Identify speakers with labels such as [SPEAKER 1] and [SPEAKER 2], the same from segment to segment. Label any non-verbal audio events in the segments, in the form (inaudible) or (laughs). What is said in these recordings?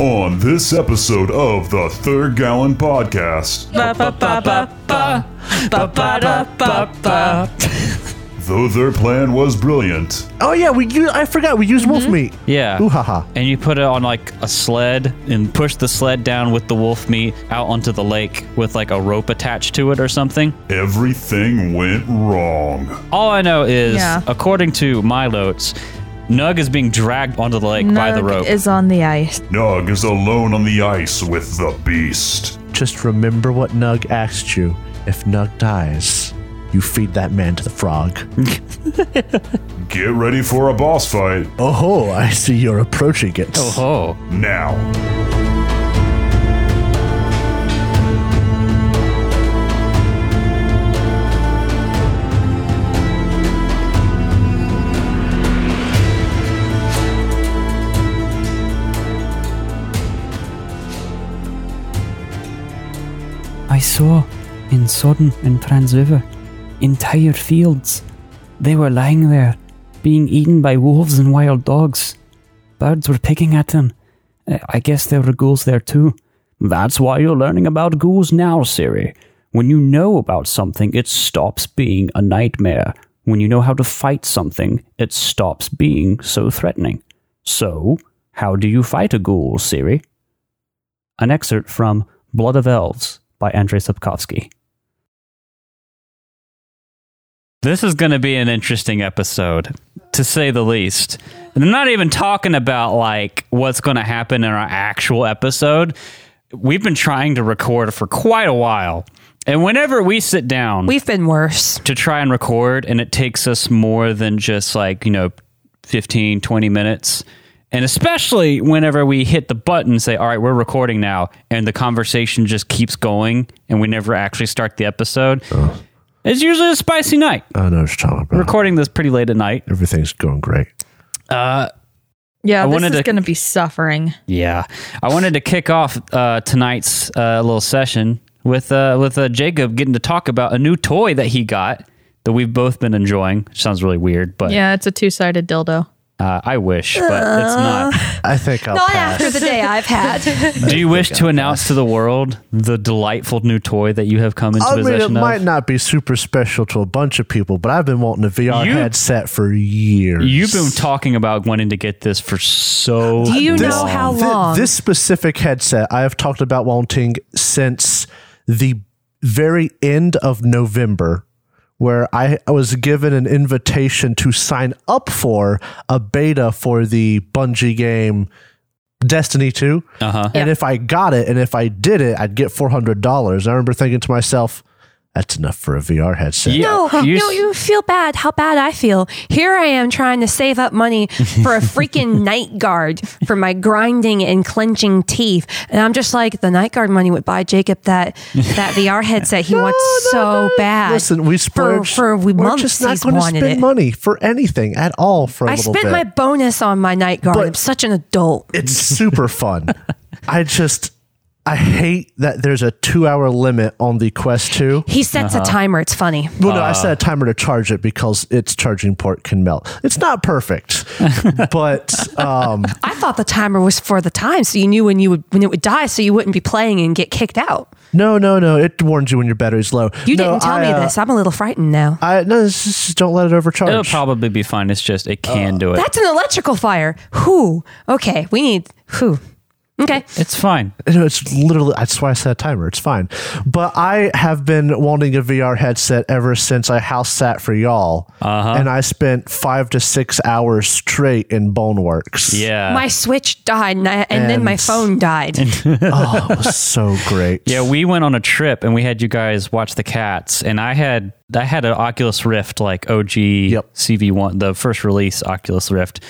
[SPEAKER 1] on this episode of the Third Gallon Podcast. Though their plan was brilliant,
[SPEAKER 2] Oh yeah, we u- I forgot we used wolf meat.
[SPEAKER 3] Mm-hmm. Yeah.
[SPEAKER 2] Ooh, ha, ha.
[SPEAKER 3] And you put it on like a sled and push the sled down with the wolf meat out onto the lake with like a rope attached to it or something.
[SPEAKER 1] everything went wrong.
[SPEAKER 3] All I know is,
[SPEAKER 4] Yeah.
[SPEAKER 3] according to my notes, Nug is being dragged onto the lake by the
[SPEAKER 4] Nug
[SPEAKER 3] rope.
[SPEAKER 4] is on the ice.
[SPEAKER 1] Nug is alone on the ice with the beast.
[SPEAKER 2] Just remember what Nug asked you. If Nug dies, you feed that man to the frog.
[SPEAKER 1] Get ready for a boss fight
[SPEAKER 2] oh, ho, I see you're approaching it.
[SPEAKER 3] oh.
[SPEAKER 1] now.
[SPEAKER 5] I saw in Sodden and Trans River entire fields. They were lying there, being eaten by wolves and wild dogs. Birds were picking at them. I I guess there were ghouls there too. That's why you're learning about ghouls now, Siri. When you know about something, it stops being a nightmare. When you know how to fight something, it stops being so threatening. So, how do you fight a ghoul, Siri? An excerpt from Blood of Elves by Andrzej Sapkowski.
[SPEAKER 3] This is going to be an interesting episode, to say the least. And I'm not even talking about like what's going to happen in our actual episode. We've been trying to record for quite a while. And whenever we sit down,
[SPEAKER 6] We've been worse.
[SPEAKER 3] to try and record and it takes us more than just like you know 15 20 minutes and especially whenever we hit the button and say all right we're recording now and the conversation just keeps going and we never actually start the episode it's usually a spicy night
[SPEAKER 2] I don't know what you're talking about.
[SPEAKER 3] recording this pretty late at night
[SPEAKER 2] Everything's going great.
[SPEAKER 4] Yeah,
[SPEAKER 3] I
[SPEAKER 4] this
[SPEAKER 3] wanted
[SPEAKER 4] is
[SPEAKER 3] to-
[SPEAKER 4] going to be suffering.
[SPEAKER 3] yeah i wanted to kick off uh, tonight's uh, little session with uh, with uh, jacob getting to talk about a new toy that he got that we've both been enjoying sounds really weird but
[SPEAKER 4] Yeah, it's a two-sided dildo.
[SPEAKER 3] Uh, I wish, but it's not.
[SPEAKER 6] Uh.
[SPEAKER 2] I think I'll pass.
[SPEAKER 6] the day I've had.
[SPEAKER 3] Do you wish to announce to the world the delightful new toy that you have come into
[SPEAKER 2] I mean, it
[SPEAKER 3] possession
[SPEAKER 2] might
[SPEAKER 3] of?
[SPEAKER 2] not be super special to a bunch of people, but I've been wanting a VR
[SPEAKER 3] You-
[SPEAKER 2] headset for years.
[SPEAKER 3] You've been talking about wanting to get this for so.
[SPEAKER 6] Do you
[SPEAKER 2] This-
[SPEAKER 6] know how
[SPEAKER 2] thi-
[SPEAKER 6] long?
[SPEAKER 2] this specific headset I have talked about wanting since the very end of November, where I I was given an invitation to sign up for a beta for the Bungie game Destiny 2.
[SPEAKER 3] Uh-huh.
[SPEAKER 2] And if I got it and if I did it, I'd get $400. I remember thinking to myself, that's enough for a VR headset.
[SPEAKER 3] Yeah,
[SPEAKER 6] no,
[SPEAKER 3] you
[SPEAKER 6] you,
[SPEAKER 3] s-
[SPEAKER 6] no, you feel bad. How bad I feel. Here I am trying to save up
[SPEAKER 2] (laughs)
[SPEAKER 6] money for a freaking night guard for my grinding and clenching teeth, and I'm just like, the night guard money would buy Jacob that that VR
[SPEAKER 2] (laughs)
[SPEAKER 6] headset he wants so bad.
[SPEAKER 2] Listen, we splurged.
[SPEAKER 6] for we
[SPEAKER 2] we're
[SPEAKER 6] months
[SPEAKER 2] just not
[SPEAKER 6] he's
[SPEAKER 2] going to
[SPEAKER 6] wanted
[SPEAKER 2] spend
[SPEAKER 6] it.
[SPEAKER 2] money for anything at all for a
[SPEAKER 6] I
[SPEAKER 2] little
[SPEAKER 6] spent
[SPEAKER 2] bit.
[SPEAKER 6] my bonus on my night guard.
[SPEAKER 2] But-
[SPEAKER 6] I'm such an adult. (laughs)
[SPEAKER 2] it's super fun. I just I hate that there's a two hour limit on the Quest 2.
[SPEAKER 6] He sets
[SPEAKER 2] Uh-huh.
[SPEAKER 6] a timer. It's funny.
[SPEAKER 2] Well, no, I set
[SPEAKER 6] Uh.
[SPEAKER 2] a timer to charge it because its charging port can melt. It's not perfect,
[SPEAKER 6] (laughs)
[SPEAKER 2] but um,
[SPEAKER 6] I thought the timer was for the time, so you knew when you would when it would die, so you wouldn't be playing and get kicked out.
[SPEAKER 2] no, no, no. It warns you when your battery's low.
[SPEAKER 6] You
[SPEAKER 2] No,
[SPEAKER 6] didn't tell
[SPEAKER 2] I,
[SPEAKER 6] me
[SPEAKER 2] uh,
[SPEAKER 6] this. I'm a little frightened now.
[SPEAKER 2] I no, it's just, just don't let it overcharge.
[SPEAKER 3] It'll probably be fine. It's just it can
[SPEAKER 2] Uh,
[SPEAKER 3] do it.
[SPEAKER 6] That's an electrical fire. Who? Okay, we need who? Okay,
[SPEAKER 3] It's fine.
[SPEAKER 2] No, it's literally that's why I set a timer. It's fine. But I have been wanting a VR headset ever since I house sat for y'all,
[SPEAKER 6] Uh-huh.
[SPEAKER 2] and I spent five to six hours straight in Boneworks.
[SPEAKER 3] Yeah.
[SPEAKER 6] my switch died, and, I, and,
[SPEAKER 2] uh, And-
[SPEAKER 6] then my phone died.
[SPEAKER 2] oh, it was so great.
[SPEAKER 3] yeah, we went on a trip and we had you guys watch the cats, and I had I had an Oculus Rift like OG
[SPEAKER 2] Yep.
[SPEAKER 3] CV1, the first release Oculus Rift.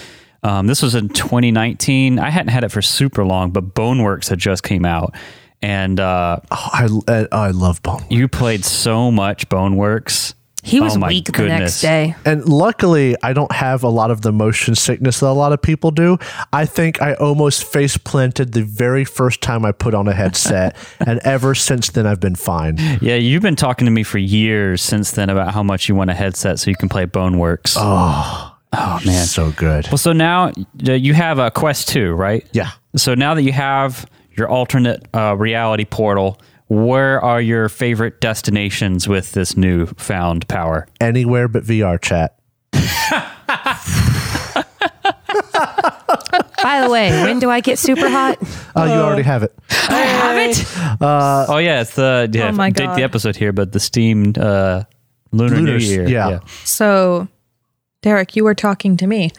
[SPEAKER 3] Um, this was in 2019. I hadn't had it for super long, but Boneworks had just came out, and uh,
[SPEAKER 2] Oh, I, I I love Boneworks.
[SPEAKER 3] You played so much Boneworks.
[SPEAKER 6] He was
[SPEAKER 3] Oh my
[SPEAKER 6] weak the
[SPEAKER 3] goodness.
[SPEAKER 6] next day.
[SPEAKER 2] And luckily, I don't have a lot of the motion sickness that a lot of people do. I think I almost face planted the very first time I put on a
[SPEAKER 3] (laughs)
[SPEAKER 2] headset, and ever since then I've been fine.
[SPEAKER 3] Yeah, you've been talking to me for years since then about how much you want a headset so you can play Boneworks. Oh man.
[SPEAKER 2] So good.
[SPEAKER 3] Well, so now uh, you have a quest two, right?
[SPEAKER 2] Yeah.
[SPEAKER 3] So now that you have your alternate uh, reality portal, where are your favorite destinations with this new found power?
[SPEAKER 2] Anywhere but VR chat.
[SPEAKER 6] By the way, when do I get super
[SPEAKER 2] (laughs)
[SPEAKER 6] hot?
[SPEAKER 2] Oh,
[SPEAKER 3] Uh,
[SPEAKER 2] you already have it. Uh,
[SPEAKER 3] oh yeah, it's the yeah,
[SPEAKER 4] Oh, my
[SPEAKER 3] date
[SPEAKER 4] God.
[SPEAKER 3] the episode here, but the steamed uh, lunar
[SPEAKER 2] Lunar
[SPEAKER 3] new
[SPEAKER 2] s-
[SPEAKER 3] year.
[SPEAKER 2] yeah.
[SPEAKER 4] (laughs) So, Derek, you were talking to me.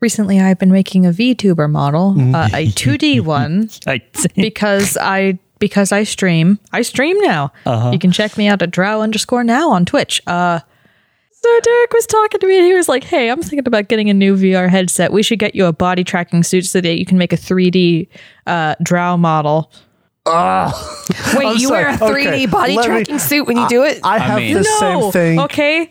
[SPEAKER 4] Recently, I've been making a VTuber model,
[SPEAKER 3] Mm.
[SPEAKER 4] uh, a 2D
[SPEAKER 3] (laughs)
[SPEAKER 4] one,
[SPEAKER 3] I,
[SPEAKER 4] (laughs) because I because I stream. I stream now.
[SPEAKER 2] Uh-huh.
[SPEAKER 4] You can check me out at Drow underscore now on Twitch. Uh, so Derek was talking to me, and he was like, "Hey, I'm thinking about getting a new VR headset. We should get you a body tracking suit so that you can make a 3D uh, Drow model."
[SPEAKER 3] ah.
[SPEAKER 6] Wait, you wear a
[SPEAKER 2] sorry.
[SPEAKER 6] 3D
[SPEAKER 2] Okay,
[SPEAKER 6] body
[SPEAKER 2] let me-
[SPEAKER 6] tracking suit when you do it?
[SPEAKER 2] I have
[SPEAKER 3] mean-
[SPEAKER 2] the
[SPEAKER 4] No.
[SPEAKER 2] same thing.
[SPEAKER 4] Okay.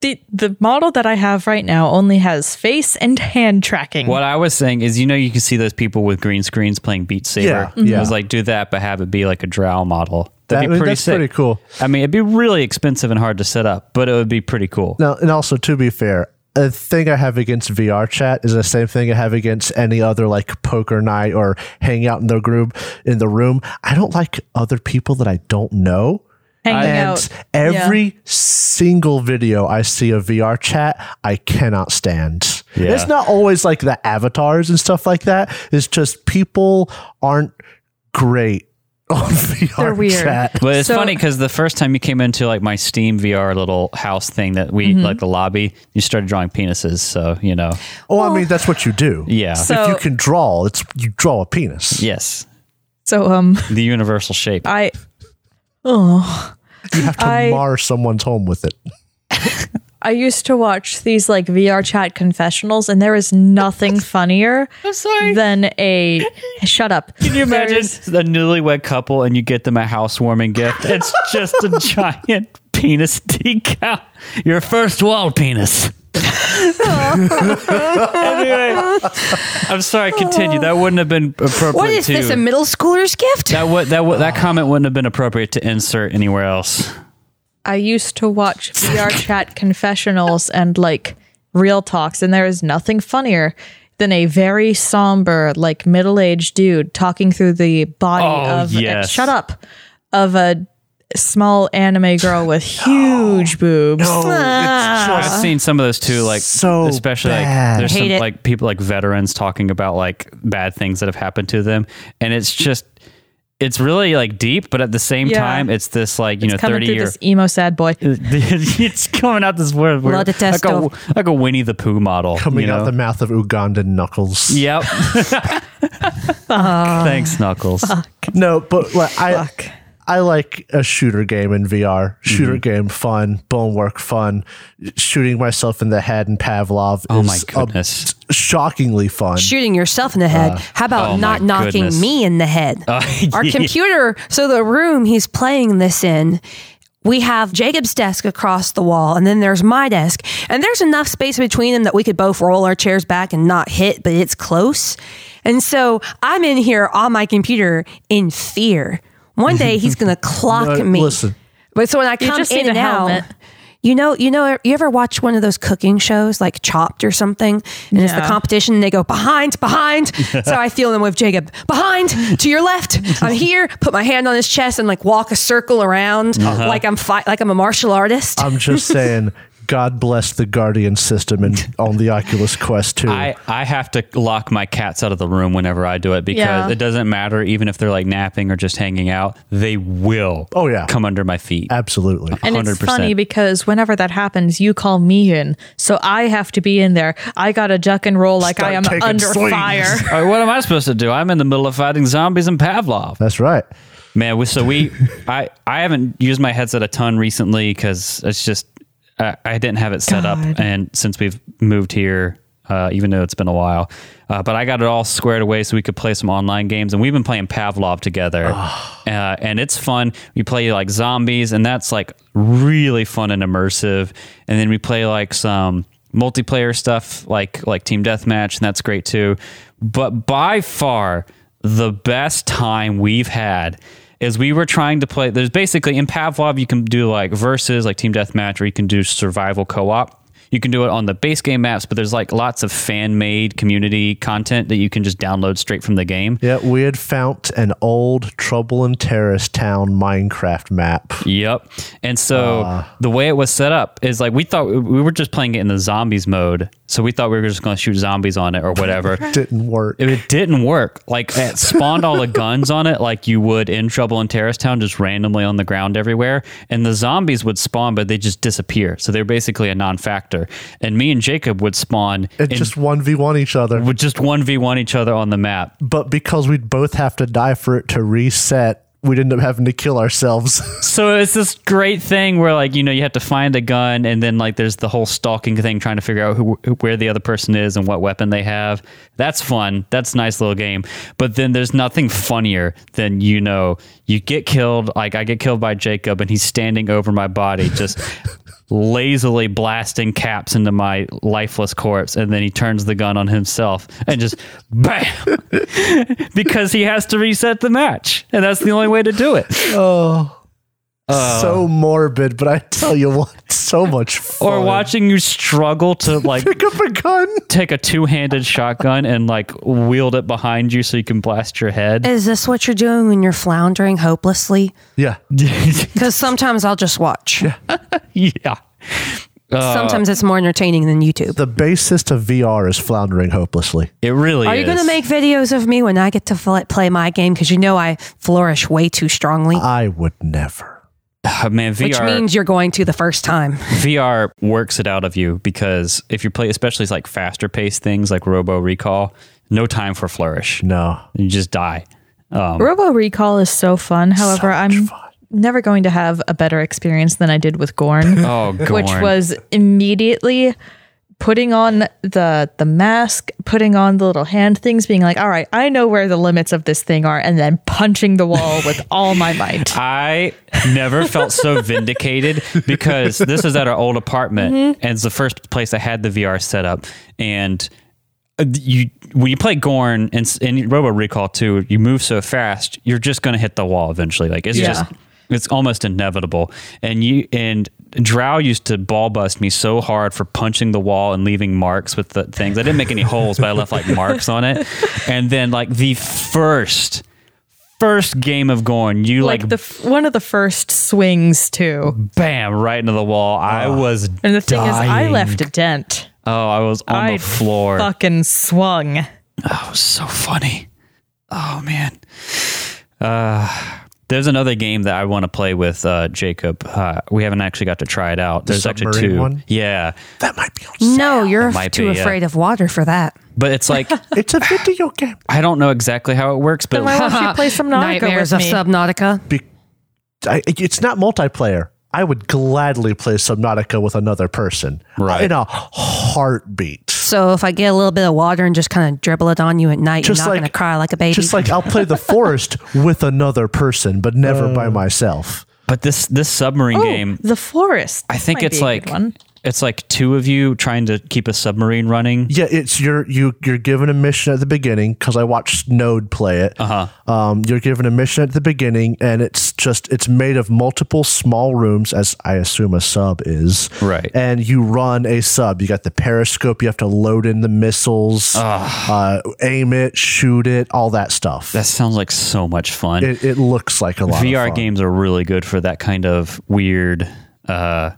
[SPEAKER 4] The, the model that I have right now only has face and hand tracking.
[SPEAKER 3] what I was saying is, you know, you can see those people with green screens playing Beat Saber.
[SPEAKER 2] Yeah, yeah.
[SPEAKER 3] I was like, do that, but have it be like a drow model.
[SPEAKER 2] That-
[SPEAKER 3] That'd be pretty
[SPEAKER 2] that's
[SPEAKER 3] sick.
[SPEAKER 2] pretty cool.
[SPEAKER 3] I mean, it'd be really expensive and hard to set up, but it would be pretty cool.
[SPEAKER 2] Now, and also to be fair, a thing I have against VR chat is the same thing I have against any other like poker night or hang out in the group in the room. I don't like other people that I don't know.
[SPEAKER 4] Hanging
[SPEAKER 2] and
[SPEAKER 4] out.
[SPEAKER 2] every single video I see of VR chat, I cannot stand. It's not always like the avatars and stuff like that. It's just people aren't great (laughs) on VR
[SPEAKER 4] They're weird.
[SPEAKER 2] chat.
[SPEAKER 3] But it's
[SPEAKER 4] So-
[SPEAKER 3] funny because the first time you came into like my Steam VR little house thing that we like the lobby, you started drawing penises. So you know,
[SPEAKER 2] Oh, I mean, that's what you do.
[SPEAKER 3] yeah,
[SPEAKER 4] So-
[SPEAKER 2] if you can draw, it's you draw a penis.
[SPEAKER 3] yes,
[SPEAKER 4] So um
[SPEAKER 3] the universal shape.
[SPEAKER 4] I oh
[SPEAKER 2] You have to
[SPEAKER 4] I-
[SPEAKER 2] mar someone's home with it.
[SPEAKER 4] I used to watch these like VR chat confessionals and there is
[SPEAKER 3] (laughs)
[SPEAKER 4] nothing funnier than a shut up.
[SPEAKER 3] Can you imagine a newlywed couple and you get them a housewarming gift? It's just a giant penis decal. Your first wall penis. anyway, I'm sorry. Continue. That wouldn't have been appropriate.
[SPEAKER 6] what is
[SPEAKER 3] to,
[SPEAKER 6] this, a middle schooler's gift?
[SPEAKER 3] that would that would that comment wouldn't have been appropriate to insert anywhere else.
[SPEAKER 4] I used to watch VR chat confessionals and like real talks, and there is nothing funnier than a very somber, like middle aged dude talking through the body
[SPEAKER 3] Oh,
[SPEAKER 4] of
[SPEAKER 3] yes.
[SPEAKER 4] shut up of a small anime girl
[SPEAKER 3] (gasps)
[SPEAKER 4] with huge boobs.
[SPEAKER 3] Oh,
[SPEAKER 2] Ah.
[SPEAKER 3] I've seen some of those too, like
[SPEAKER 2] Uh-huh. so
[SPEAKER 3] especially
[SPEAKER 2] bad.
[SPEAKER 3] like there's
[SPEAKER 6] Hate
[SPEAKER 3] some
[SPEAKER 6] it.
[SPEAKER 3] like people like veterans talking about like bad things that have happened to them, and it's just it's really like deep, but at the same
[SPEAKER 4] Yeah.
[SPEAKER 3] time, it's this like you know
[SPEAKER 4] Coming
[SPEAKER 3] thirty
[SPEAKER 4] through
[SPEAKER 3] year.
[SPEAKER 4] this emo sad boy.
[SPEAKER 3] (laughs) it's coming out this word
[SPEAKER 6] La
[SPEAKER 3] weird, like
[SPEAKER 6] detesto.
[SPEAKER 3] a like a Winnie the Pooh model
[SPEAKER 2] Coming
[SPEAKER 3] you know?
[SPEAKER 2] out the mouth of Ugandan knuckles.
[SPEAKER 3] Yep. Thanks, Knuckles.
[SPEAKER 2] No, but like, I, I like a shooter game in VR. Shooter
[SPEAKER 3] Mhm.
[SPEAKER 2] game fun, bone work fun. Shooting myself in the head and Pavlov.
[SPEAKER 3] Oh
[SPEAKER 2] is
[SPEAKER 3] my
[SPEAKER 2] a-
[SPEAKER 3] goodness.
[SPEAKER 2] shockingly fun.
[SPEAKER 6] Shooting yourself in the head. How about
[SPEAKER 3] oh my
[SPEAKER 6] not knocking
[SPEAKER 3] goodness. Uh,
[SPEAKER 6] me in
[SPEAKER 3] (laughs)
[SPEAKER 6] the head? Our computer, so the room he's playing this in, we have Jacob's desk across the wall, and then there's my desk. And there's enough space between them that we could both roll our chairs back and not hit, but it's close. And so I'm in here on my computer in fear. One day he's
[SPEAKER 3] (laughs)
[SPEAKER 6] going to clock
[SPEAKER 2] Uh,
[SPEAKER 6] me.
[SPEAKER 2] Listen,
[SPEAKER 6] But so when I come
[SPEAKER 4] just
[SPEAKER 6] in
[SPEAKER 4] need a
[SPEAKER 6] and
[SPEAKER 4] helmet.
[SPEAKER 6] out, you know, you know, you ever watch one of those cooking shows like Chopped or something, and it's the
[SPEAKER 4] Yeah.
[SPEAKER 6] competition. And they go behind, behind. so I feel them with Jacob behind to your left. I'm here. Put my hand on his chest and like walk a circle around, like I'm fight, like I'm a martial artist.
[SPEAKER 2] I'm just saying. God bless the Guardian system
[SPEAKER 3] (laughs)
[SPEAKER 2] and on the Oculus Quest too.
[SPEAKER 3] I, I have to lock my cats out of the room whenever I do it because
[SPEAKER 4] Yeah.
[SPEAKER 3] it doesn't matter even if they're like napping or just hanging out, they will
[SPEAKER 2] Oh, yeah.
[SPEAKER 3] come under my feet.
[SPEAKER 2] Absolutely.
[SPEAKER 4] And it's
[SPEAKER 3] 100%.
[SPEAKER 4] funny because whenever that happens, you call me in, so I have to be in there. I gotta duck and roll like
[SPEAKER 2] Start
[SPEAKER 4] I am
[SPEAKER 2] taking
[SPEAKER 4] under
[SPEAKER 2] swings.
[SPEAKER 4] fire.
[SPEAKER 2] (laughs)
[SPEAKER 3] All right, what am I supposed to do? I'm in the middle of fighting zombies and Pavlov.
[SPEAKER 2] That's right.
[SPEAKER 3] Man, we, so we, (laughs) I, I haven't used my headset a ton recently because it's just I, I didn't have it set up, and since we've moved here, uh, even though it's been a while, uh, but I got it all squared away so we could play some online games, and we've been playing Pavlov together, uh, and it's fun. We play like zombies, and that's like really fun and immersive, and then we play like some multiplayer stuff like like team deathmatch and that's great too but by far the best time we've had is we were trying to play there's basically in pavlov you can do like versus like team deathmatch or you can do survival co-op You can do it on the base game maps, but there's like lots of fan made community content that you can just download straight from the game.
[SPEAKER 2] Yeah, we had found an old Trouble in Terrace Town Minecraft map.
[SPEAKER 3] Yep. And so
[SPEAKER 2] Ah.
[SPEAKER 3] the way it was set up is like we thought we were just playing it in the zombies mode. So we thought we were just going to shoot zombies on it or whatever.
[SPEAKER 2] Didn't work.
[SPEAKER 3] it, it didn't work. Like it spawned all the guns on it, like you would in Trouble in Terrace Town, just randomly on the ground everywhere. And the zombies would spawn, but they just disappear. So they're basically a non-factor. And me and Jacob would spawn
[SPEAKER 2] It
[SPEAKER 3] and
[SPEAKER 2] just 1v1 each other.
[SPEAKER 3] would just one v one each other on the map.
[SPEAKER 2] But because we'd both have to die for it to reset, we'd end up having to kill ourselves. (laughs)
[SPEAKER 3] So it's this great thing where like you know you have to find a gun and then like there's the whole stalking thing trying to figure out who, who where the other person is and what weapon they have. That's fun. That's a nice little game. But then there's nothing funnier than you know you get killed like I get killed by Jacob and he's standing over my body just lazily blasting caps into my lifeless corpse and then he turns the gun on himself and just (laughs) bam because he has to reset the match and that's the only way to do it. Uh.
[SPEAKER 2] so morbid, but I tell you what, so
[SPEAKER 3] (laughs)
[SPEAKER 2] much fun.
[SPEAKER 3] or watching you struggle (laughs) to like
[SPEAKER 2] Pick up a gun.
[SPEAKER 3] take a two-handed shotgun and like wield it behind you so you can blast your head.
[SPEAKER 6] Is this what you're doing when you're floundering hopelessly?
[SPEAKER 3] (laughs)
[SPEAKER 2] Yeah.
[SPEAKER 6] Because sometimes I'll just watch.
[SPEAKER 3] (laughs) yeah.
[SPEAKER 6] Sometimes it's more entertaining than YouTube.
[SPEAKER 2] The bassist of VR is floundering hopelessly.
[SPEAKER 3] It really
[SPEAKER 6] Are
[SPEAKER 3] is.
[SPEAKER 6] you going to make videos of me when I get to fl- play my game? Because you know I flourish way too strongly,
[SPEAKER 2] I would never.
[SPEAKER 3] oh, man VR (laughs)
[SPEAKER 6] which means you're going to the first time.
[SPEAKER 3] VR works it out of you because if you play especially like faster paced things like Robo Recall, no time for flourish.
[SPEAKER 2] No.
[SPEAKER 3] You just die.
[SPEAKER 4] (laughs) Robo Recall is so fun. However, I'm never going to have a better experience than I did with (laughs) Gorn.
[SPEAKER 3] Oh,
[SPEAKER 6] (laughs)
[SPEAKER 4] which
[SPEAKER 3] Gorn.
[SPEAKER 4] was immediately putting on the the mask, putting on the little hand things, being like, "All right, I know where the limits of this thing are," and then punching the wall (laughs) with all my might.
[SPEAKER 3] I never felt
[SPEAKER 4] (laughs)
[SPEAKER 3] so vindicated because this is at our old apartment
[SPEAKER 4] Mm-hmm.
[SPEAKER 3] and it's the first place I had the VR set up. And uh, you, when you play Gorn and, s- and Robo Recall too, you move so fast, you're just going to hit the wall eventually. Like it's
[SPEAKER 4] Yeah.
[SPEAKER 3] just, it's almost inevitable. And you, and Drow used to ball bust me so hard for punching the wall and leaving marks with the things. I didn't make any holes, but I left like marks on it. And then like the first, first game of Gorn, you
[SPEAKER 4] like,
[SPEAKER 3] like,
[SPEAKER 4] the f- one of the first swings too,
[SPEAKER 3] bam, right into the wall. I was,
[SPEAKER 4] and the thing is, I left a dent.
[SPEAKER 3] oh, I was on
[SPEAKER 4] I
[SPEAKER 3] the floor.
[SPEAKER 4] fucking swung.
[SPEAKER 3] That was so funny. Oh man. Uh, there's another game that I want to play with uh, Jacob. Uh, we haven't actually got to try it out. There's actually
[SPEAKER 2] submarine
[SPEAKER 3] two.
[SPEAKER 2] one?
[SPEAKER 3] Yeah,
[SPEAKER 2] That might be on
[SPEAKER 6] No, you're
[SPEAKER 3] might
[SPEAKER 6] too
[SPEAKER 3] be, yeah.
[SPEAKER 6] afraid of water for that.
[SPEAKER 3] but it's
[SPEAKER 4] (laughs)
[SPEAKER 3] like
[SPEAKER 2] It's a video game.
[SPEAKER 3] I don't know exactly how it works, but
[SPEAKER 4] Why won't you play some Nautica
[SPEAKER 6] Nightmares
[SPEAKER 4] with
[SPEAKER 6] of
[SPEAKER 4] me?
[SPEAKER 6] Subnautica.
[SPEAKER 2] Be- I, it's not multiplayer. I would gladly play Subnautica with another person
[SPEAKER 3] Right.
[SPEAKER 2] in a heartbeat.
[SPEAKER 6] So if I get a little bit of water and just kind of dribble it on you at night,
[SPEAKER 2] Just
[SPEAKER 6] you're not
[SPEAKER 2] like-
[SPEAKER 6] going to cry like a baby.
[SPEAKER 2] Just like I'll play
[SPEAKER 6] (laughs)
[SPEAKER 2] the forest with another person, but never by myself.
[SPEAKER 3] but this this submarine
[SPEAKER 4] Oh,
[SPEAKER 3] game,
[SPEAKER 4] the forest.
[SPEAKER 3] I think
[SPEAKER 4] might
[SPEAKER 3] it's
[SPEAKER 4] be a
[SPEAKER 3] like
[SPEAKER 4] good one.
[SPEAKER 3] it's like two of you trying to keep a submarine running.
[SPEAKER 2] Yeah, it's you're you you're given a mission at the beginning because I watched Node play it. Uh-huh. Um, you're given a mission at the beginning, and it's just it's made of multiple small rooms, as I assume a sub is.
[SPEAKER 3] Right.
[SPEAKER 2] And you run a sub. You got the periscope. You have to load in the missiles, uh, aim it, shoot it, all that stuff.
[SPEAKER 3] That sounds like so much fun.
[SPEAKER 2] it, it looks like a lot.
[SPEAKER 3] VR
[SPEAKER 2] of fun.
[SPEAKER 3] games are really good for that kind of weird, uh,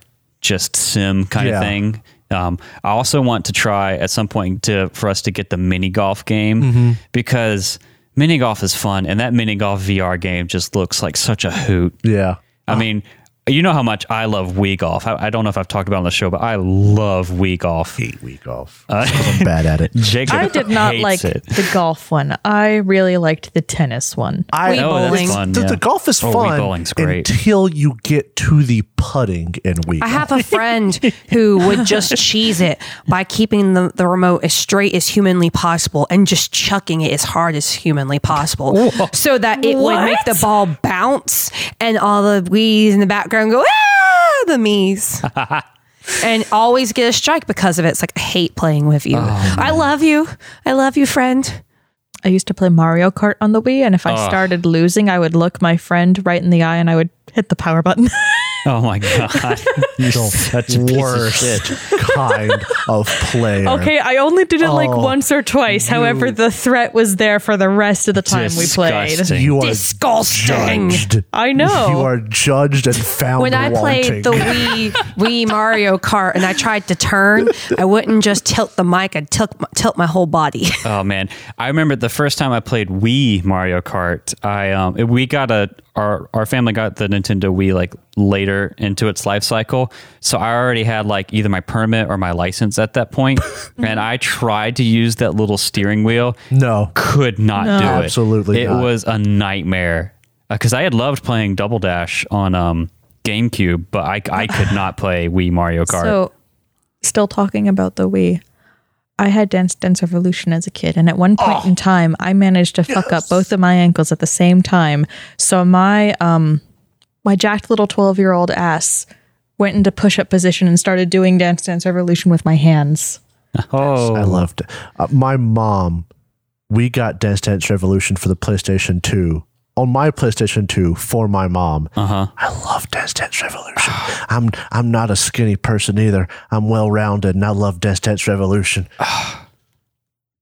[SPEAKER 3] just sim kind
[SPEAKER 2] Yeah.
[SPEAKER 3] of thing. Um, I also want to try at some point to for us to get the mini golf game
[SPEAKER 2] Mm-hmm.
[SPEAKER 3] because mini golf is fun, and that mini golf VR game just looks like such a hoot.
[SPEAKER 2] Yeah.
[SPEAKER 3] I mean, you know how much I love Wii golf. I, I don't know if I've talked about it on the show, but I love Wii golf.
[SPEAKER 2] Eight week golf. (laughs) I'm bad at it.
[SPEAKER 3] Jacob
[SPEAKER 4] I did not
[SPEAKER 3] hates
[SPEAKER 4] like
[SPEAKER 3] it.
[SPEAKER 4] the golf one. I really liked the tennis one.
[SPEAKER 2] I,
[SPEAKER 6] Wii Oh, that's bowling.
[SPEAKER 3] fun,
[SPEAKER 2] The,
[SPEAKER 3] yeah.
[SPEAKER 2] the golf is
[SPEAKER 3] Oh, Wii
[SPEAKER 2] fun
[SPEAKER 3] bowling's great.
[SPEAKER 2] until you get to the putting in Wii.
[SPEAKER 6] I
[SPEAKER 2] golf. (laughs)
[SPEAKER 6] have a friend who would just cheese it by keeping the, the remote as straight as humanly possible and just chucking it as hard as humanly possible so that it would make the ball bounce and all the wees in the background go, ah, the
[SPEAKER 2] (laughs)
[SPEAKER 6] me's. and always get a strike because of it. It's like, I hate playing with
[SPEAKER 2] Oh,
[SPEAKER 6] you. I love you. I love you, friend.
[SPEAKER 4] I used to play Mario Kart on the Wii, and if I started losing, I would look my friend right in the eye and I would hit the power button. (laughs)
[SPEAKER 3] Oh my (laughs) god, you're such a piece of shit.
[SPEAKER 2] worst kind of player.
[SPEAKER 4] Okay, I only did it like
[SPEAKER 2] Oh,
[SPEAKER 4] once or twice. However, the threat was there for the rest of the time we played.
[SPEAKER 3] Disgusting.
[SPEAKER 2] You are
[SPEAKER 6] Disgusting.
[SPEAKER 2] judged.
[SPEAKER 4] I
[SPEAKER 2] You
[SPEAKER 4] know.
[SPEAKER 2] are judged and found
[SPEAKER 6] When I played the
[SPEAKER 2] wanting.
[SPEAKER 6] Wii Wii Mario Kart and I tried to turn, I wouldn't just tilt the mic; I'd tilt my, tilt my whole body. (laughs)
[SPEAKER 3] Oh man, I remember the first time I played Wii Mario Kart. I um, we got a our our family got the Nintendo Wii like later into its life cycle, so I already had like either my permit or my license at that point, and I tried to use that little steering wheel.
[SPEAKER 2] No.
[SPEAKER 3] could not do it.
[SPEAKER 2] Absolutely
[SPEAKER 3] it
[SPEAKER 2] not.
[SPEAKER 3] was a nightmare because I had loved playing Double Dash on um, GameCube, but I I could not play Wii Mario Kart. (laughs)
[SPEAKER 4] So, still talking about the Wii. I had Dance Dance Revolution as a kid, and at one point in time, I managed to fuck up both of my ankles at the same time. So my um, my jacked little twelve year old ass went into push up position and started doing Dance Dance Revolution with my hands.
[SPEAKER 2] I
[SPEAKER 3] Oh.
[SPEAKER 2] loved it. Uh, my mom, we got Dance Dance Revolution for the PlayStation 2 on my PlayStation 2 for my mom. Uh-huh. I love Dance Dance Revolution. (sighs) I'm I'm not a skinny person either. I'm well rounded and I love Dance Dance Revolution.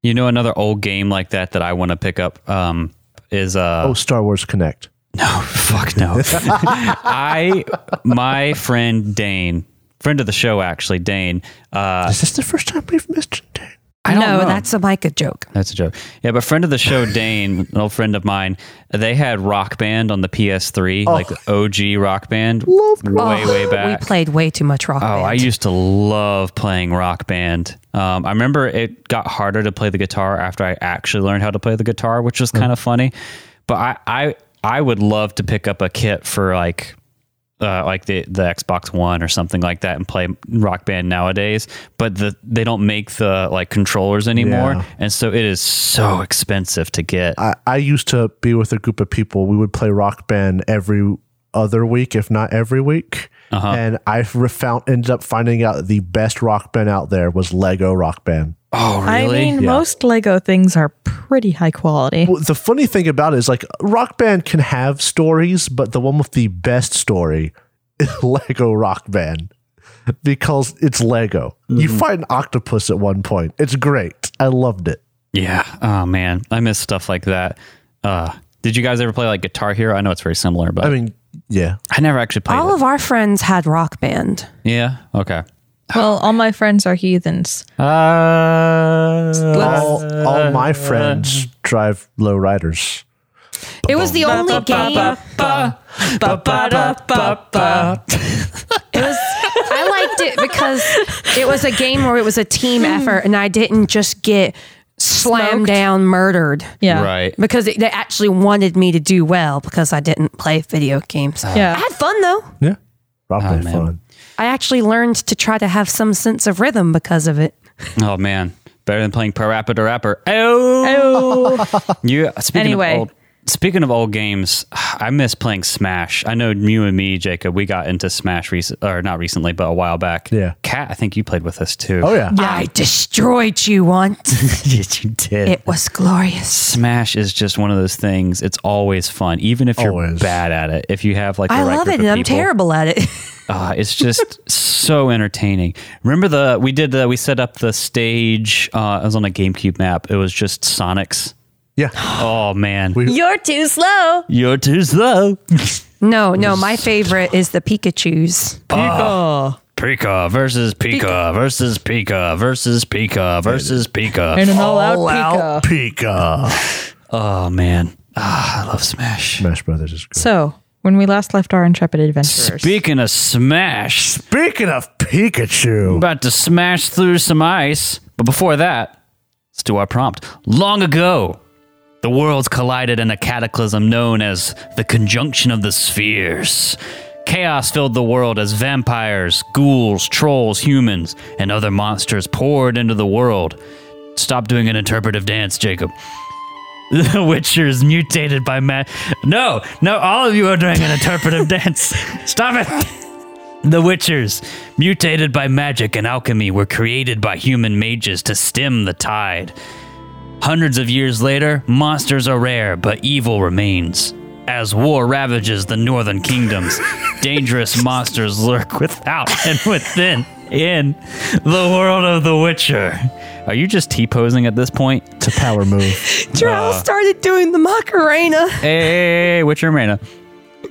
[SPEAKER 3] You know, another old game like that that I want to pick up um, is uh,
[SPEAKER 2] Oh, Star Wars Connect.
[SPEAKER 3] No, fuck no. (laughs) I, my friend Dane, friend of the show actually, Dane. Uh,
[SPEAKER 2] Is this the first time we've mentioned it?
[SPEAKER 3] I don't
[SPEAKER 6] no,
[SPEAKER 3] know.
[SPEAKER 6] that's a Micah joke.
[SPEAKER 3] that's a joke. Yeah, but friend of the show Dane, an old friend of mine, they had Rock Band on the PS3, like OG Rock Band, way
[SPEAKER 6] Oh,
[SPEAKER 3] way back.
[SPEAKER 6] We played way too much rock.
[SPEAKER 3] Oh,
[SPEAKER 6] Band.
[SPEAKER 3] I used to love playing Rock Band. Um, I remember it got harder to play the guitar after I actually learned how to play the guitar, which was kind of funny. But I, I, I would love to pick up a kit for like, uh, like the the Xbox One or something like that, and play Rock Band nowadays. But the they don't make the like controllers anymore,
[SPEAKER 2] Yeah.
[SPEAKER 3] and so it is so expensive to get.
[SPEAKER 2] I, I used to be with a group of people. We would play rock band every other week, if not every week. And I re- found ended up finding out the best rock band out there was Lego Rock Band.
[SPEAKER 3] oh,
[SPEAKER 4] I
[SPEAKER 3] really?
[SPEAKER 4] mean, most Lego things are pretty high quality.
[SPEAKER 2] Well, the funny thing about it is like rock band can have stories, but the one with the best story (laughs) is Lego Rock Band because it's Lego. You fight an octopus at one point. It's great. I loved it.
[SPEAKER 3] Yeah. Oh man, I miss stuff like that. Uh, did you guys ever play like Guitar Hero? I know it's very similar, but I,
[SPEAKER 2] I mean, yeah.
[SPEAKER 3] never actually played.
[SPEAKER 6] All
[SPEAKER 3] it.
[SPEAKER 6] of our friends had rock band.
[SPEAKER 3] yeah. Okay.
[SPEAKER 4] Well, all my friends are heathens.
[SPEAKER 3] Uh,
[SPEAKER 2] All, all my friends drive low riders.
[SPEAKER 6] It was the only game. (laughs) It was. I liked it because it was a game where it was a
[SPEAKER 3] Hmm.
[SPEAKER 6] team effort, and I didn't just get slammed
[SPEAKER 4] Smoked.
[SPEAKER 6] down, murdered.
[SPEAKER 4] Yeah.
[SPEAKER 3] Right.
[SPEAKER 6] Because it, they actually wanted me to do well because I didn't play video games.
[SPEAKER 2] Uh-huh.
[SPEAKER 4] Yeah.
[SPEAKER 6] I had fun though.
[SPEAKER 2] Yeah. Probably
[SPEAKER 3] man.
[SPEAKER 2] fun.
[SPEAKER 6] I actually learned to try to have some sense of rhythm because of it.
[SPEAKER 3] Oh man, better than playing Parappa the Rapper. Oh.
[SPEAKER 4] Oh,
[SPEAKER 3] You speaking
[SPEAKER 4] Anyway.
[SPEAKER 3] of old speaking of old games, I miss playing Smash. I know you and me, Jacob. We got into Smash recent or not recently, but a while back.
[SPEAKER 2] Yeah.
[SPEAKER 3] Cat, I think you played with us too.
[SPEAKER 6] (laughs)
[SPEAKER 2] Oh yeah.
[SPEAKER 6] I destroyed you
[SPEAKER 2] (laughs)
[SPEAKER 6] once.
[SPEAKER 3] yes, you did.
[SPEAKER 6] it was glorious.
[SPEAKER 3] Smash is just one of those things. It's always fun, even if you're
[SPEAKER 2] Always.
[SPEAKER 3] bad at it. If you have like, the
[SPEAKER 6] I
[SPEAKER 3] right
[SPEAKER 6] love
[SPEAKER 3] group
[SPEAKER 6] it,
[SPEAKER 3] of
[SPEAKER 6] and I'm
[SPEAKER 3] people,
[SPEAKER 6] terrible
[SPEAKER 2] (laughs)
[SPEAKER 6] at it.
[SPEAKER 3] uh, it's just so entertaining. Remember the we did the we set up the stage. Uh, it was on a GameCube map. It was just Sonic's.
[SPEAKER 2] Yeah.
[SPEAKER 3] Oh man,
[SPEAKER 4] you're too slow.
[SPEAKER 3] you're too slow.
[SPEAKER 6] no, no, my favorite is the Pikachu's.
[SPEAKER 3] Ah, Pika versus Pika, versus Pika versus Pika versus Pika.
[SPEAKER 4] And an all,
[SPEAKER 2] All
[SPEAKER 4] out
[SPEAKER 2] out Pika.
[SPEAKER 3] Oh man, ah, I love Smash.
[SPEAKER 2] Smash Brothers is good.
[SPEAKER 4] So, when we last left our intrepid adventurers,
[SPEAKER 3] Speaking of Smash,
[SPEAKER 2] Speaking of Pikachu,
[SPEAKER 3] about to smash through some ice, but before that, let's do our prompt. Long ago, the worlds collided in a cataclysm known as the conjunction of the spheres. Chaos filled the world as vampires, ghouls, trolls, humans, and other monsters poured into the world. Stop doing an interpretive dance, Jacob. (laughs) The Witcher is mutated by man. No, no, all of you are doing an interpretive (laughs) dance. Stop it. The Witchers, mutated by magic and alchemy, were created by human mages to stem the tide. Hundreds of years later, monsters are rare, but evil remains. As war ravages the northern kingdoms, dangerous monsters lurk without and within in the world of The Witcher. Are you just T posing at this point?
[SPEAKER 2] It's a power move.
[SPEAKER 6] Drow started doing the Macarena.
[SPEAKER 3] Hey, (laughs) hey, hey, Witcher Marina.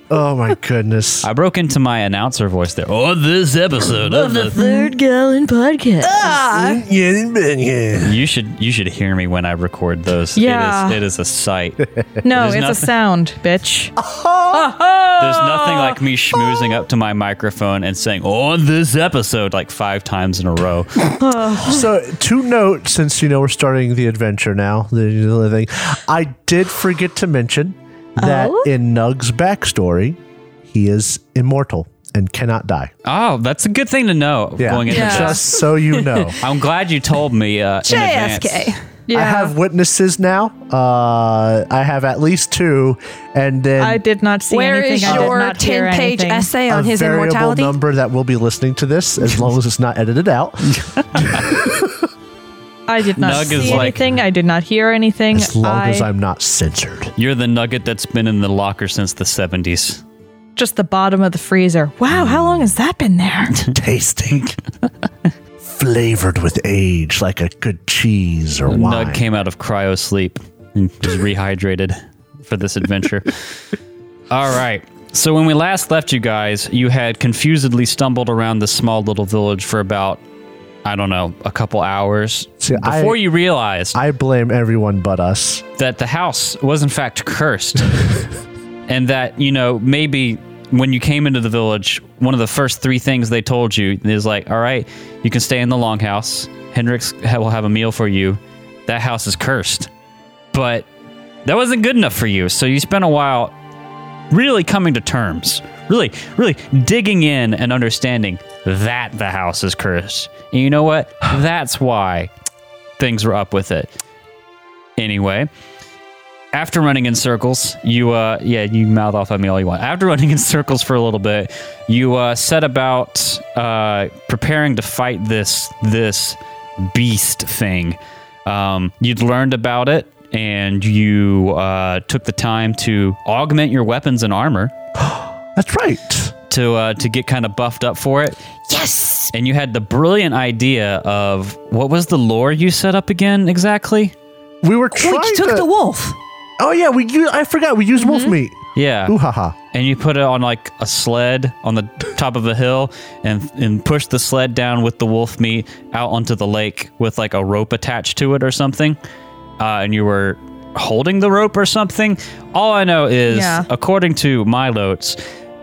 [SPEAKER 2] Oh my (laughs) goodness.
[SPEAKER 3] I broke into my announcer voice there. On this episode of the
[SPEAKER 4] Third Gallon Podcast.
[SPEAKER 3] You should you should hear me when I record those.
[SPEAKER 4] Yeah.
[SPEAKER 3] It is it is a sight.
[SPEAKER 4] No,
[SPEAKER 3] There's
[SPEAKER 4] it's a
[SPEAKER 3] nothing-
[SPEAKER 4] sound, bitch.
[SPEAKER 3] There's nothing like me schmoozing up to my microphone and saying on this episode like five times in a row.
[SPEAKER 2] So, to note, since you know we're starting the adventure now, the, the other thing, I did forget to mention that
[SPEAKER 4] Oh?
[SPEAKER 2] in Nug's backstory, he is immortal and cannot die.
[SPEAKER 3] Oh, that's a good thing to know
[SPEAKER 2] Yeah,
[SPEAKER 3] going into
[SPEAKER 4] Yeah.
[SPEAKER 3] this.
[SPEAKER 2] just so
[SPEAKER 4] (laughs)
[SPEAKER 2] you know.
[SPEAKER 3] I'm glad you told me uh, in advance.
[SPEAKER 6] JFK.
[SPEAKER 4] Yeah.
[SPEAKER 2] I have witnesses now. Uh, I have at least two, and then
[SPEAKER 4] I did not see
[SPEAKER 6] Where is
[SPEAKER 4] anything. I did
[SPEAKER 6] your
[SPEAKER 4] not hear
[SPEAKER 6] 10 page
[SPEAKER 4] anything.
[SPEAKER 6] essay
[SPEAKER 2] a
[SPEAKER 6] on his
[SPEAKER 2] variable
[SPEAKER 6] immortality?
[SPEAKER 2] number that will be listening to this, as long as it's not
[SPEAKER 4] (laughs)
[SPEAKER 2] edited out,
[SPEAKER 4] I did not
[SPEAKER 3] Nug is
[SPEAKER 4] see
[SPEAKER 3] like-
[SPEAKER 4] anything. I did not hear anything.
[SPEAKER 2] as long
[SPEAKER 4] I,
[SPEAKER 2] as I'm not censored.
[SPEAKER 3] You're the nugget that's been in the locker since the 70s.
[SPEAKER 4] just the bottom of the freezer. Wow, how long has that been there?
[SPEAKER 2] Tasting. (laughs) Flavored with age, like a good cheese or wine.
[SPEAKER 3] Nug came out of cryo sleep and
[SPEAKER 2] (laughs)
[SPEAKER 3] was rehydrated for this adventure. All right. So when we last left you guys, you had confusedly stumbled around this small little village for about I don't know, a couple hours
[SPEAKER 2] See, I-
[SPEAKER 3] before you realized
[SPEAKER 2] I blame everyone but us.
[SPEAKER 3] that the house was in fact cursed. and that, you know, maybe when you came into the village, one of the first three things they told you is like, all right, you can stay in the longhouse. Hendrix ha- will have a meal for you. That house is cursed. But that wasn't good enough for you. So you spent a while really coming to terms, really, really digging in and understanding that the house is cursed. And you know what? That's why things were up with it. Anyway, after running in circles, you uh yeah, you mouth off at me all you want. After (laughs) running in circles for a little bit, you uh set about uh preparing to fight this this beast thing. Um you'd learned about it and you uh took the time to augment your weapons and armor
[SPEAKER 2] That's right.
[SPEAKER 3] to uh to get kind of buffed up for it.
[SPEAKER 6] Yes.
[SPEAKER 3] And you had the brilliant idea of what was the lore you set up again exactly?
[SPEAKER 2] We were trying
[SPEAKER 6] We took
[SPEAKER 2] to.
[SPEAKER 6] the Mm-hmm. wolf.
[SPEAKER 2] oh yeah, we. u- I forgot. We used wolf meat.
[SPEAKER 3] Yeah.
[SPEAKER 2] Ooh ha ha.
[SPEAKER 3] and you put it on like a sled on the top of a hill and and push the sled down with the wolf meat out onto the lake with like a rope attached to it or something uh, and you were holding the rope or something all i know is
[SPEAKER 4] Yeah.
[SPEAKER 3] according to my notes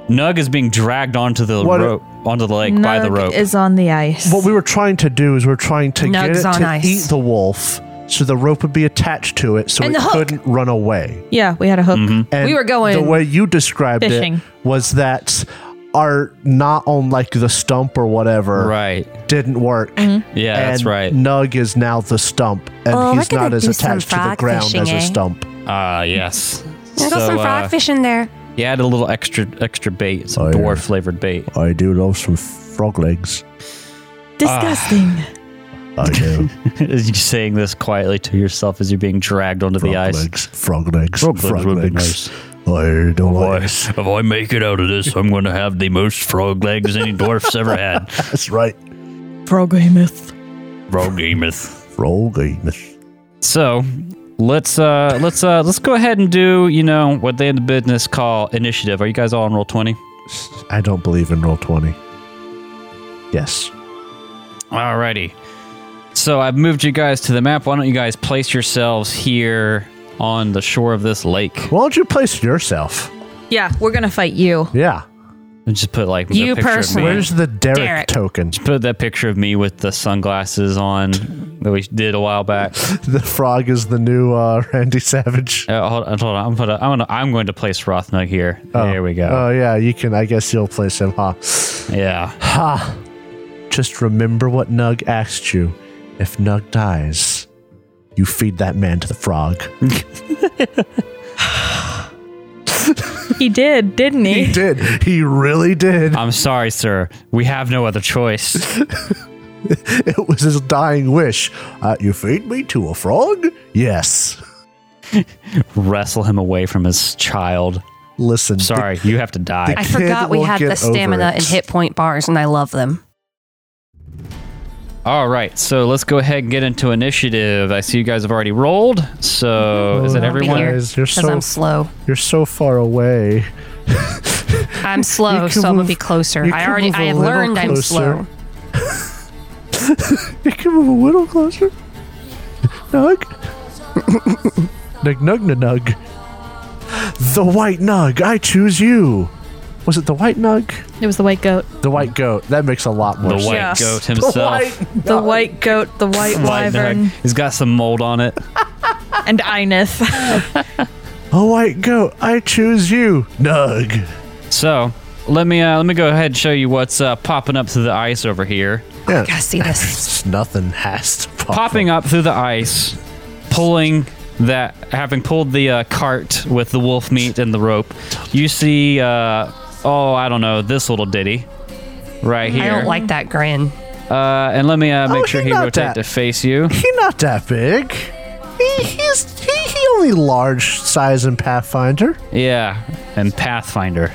[SPEAKER 3] nug is being dragged onto the
[SPEAKER 2] What-
[SPEAKER 3] rope onto the lake (laughs) by the
[SPEAKER 4] Nug
[SPEAKER 3] rope
[SPEAKER 4] is on the ice.
[SPEAKER 2] What we were trying to do is we are trying to get
[SPEAKER 6] Nugs
[SPEAKER 2] it
[SPEAKER 6] on
[SPEAKER 2] to
[SPEAKER 6] ice.
[SPEAKER 2] eat the wolf, so the rope would be attached to it, so
[SPEAKER 6] And
[SPEAKER 2] it
[SPEAKER 6] the hook.
[SPEAKER 2] couldn't run away.
[SPEAKER 4] yeah, we had a hook.
[SPEAKER 3] Mm-hmm.
[SPEAKER 2] And
[SPEAKER 6] We were going
[SPEAKER 2] The way you described
[SPEAKER 4] fishing.
[SPEAKER 2] it was that our knot on like the stump or whatever
[SPEAKER 3] right
[SPEAKER 2] didn't work.
[SPEAKER 6] Mm-hmm.
[SPEAKER 3] yeah
[SPEAKER 2] and
[SPEAKER 3] that's right
[SPEAKER 2] Nug is now the stump, and
[SPEAKER 6] Oh, we're
[SPEAKER 2] he's
[SPEAKER 6] gonna
[SPEAKER 2] not as
[SPEAKER 6] do some
[SPEAKER 2] attached to the
[SPEAKER 6] frog
[SPEAKER 2] ground
[SPEAKER 6] fishing,
[SPEAKER 2] as a
[SPEAKER 6] eh?
[SPEAKER 2] stump.
[SPEAKER 3] ah yes
[SPEAKER 6] There's got some
[SPEAKER 3] uh,
[SPEAKER 6] frog fish in there.
[SPEAKER 3] you add a little extra extra bait some
[SPEAKER 2] Oh, yeah.
[SPEAKER 3] dwarf flavored bait
[SPEAKER 2] I do love some frog legs.
[SPEAKER 4] Disgusting.
[SPEAKER 2] I
[SPEAKER 3] (laughs)
[SPEAKER 2] do.
[SPEAKER 3] As you're saying this quietly to yourself as you're being dragged onto the ice.
[SPEAKER 2] legs. Frog legs.
[SPEAKER 3] Frog legs would be Oh,
[SPEAKER 2] I don't like
[SPEAKER 3] Boy, if I make it out of this, I'm going to have the most frog legs any dwarf's ever (laughs) had.
[SPEAKER 2] That's right.
[SPEAKER 4] Frogamith.
[SPEAKER 3] Frog gameth.
[SPEAKER 2] Frog
[SPEAKER 3] So let's uh let's uh let's go ahead and do you know what they in the business call initiative. Are you guys all on roll twenty?
[SPEAKER 2] I don't believe in roll twenty. Yes.
[SPEAKER 3] Alrighty. So I've moved you guys to the map. Why don't you guys place yourselves here on the shore of this lake?
[SPEAKER 2] Why don't you place yourself?
[SPEAKER 4] Yeah, we're gonna fight you.
[SPEAKER 2] Yeah.
[SPEAKER 3] And just put like the
[SPEAKER 6] You
[SPEAKER 3] picture of me.
[SPEAKER 6] personally.
[SPEAKER 2] Where's the Derek,
[SPEAKER 6] Derek.
[SPEAKER 2] token? (laughs)
[SPEAKER 3] Put that picture of me with the sunglasses on that we did a while back.
[SPEAKER 2] The frog is the new uh, Randy Savage.
[SPEAKER 3] Uh, hold, on, hold on, I'm gonna, I'm gonna, I'm going to place Rothnug here. there we go.
[SPEAKER 2] Oh yeah, you can. I guess you'll place him, huh?
[SPEAKER 3] yeah,
[SPEAKER 2] Just remember what Nug asked you. If Nug dies, you feed that man to the frog.
[SPEAKER 4] He did, didn't
[SPEAKER 2] He (laughs)
[SPEAKER 4] he?
[SPEAKER 2] did. He really did.
[SPEAKER 3] I'm sorry, sir. We have no other choice.
[SPEAKER 2] It was his dying wish. Uh, you feed me to a frog? Yes.
[SPEAKER 3] Wrestle him away from his child.
[SPEAKER 2] Listen, the-
[SPEAKER 3] Sorry, you have to die.
[SPEAKER 6] I
[SPEAKER 2] kid
[SPEAKER 6] forgot we
[SPEAKER 2] will
[SPEAKER 6] had
[SPEAKER 2] get
[SPEAKER 6] the
[SPEAKER 2] over
[SPEAKER 6] stamina
[SPEAKER 2] it.
[SPEAKER 6] and hit point bars, and I love them.
[SPEAKER 3] All right, so let's go ahead and get into initiative. I see you guys have alady rolled. So is it
[SPEAKER 6] I'll be
[SPEAKER 3] everyone?
[SPEAKER 6] here,
[SPEAKER 2] Guys, you're
[SPEAKER 6] 'cause
[SPEAKER 2] so-
[SPEAKER 6] I'm slow.
[SPEAKER 2] you're so far away.
[SPEAKER 6] I'm slow,
[SPEAKER 2] can
[SPEAKER 6] Oh, so I'm gonna
[SPEAKER 2] move-
[SPEAKER 6] be closer.
[SPEAKER 2] you
[SPEAKER 6] I
[SPEAKER 2] can
[SPEAKER 6] already
[SPEAKER 2] move a
[SPEAKER 6] I have
[SPEAKER 2] little
[SPEAKER 6] learned I'm
[SPEAKER 2] closer.
[SPEAKER 6] slow.
[SPEAKER 2] (laughs) You can move a little closer. Nug. nug nug nug nug. The white nug. I choose you. Was it the white nug?
[SPEAKER 4] It was the white goat.
[SPEAKER 2] The white goat. That makes a lot more
[SPEAKER 3] The
[SPEAKER 2] sense.
[SPEAKER 3] white
[SPEAKER 4] Yes. (laughs)
[SPEAKER 3] goat himself.
[SPEAKER 4] The white goat, the white
[SPEAKER 3] White
[SPEAKER 4] wyvern,
[SPEAKER 3] nug. He's got some mold on it.
[SPEAKER 4] and
[SPEAKER 3] (laughs)
[SPEAKER 4] Ineth.
[SPEAKER 2] A white goat. I choose you. Nug.
[SPEAKER 3] So let me uh, let me go ahead and show you what's uh, popping up through the ice over here.
[SPEAKER 2] Yeah.
[SPEAKER 6] I see
[SPEAKER 2] (laughs)
[SPEAKER 6] this.
[SPEAKER 2] It's nothing has to pop
[SPEAKER 3] Popping up through the ice, pulling that, having pulled the uh, cart with the wolf meat and the rope. You see, uh, oh, I don't know, this little ditty right here.
[SPEAKER 6] I don't like that grin.
[SPEAKER 3] Uh, and let me uh, make
[SPEAKER 2] Oh,
[SPEAKER 3] sure
[SPEAKER 2] he
[SPEAKER 3] he
[SPEAKER 2] not that.
[SPEAKER 3] rotate to face you.
[SPEAKER 2] He not that big. He, he's he, he only large size in Pathfinder.
[SPEAKER 3] Yeah, and Pathfinder.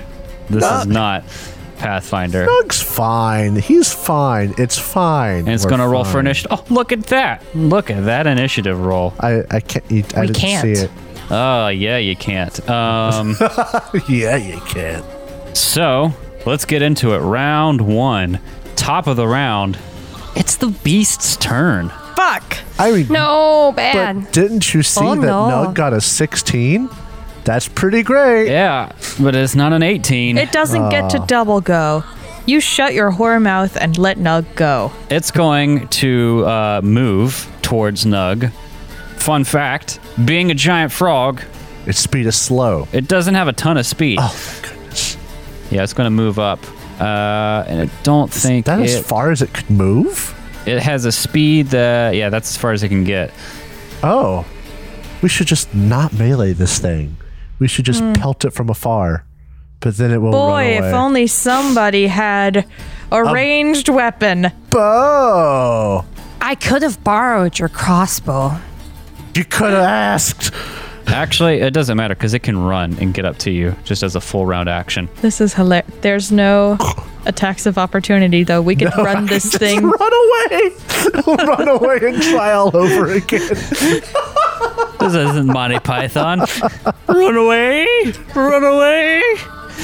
[SPEAKER 3] This is not Pathfinder.
[SPEAKER 2] Nug's fine. He's fine. It's fine.
[SPEAKER 3] And it's
[SPEAKER 2] We're
[SPEAKER 3] going to roll for
[SPEAKER 2] fine.
[SPEAKER 3] initiative. Oh, look at that. Look at that initiative roll.
[SPEAKER 2] I, I can't. You, I
[SPEAKER 6] We
[SPEAKER 2] didn't
[SPEAKER 6] can't.
[SPEAKER 2] see it.
[SPEAKER 3] Oh, yeah, you can't. Um,
[SPEAKER 2] (laughs) yeah, you can.
[SPEAKER 3] so let's get into it. Round one, top of the round. It's the beast's turn.
[SPEAKER 4] Fuck.
[SPEAKER 2] I mean,
[SPEAKER 6] No, bad.
[SPEAKER 2] but didn't you see
[SPEAKER 6] Oh,
[SPEAKER 2] that
[SPEAKER 6] no.
[SPEAKER 2] Nug got a 16? That's pretty great.
[SPEAKER 3] Yeah, but it's not an 18.
[SPEAKER 4] It doesn't get
[SPEAKER 3] Ah.
[SPEAKER 4] to double go. You shut your whore mouth and let Nug go.
[SPEAKER 3] It's going to uh, move towards Nug. Fun fact being a giant frog,
[SPEAKER 2] Its speed is slow.
[SPEAKER 3] It doesn't have a ton of speed.
[SPEAKER 2] Oh, my goodness.
[SPEAKER 3] Yeah, it's going to move up. Uh, and I don't think
[SPEAKER 2] That as
[SPEAKER 3] it,
[SPEAKER 2] far as it could move?
[SPEAKER 3] it has a speed that, yeah, that's as far as it can get.
[SPEAKER 2] Oh. We should just not melee this thing. We should just pelt it from afar. But then it will run
[SPEAKER 4] Hmm. Boy,
[SPEAKER 2] away.
[SPEAKER 4] if only somebody had a
[SPEAKER 3] Um,
[SPEAKER 4] ranged weapon.
[SPEAKER 2] Bow!
[SPEAKER 6] I could have borrowed your crossbow.
[SPEAKER 2] You could
[SPEAKER 4] (laughs)
[SPEAKER 2] have asked.
[SPEAKER 3] Actually, it doesn't matter because it can run and get up to you just as a full round action.
[SPEAKER 4] This is hilarious. There's no attacks of opportunity, though. We could run this thing.
[SPEAKER 2] (laughs) Run away! Run away and try all over again.
[SPEAKER 3] This isn't Monty Python. Run away! Run away!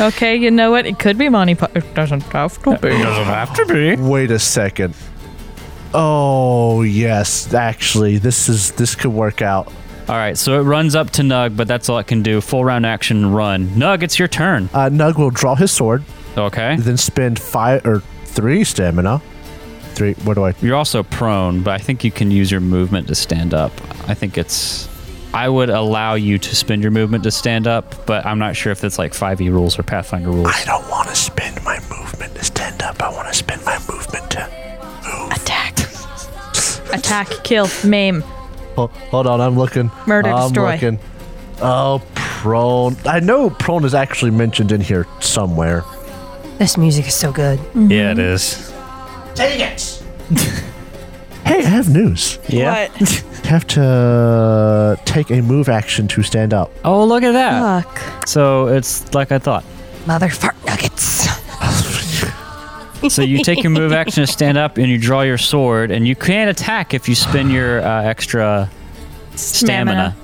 [SPEAKER 4] Okay, you know what? It could be Monty Python. It doesn't have to be.
[SPEAKER 3] Doesn't have to be.
[SPEAKER 2] Wait a second. Oh yes, actually, this is this could work out.
[SPEAKER 3] All right, so it runs up to Nug, but that's all it can do. Full round action, run. Nug, it's your turn.
[SPEAKER 2] Uh, Nug will draw his sword,
[SPEAKER 3] Okay.
[SPEAKER 2] then spend five or three stamina. Three. What do I?
[SPEAKER 3] You're also prone, but I think you can use your movement to stand up. I think it's. I would allow you to spend your movement to stand up, but I'm not sure if it's like 5e rules or Pathfinder rules.
[SPEAKER 2] I don't want to spend my movement to stand up. I want to spend my movement to.
[SPEAKER 4] Attack. Attack, kill, maim.
[SPEAKER 2] Oh, hold on, I'm looking.
[SPEAKER 4] Murder,
[SPEAKER 2] I'm
[SPEAKER 4] destroy.
[SPEAKER 2] Looking. Oh, prone. I know prone is actually mentioned in here somewhere.
[SPEAKER 6] This music is so good.
[SPEAKER 3] Yeah, it is.
[SPEAKER 2] Hey, I have news.
[SPEAKER 3] Yeah.
[SPEAKER 4] What?
[SPEAKER 2] Have to take a move action to stand up.
[SPEAKER 3] Oh, look at that.
[SPEAKER 4] Fuck.
[SPEAKER 3] So it's like I thought.
[SPEAKER 6] Mother fart nuggets.
[SPEAKER 3] So you take your move action to stand up, and you draw your sword, and you can't attack if you spend your uh, extra stamina.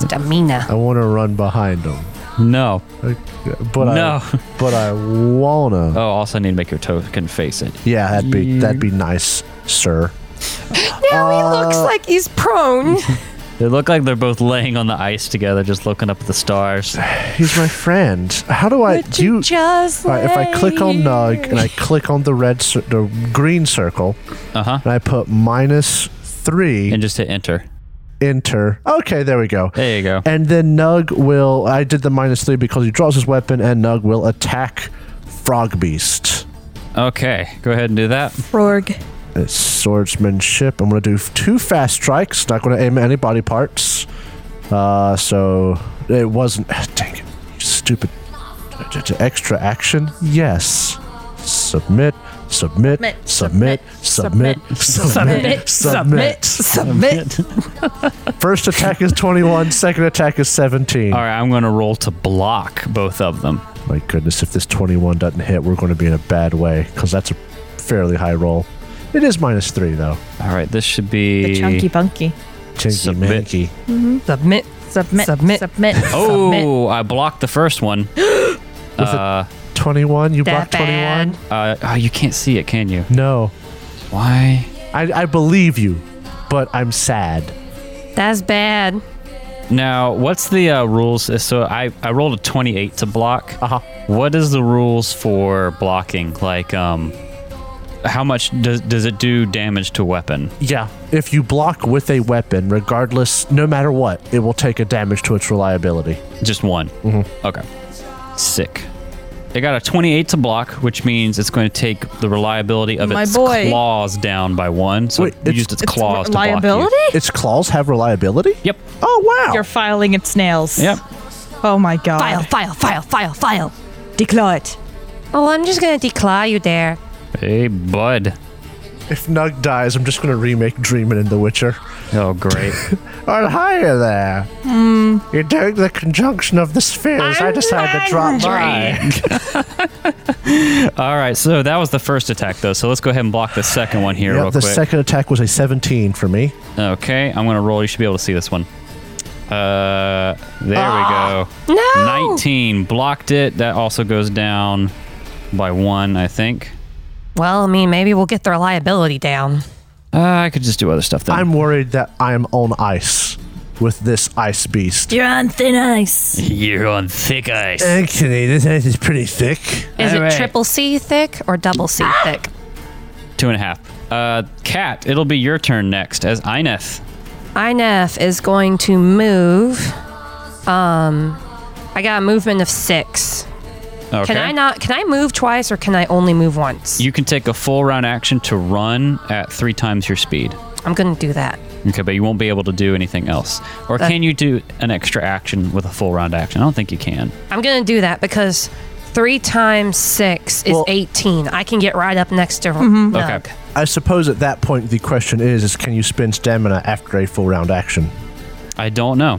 [SPEAKER 6] Stamina.
[SPEAKER 2] I want to run behind him.
[SPEAKER 3] No.
[SPEAKER 2] But
[SPEAKER 3] No.
[SPEAKER 2] I, but I wanna.
[SPEAKER 3] (laughs) Oh, also I need to make your token face it.
[SPEAKER 2] Yeah, that'd be that'd be nice, sir.
[SPEAKER 6] Now he looks like he's prone.
[SPEAKER 3] They look like they're both laying on the ice together, just looking up at the stars.
[SPEAKER 2] He's my friend. How do I do? You,
[SPEAKER 6] Just
[SPEAKER 2] all right, if I click on
[SPEAKER 6] like-
[SPEAKER 2] Nug and I click on the red, cir- the green circle,
[SPEAKER 3] Uh huh.
[SPEAKER 2] and I put minus three,
[SPEAKER 3] And just hit enter.
[SPEAKER 2] enter. Okay, there we go.
[SPEAKER 3] There you go.
[SPEAKER 2] And then Nug will. I did the minus three because he draws his weapon, and Nug will attack Frog Beast.
[SPEAKER 3] Okay, go ahead and do that.
[SPEAKER 4] Frog.
[SPEAKER 2] It's swordsmanship. I'm gonna do f- two fast strikes. Not gonna aim at any body parts. Uh, so it wasn't. (sighs) Dang it! Stupid. Extra action. Yes. Submit. submit, submit, submit, submit, submit.
[SPEAKER 6] Submit.
[SPEAKER 2] First attack is 21, second attack is 17.
[SPEAKER 3] All right, I'm going to roll to block both of them.
[SPEAKER 2] My goodness, if this 21 doesn't hit, we're going to be in a bad way because that's a fairly high roll. It is minus three, though.
[SPEAKER 3] All right, this should be
[SPEAKER 4] The chunky bunky.
[SPEAKER 2] Chinky
[SPEAKER 3] Submit.
[SPEAKER 2] manky.
[SPEAKER 6] Submit.
[SPEAKER 4] Submit.
[SPEAKER 6] Submit.
[SPEAKER 4] Submit.
[SPEAKER 3] Oh,
[SPEAKER 4] Submit.
[SPEAKER 3] I blocked the first one. (gasps) uh,
[SPEAKER 2] 21, you block
[SPEAKER 6] That bad.
[SPEAKER 2] 21?
[SPEAKER 3] uh, oh, you can't see it, can you?
[SPEAKER 2] No.
[SPEAKER 3] Why?
[SPEAKER 2] I, I believe you, but I'm sad.
[SPEAKER 6] That's bad.
[SPEAKER 3] Now, what's the uh, rules? So I, I rolled a 28 to block.
[SPEAKER 2] Uh-huh.
[SPEAKER 3] What is the rules for blocking? Like, um, how much does, does it do damage to weapon?
[SPEAKER 2] Yeah. If you block with a weapon, regardless, no matter what, it will take a damage to its reliability.
[SPEAKER 3] Just one. Mm-hmm. Okay. Sick. It got a 28 to block, which means it's going to take the reliability of
[SPEAKER 4] My
[SPEAKER 3] its
[SPEAKER 4] boy.
[SPEAKER 3] claws down by one. So
[SPEAKER 2] Wait,
[SPEAKER 3] it
[SPEAKER 2] it's-
[SPEAKER 3] used its,
[SPEAKER 4] It's
[SPEAKER 3] claws to block you.
[SPEAKER 4] reliability?
[SPEAKER 2] Its claws have reliability?
[SPEAKER 3] Yep.
[SPEAKER 2] Oh, wow.
[SPEAKER 4] You're filing its nails.
[SPEAKER 3] Yep.
[SPEAKER 4] Oh my god.
[SPEAKER 6] File, file, file, file, file.
[SPEAKER 4] Declaw it.
[SPEAKER 6] Oh, I'm just gonna declaw you there.
[SPEAKER 3] Hey, bud.
[SPEAKER 2] if Nug dies, I'm just going to remake Dreamin' in The Witcher.
[SPEAKER 3] Oh, great. (laughs)
[SPEAKER 2] On higher there. You're doing the conjunction of the spheres. i decided to drop by.
[SPEAKER 3] (laughs) All right, so that was the first attack, though. So let's go ahead and block the second one here,
[SPEAKER 2] Yep,
[SPEAKER 3] real
[SPEAKER 2] the
[SPEAKER 3] quick.
[SPEAKER 2] second attack was a 17 for me.
[SPEAKER 3] okay, I'm gonna roll. You should be able to see this one. Uh, there we go.
[SPEAKER 6] Ah, no!
[SPEAKER 3] 19 blocked it. That also goes down by one, I think.
[SPEAKER 6] Well, I mean, maybe we'll get the reliability down.
[SPEAKER 3] Uh, I could just do other stuff then.
[SPEAKER 2] I'm worried that I'm on ice with this ice beast.
[SPEAKER 4] You're on thin ice.
[SPEAKER 3] (laughs) You're on thick ice.
[SPEAKER 2] Actually, this ice is pretty thick.
[SPEAKER 6] Is
[SPEAKER 3] Alright.
[SPEAKER 6] it triple C thick or double C thick?
[SPEAKER 3] Two and a half. Uh, Cat, it'll be your turn next as Ineth.
[SPEAKER 6] Inef is going to move. Um, I got a movement of six.
[SPEAKER 3] Okay.
[SPEAKER 6] Can I not? Can I move twice or can I only move once?
[SPEAKER 3] You can take a full round action to run at three times your speed.
[SPEAKER 6] I'm gonna do that.
[SPEAKER 3] Okay, but you won't be able to do anything else. Or can you do an extra action with a full round action? I don't think you can.
[SPEAKER 6] I'm gonna do that because three times six is
[SPEAKER 2] Well-
[SPEAKER 6] 18. I can get right up next to Nug.
[SPEAKER 3] Mm-hmm. Okay.
[SPEAKER 2] I suppose at that point the question is: is can you spend stamina after a full round action?
[SPEAKER 3] I don't know.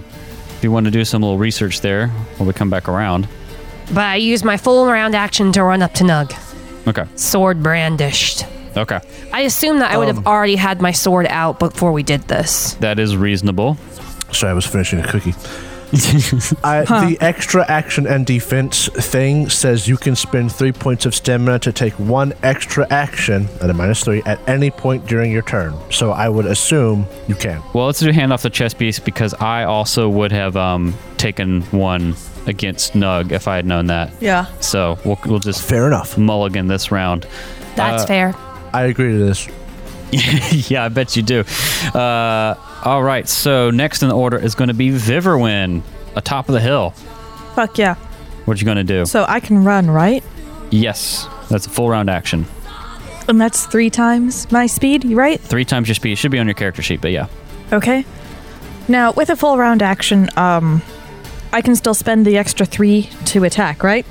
[SPEAKER 3] If you want to do some little research there when we come back around.
[SPEAKER 6] But I use my full round action to run up to Nug,
[SPEAKER 3] Okay.
[SPEAKER 6] sword brandished.
[SPEAKER 3] Okay.
[SPEAKER 6] I assume that I would
[SPEAKER 3] Um.
[SPEAKER 6] have already had my sword out before we did this.
[SPEAKER 3] That is reasonable.
[SPEAKER 2] Sorry, I was finishing a (laughs) cookie. I, The extra action and defense thing says you can spend three points of stamina to take one extra action at a minus three at any point during your turn. So I would assume you can.
[SPEAKER 3] Well, let's do hand off the chess piece because I also would have um, taken one against Nug if I had known that.
[SPEAKER 4] Yeah.
[SPEAKER 3] So we'll, we'll just
[SPEAKER 2] Fair enough.
[SPEAKER 3] mulligan this round. (laughs) Uh,
[SPEAKER 6] That's fair.
[SPEAKER 2] I agree to this.
[SPEAKER 3] yeah, I bet you do. Uh, all right. So next in the order is going to be Viverwin atop of the hill.
[SPEAKER 4] Fuck yeah.
[SPEAKER 3] What you going to do?
[SPEAKER 4] So I can run, right?
[SPEAKER 3] Yes, that's a full round action.
[SPEAKER 4] And that's three times my speed, right?
[SPEAKER 3] Three times your speed. It should be on your character sheet, but yeah.
[SPEAKER 4] Okay. Now with a full round action, um, I can still spend the extra three to attack, right?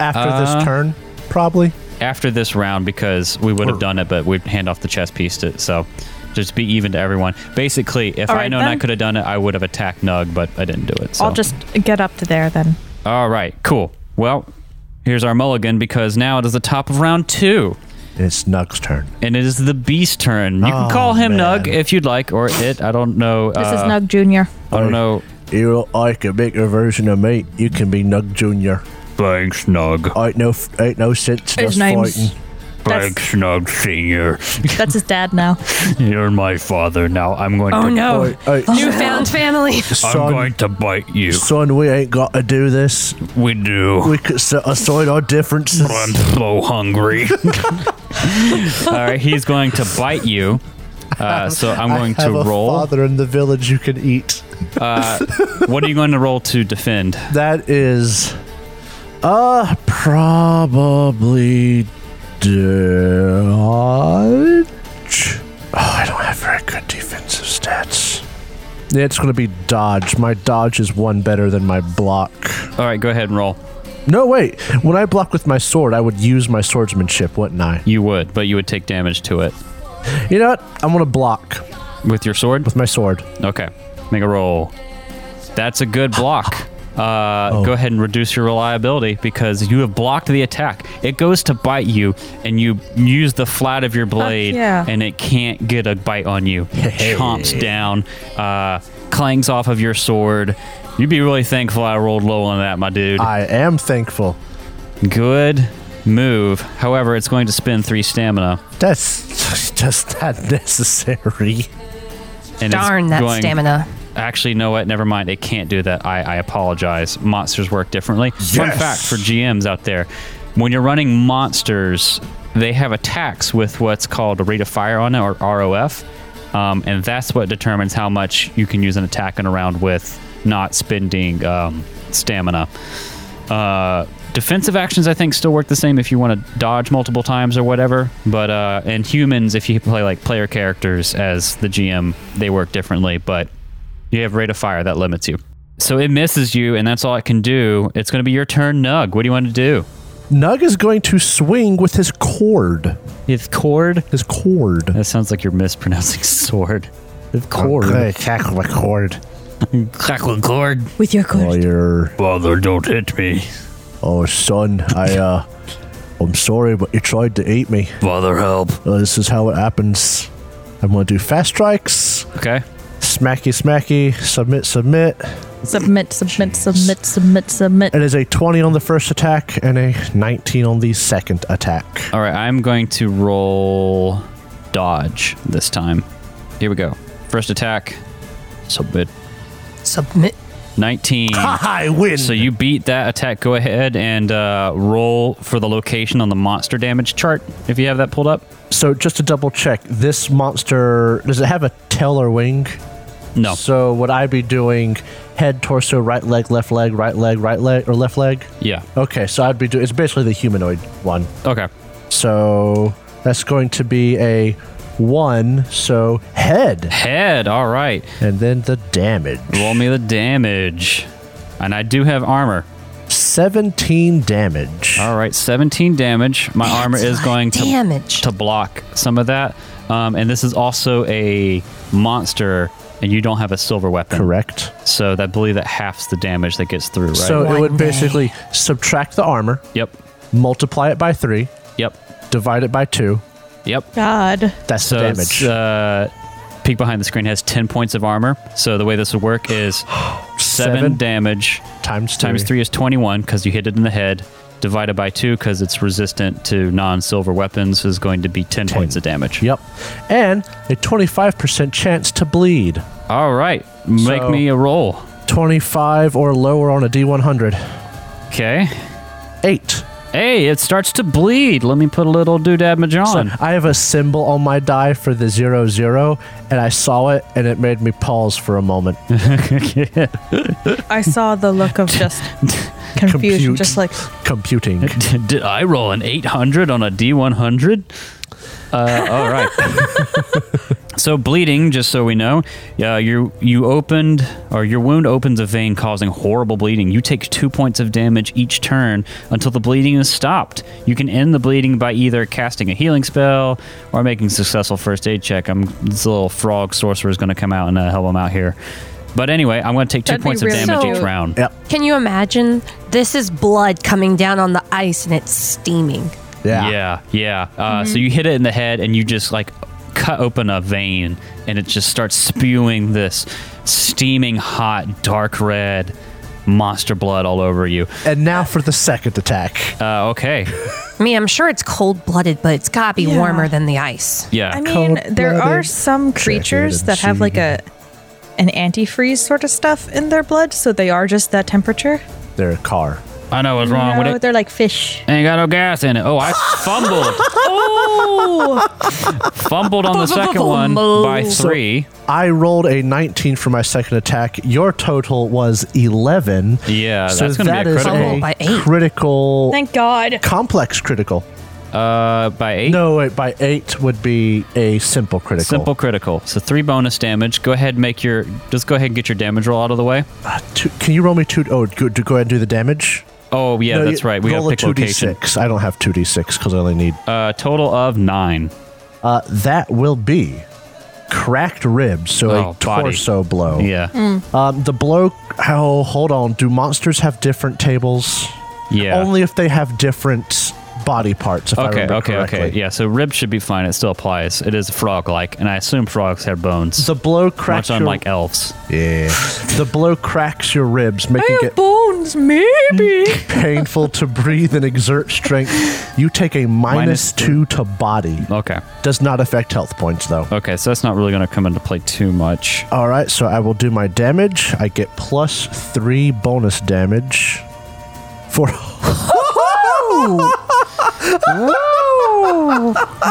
[SPEAKER 2] After
[SPEAKER 3] Uh,
[SPEAKER 2] this turn, probably.
[SPEAKER 3] After this round, because we would have done it, but we'd hand off the chess piece to so just be even to everyone. Basically, if
[SPEAKER 4] All
[SPEAKER 3] I
[SPEAKER 4] right,
[SPEAKER 3] known I
[SPEAKER 4] then.
[SPEAKER 3] could have done it, I would have attacked Nug, but I didn't do it. So.
[SPEAKER 4] I'll just get up to there then.
[SPEAKER 3] All right, cool. Well, here's our mulligan because now it is the top of round two.
[SPEAKER 2] It's Nug's turn.
[SPEAKER 3] And it is the beast turn. You can
[SPEAKER 2] Oh,
[SPEAKER 3] call him
[SPEAKER 2] man.
[SPEAKER 3] Nug if you'd like, or it. I don't know.
[SPEAKER 4] This
[SPEAKER 3] uh,
[SPEAKER 4] is Nug Junior.
[SPEAKER 3] I don't
[SPEAKER 4] (laughs)
[SPEAKER 3] know.
[SPEAKER 2] You, I can make a version of me. You can be Nug Junior.
[SPEAKER 1] Thanks, Nug.
[SPEAKER 2] ain't no, f- ain't no sense in
[SPEAKER 4] His
[SPEAKER 2] us
[SPEAKER 4] name's-
[SPEAKER 2] fighting.
[SPEAKER 4] That's,
[SPEAKER 1] Nug Senior.
[SPEAKER 4] that's his dad now.
[SPEAKER 1] You're my father now. I'm going
[SPEAKER 6] Oh no.
[SPEAKER 2] Oi, oi,
[SPEAKER 6] (laughs) Newfound family.
[SPEAKER 2] son,
[SPEAKER 1] to bite you.
[SPEAKER 2] son, we ain't got to do this.
[SPEAKER 1] We do.
[SPEAKER 2] We could set aside our differences.
[SPEAKER 1] so hungry.
[SPEAKER 3] All right, he's going to bite
[SPEAKER 2] (laughs)
[SPEAKER 3] you. Uh, so I'm going
[SPEAKER 2] I have
[SPEAKER 3] to
[SPEAKER 2] a
[SPEAKER 3] roll.
[SPEAKER 2] father in the village you can eat.
[SPEAKER 3] Uh, What are you going to roll to defend?
[SPEAKER 2] That is, uh, probably dodge. Oh, I don't have very good defensive stats. Yeah, It's going to be dodge. My dodge is one better than my block.
[SPEAKER 3] All right, go ahead and roll.
[SPEAKER 2] No, wait. When I block with my sword, I would use my swordsmanship, wouldn't I?
[SPEAKER 3] You would, but you would take damage to it
[SPEAKER 2] You know what? I'm gonna block
[SPEAKER 3] with your sword.
[SPEAKER 2] with my sword.
[SPEAKER 3] Okay, make a roll. That's a good block. Uh, Go ahead and reduce your reliability because you have blocked the attack. It goes to bite you, and you use the flat of your blade,
[SPEAKER 4] yeah.
[SPEAKER 3] and it can't get a bite on you. It chomps down, uh, clangs off of your sword. You'd be really thankful I rolled low on that, my dude.
[SPEAKER 2] I am thankful.
[SPEAKER 3] Good move. However, it's going to spend three stamina.
[SPEAKER 2] That's just not necessary.
[SPEAKER 3] And it's
[SPEAKER 6] Darn that
[SPEAKER 3] going-
[SPEAKER 6] stamina.
[SPEAKER 3] Actually, no what? Never mind. It can't do that. I, I apologize. Monsters work differently. Fun
[SPEAKER 2] Yes!
[SPEAKER 3] fact for GMs out there when you're running monsters, they have attacks with what's called a rate of fire on it or ROF. Um, and that's what determines how much you can use an attack in a round with not spending um, stamina. Uh, defensive actions, I think, still work the same if you want to dodge multiple times or whatever. But uh, and humans, if you play like player characters as the GM, they work differently. But you have rate of fire that limits you. So it misses you, and that's all it can do. It's going to be your turn, Nug. What do you want to do?
[SPEAKER 2] Nug is going to swing with his cord.
[SPEAKER 3] With cord.
[SPEAKER 2] His cord.
[SPEAKER 3] That sounds like you're mispronouncing (laughs) sword. With cord.
[SPEAKER 2] attack with my cord.
[SPEAKER 3] Crackle cord.
[SPEAKER 6] With your cord.
[SPEAKER 2] Lawyer.
[SPEAKER 3] Father, don't hit me.
[SPEAKER 2] Oh, son, I, uh, I'm sorry, but you tried to eat me.
[SPEAKER 3] Father, help.
[SPEAKER 2] Uh, this is how it happens. I'm going to do fast strikes,
[SPEAKER 3] Okay.
[SPEAKER 2] smacky, smacky, submit, submit.
[SPEAKER 4] Submit, submit, submit, submit, submit.
[SPEAKER 2] It is a 20 on the first attack and a 19 on the second attack.
[SPEAKER 3] All right, I'm going to roll dodge this time. Here we go. First attack. Submit.
[SPEAKER 6] Submit.
[SPEAKER 3] 19.
[SPEAKER 2] I win.
[SPEAKER 3] so you beat that attack. Go ahead and uh, roll for the location on the monster damage chart if you have that pulled up.
[SPEAKER 2] So just to double check, this monster does it have a tail or wing?
[SPEAKER 3] No.
[SPEAKER 2] So would I be doing head, torso, right leg, left leg, right leg, right leg, or left leg?
[SPEAKER 3] Yeah.
[SPEAKER 2] Okay, so I'd be doing. It's basically the humanoid one.
[SPEAKER 3] Okay.
[SPEAKER 2] So that's going to be a one. So head,
[SPEAKER 3] Head. All right.
[SPEAKER 2] and then the damage.
[SPEAKER 3] Roll me the damage. And I do have armor.
[SPEAKER 2] Seventeen damage.
[SPEAKER 3] All right, 17 damage. My armor is
[SPEAKER 6] lot
[SPEAKER 3] going
[SPEAKER 6] of
[SPEAKER 3] to
[SPEAKER 6] damage.
[SPEAKER 3] to block some of that. Um, and this is also a monster, and you don't have a silver weapon.
[SPEAKER 2] Correct.
[SPEAKER 3] So I believe that halves the damage that gets through, right?
[SPEAKER 2] So it
[SPEAKER 6] One
[SPEAKER 2] would
[SPEAKER 6] day.
[SPEAKER 2] basically subtract the armor,
[SPEAKER 3] yep,
[SPEAKER 2] multiply it by three,
[SPEAKER 3] yep,
[SPEAKER 2] divide it by two.
[SPEAKER 3] yep.
[SPEAKER 4] God.
[SPEAKER 2] That's
[SPEAKER 3] So
[SPEAKER 2] the
[SPEAKER 3] it's,
[SPEAKER 2] damage.
[SPEAKER 3] uh, peek behind the screen has 10 points of armor. So the way this would work is
[SPEAKER 2] (gasps)
[SPEAKER 3] uh, seven,
[SPEAKER 2] Seven.
[SPEAKER 3] damage
[SPEAKER 2] times three.
[SPEAKER 3] times three is 21 because you hit it in the head. Divided by two because it's resistant to non-silver weapons is going to be 10, points of damage.
[SPEAKER 2] Yep. And a 25% chance to bleed.
[SPEAKER 3] All right, make
[SPEAKER 2] So-
[SPEAKER 3] me a roll.
[SPEAKER 2] 25 or lower on a D100.
[SPEAKER 3] Okay.
[SPEAKER 2] Eight.
[SPEAKER 3] Hey, it starts to bleed. Let me put a little doodad
[SPEAKER 2] So
[SPEAKER 3] on.
[SPEAKER 2] I have a symbol on my die for the zero zero, and I saw it, and it made me pause for a moment.
[SPEAKER 4] I saw the look of just
[SPEAKER 3] (laughs)
[SPEAKER 4] confusion,
[SPEAKER 2] Compute.
[SPEAKER 4] just like
[SPEAKER 2] Computing.
[SPEAKER 3] Did I roll an 800 on a D100? Uh, all right. so bleeding, just so we know, uh, you you opened or your wound opens a vein causing horrible bleeding. You take two points of damage each turn until the bleeding is stopped. You can end the bleeding by either casting a healing spell or making a successful first aid check. I'm this little frog sorcerer is going to come out and uh, help him out here. But anyway, I'm going to take two
[SPEAKER 4] That'd be
[SPEAKER 3] points of
[SPEAKER 4] really
[SPEAKER 3] damage
[SPEAKER 6] cute.
[SPEAKER 3] each round.
[SPEAKER 2] Yep.
[SPEAKER 6] Can you imagine? This is blood coming down on the ice and it's steaming.
[SPEAKER 2] Yeah.
[SPEAKER 3] Yeah, yeah. Uh, So you hit it in the head, and you just like cut open a vein, and it just starts spewing this steaming hot, dark red monster blood all over you.
[SPEAKER 2] And now for the second attack.
[SPEAKER 3] Uh, okay,
[SPEAKER 6] I mean, I'm sure it's cold blooded, but it's gotta be
[SPEAKER 4] Yeah.
[SPEAKER 6] warmer than the ice.
[SPEAKER 3] yeah.
[SPEAKER 4] I mean, there are
[SPEAKER 2] Cold-blooded,
[SPEAKER 4] some creatures
[SPEAKER 2] and
[SPEAKER 4] that have
[SPEAKER 3] E.
[SPEAKER 4] like a an antifreeze sort of stuff in their blood, so they are just that temperature.
[SPEAKER 2] Their car.
[SPEAKER 3] I know what's wrong
[SPEAKER 4] No,
[SPEAKER 3] with it.
[SPEAKER 4] they're like fish.
[SPEAKER 3] Ain't got no gas in it. Oh, I fumbled,
[SPEAKER 4] Oh,
[SPEAKER 3] fumbled on the second one by three.
[SPEAKER 2] I rolled a 19 for my second attack. Your total was 11.
[SPEAKER 3] Yeah,
[SPEAKER 2] so
[SPEAKER 3] that's gonna be
[SPEAKER 2] that
[SPEAKER 3] a
[SPEAKER 2] is
[SPEAKER 3] critical.
[SPEAKER 2] a
[SPEAKER 6] By eight.
[SPEAKER 2] critical
[SPEAKER 4] thank God.
[SPEAKER 2] complex critical.
[SPEAKER 3] Uh, by eight.
[SPEAKER 2] No, wait, by eight would be a simple critical.
[SPEAKER 3] Simple critical. So three bonus damage. Go ahead, and make
[SPEAKER 2] Uh,
[SPEAKER 3] your. Just go ahead and get your damage roll out of the way.
[SPEAKER 2] Two, can you roll me two? Oh, go, do- go ahead and do the damage.
[SPEAKER 3] Oh yeah,
[SPEAKER 2] No,
[SPEAKER 3] that's
[SPEAKER 2] you-
[SPEAKER 3] right. We got
[SPEAKER 2] roll
[SPEAKER 3] to
[SPEAKER 2] a
[SPEAKER 3] pick location.
[SPEAKER 2] 2d6. I don't have 2d6 because I only need.
[SPEAKER 3] Uh, total of nine.
[SPEAKER 2] Uh, that will be cracked ribs, so
[SPEAKER 3] Oh,
[SPEAKER 2] a
[SPEAKER 3] body.
[SPEAKER 2] torso blow.
[SPEAKER 3] Yeah,
[SPEAKER 2] Um, the blow. Oh, hold on. Do monsters have different tables?
[SPEAKER 3] yeah.
[SPEAKER 2] Only if they have different body parts. If I
[SPEAKER 3] okay,
[SPEAKER 2] remember
[SPEAKER 3] okay,
[SPEAKER 2] correctly.
[SPEAKER 3] okay. Yeah, so rib should be fine. It still applies. It is frog-like, and I assume frogs have bones,
[SPEAKER 2] The blow
[SPEAKER 3] much
[SPEAKER 2] cracks your
[SPEAKER 3] unlike elves.
[SPEAKER 2] yeah. the blow cracks your ribs, making it
[SPEAKER 4] bones, maybe.
[SPEAKER 2] painful to breathe and exert strength. You take a minus, minus
[SPEAKER 3] Minus Oh.
[SPEAKER 2] two to body.
[SPEAKER 3] Okay,
[SPEAKER 2] Does not affect health points though.
[SPEAKER 3] okay. So that's not really going to come into play too much.
[SPEAKER 2] All right, so I will do my damage. I get plus three bonus damage for (laughs)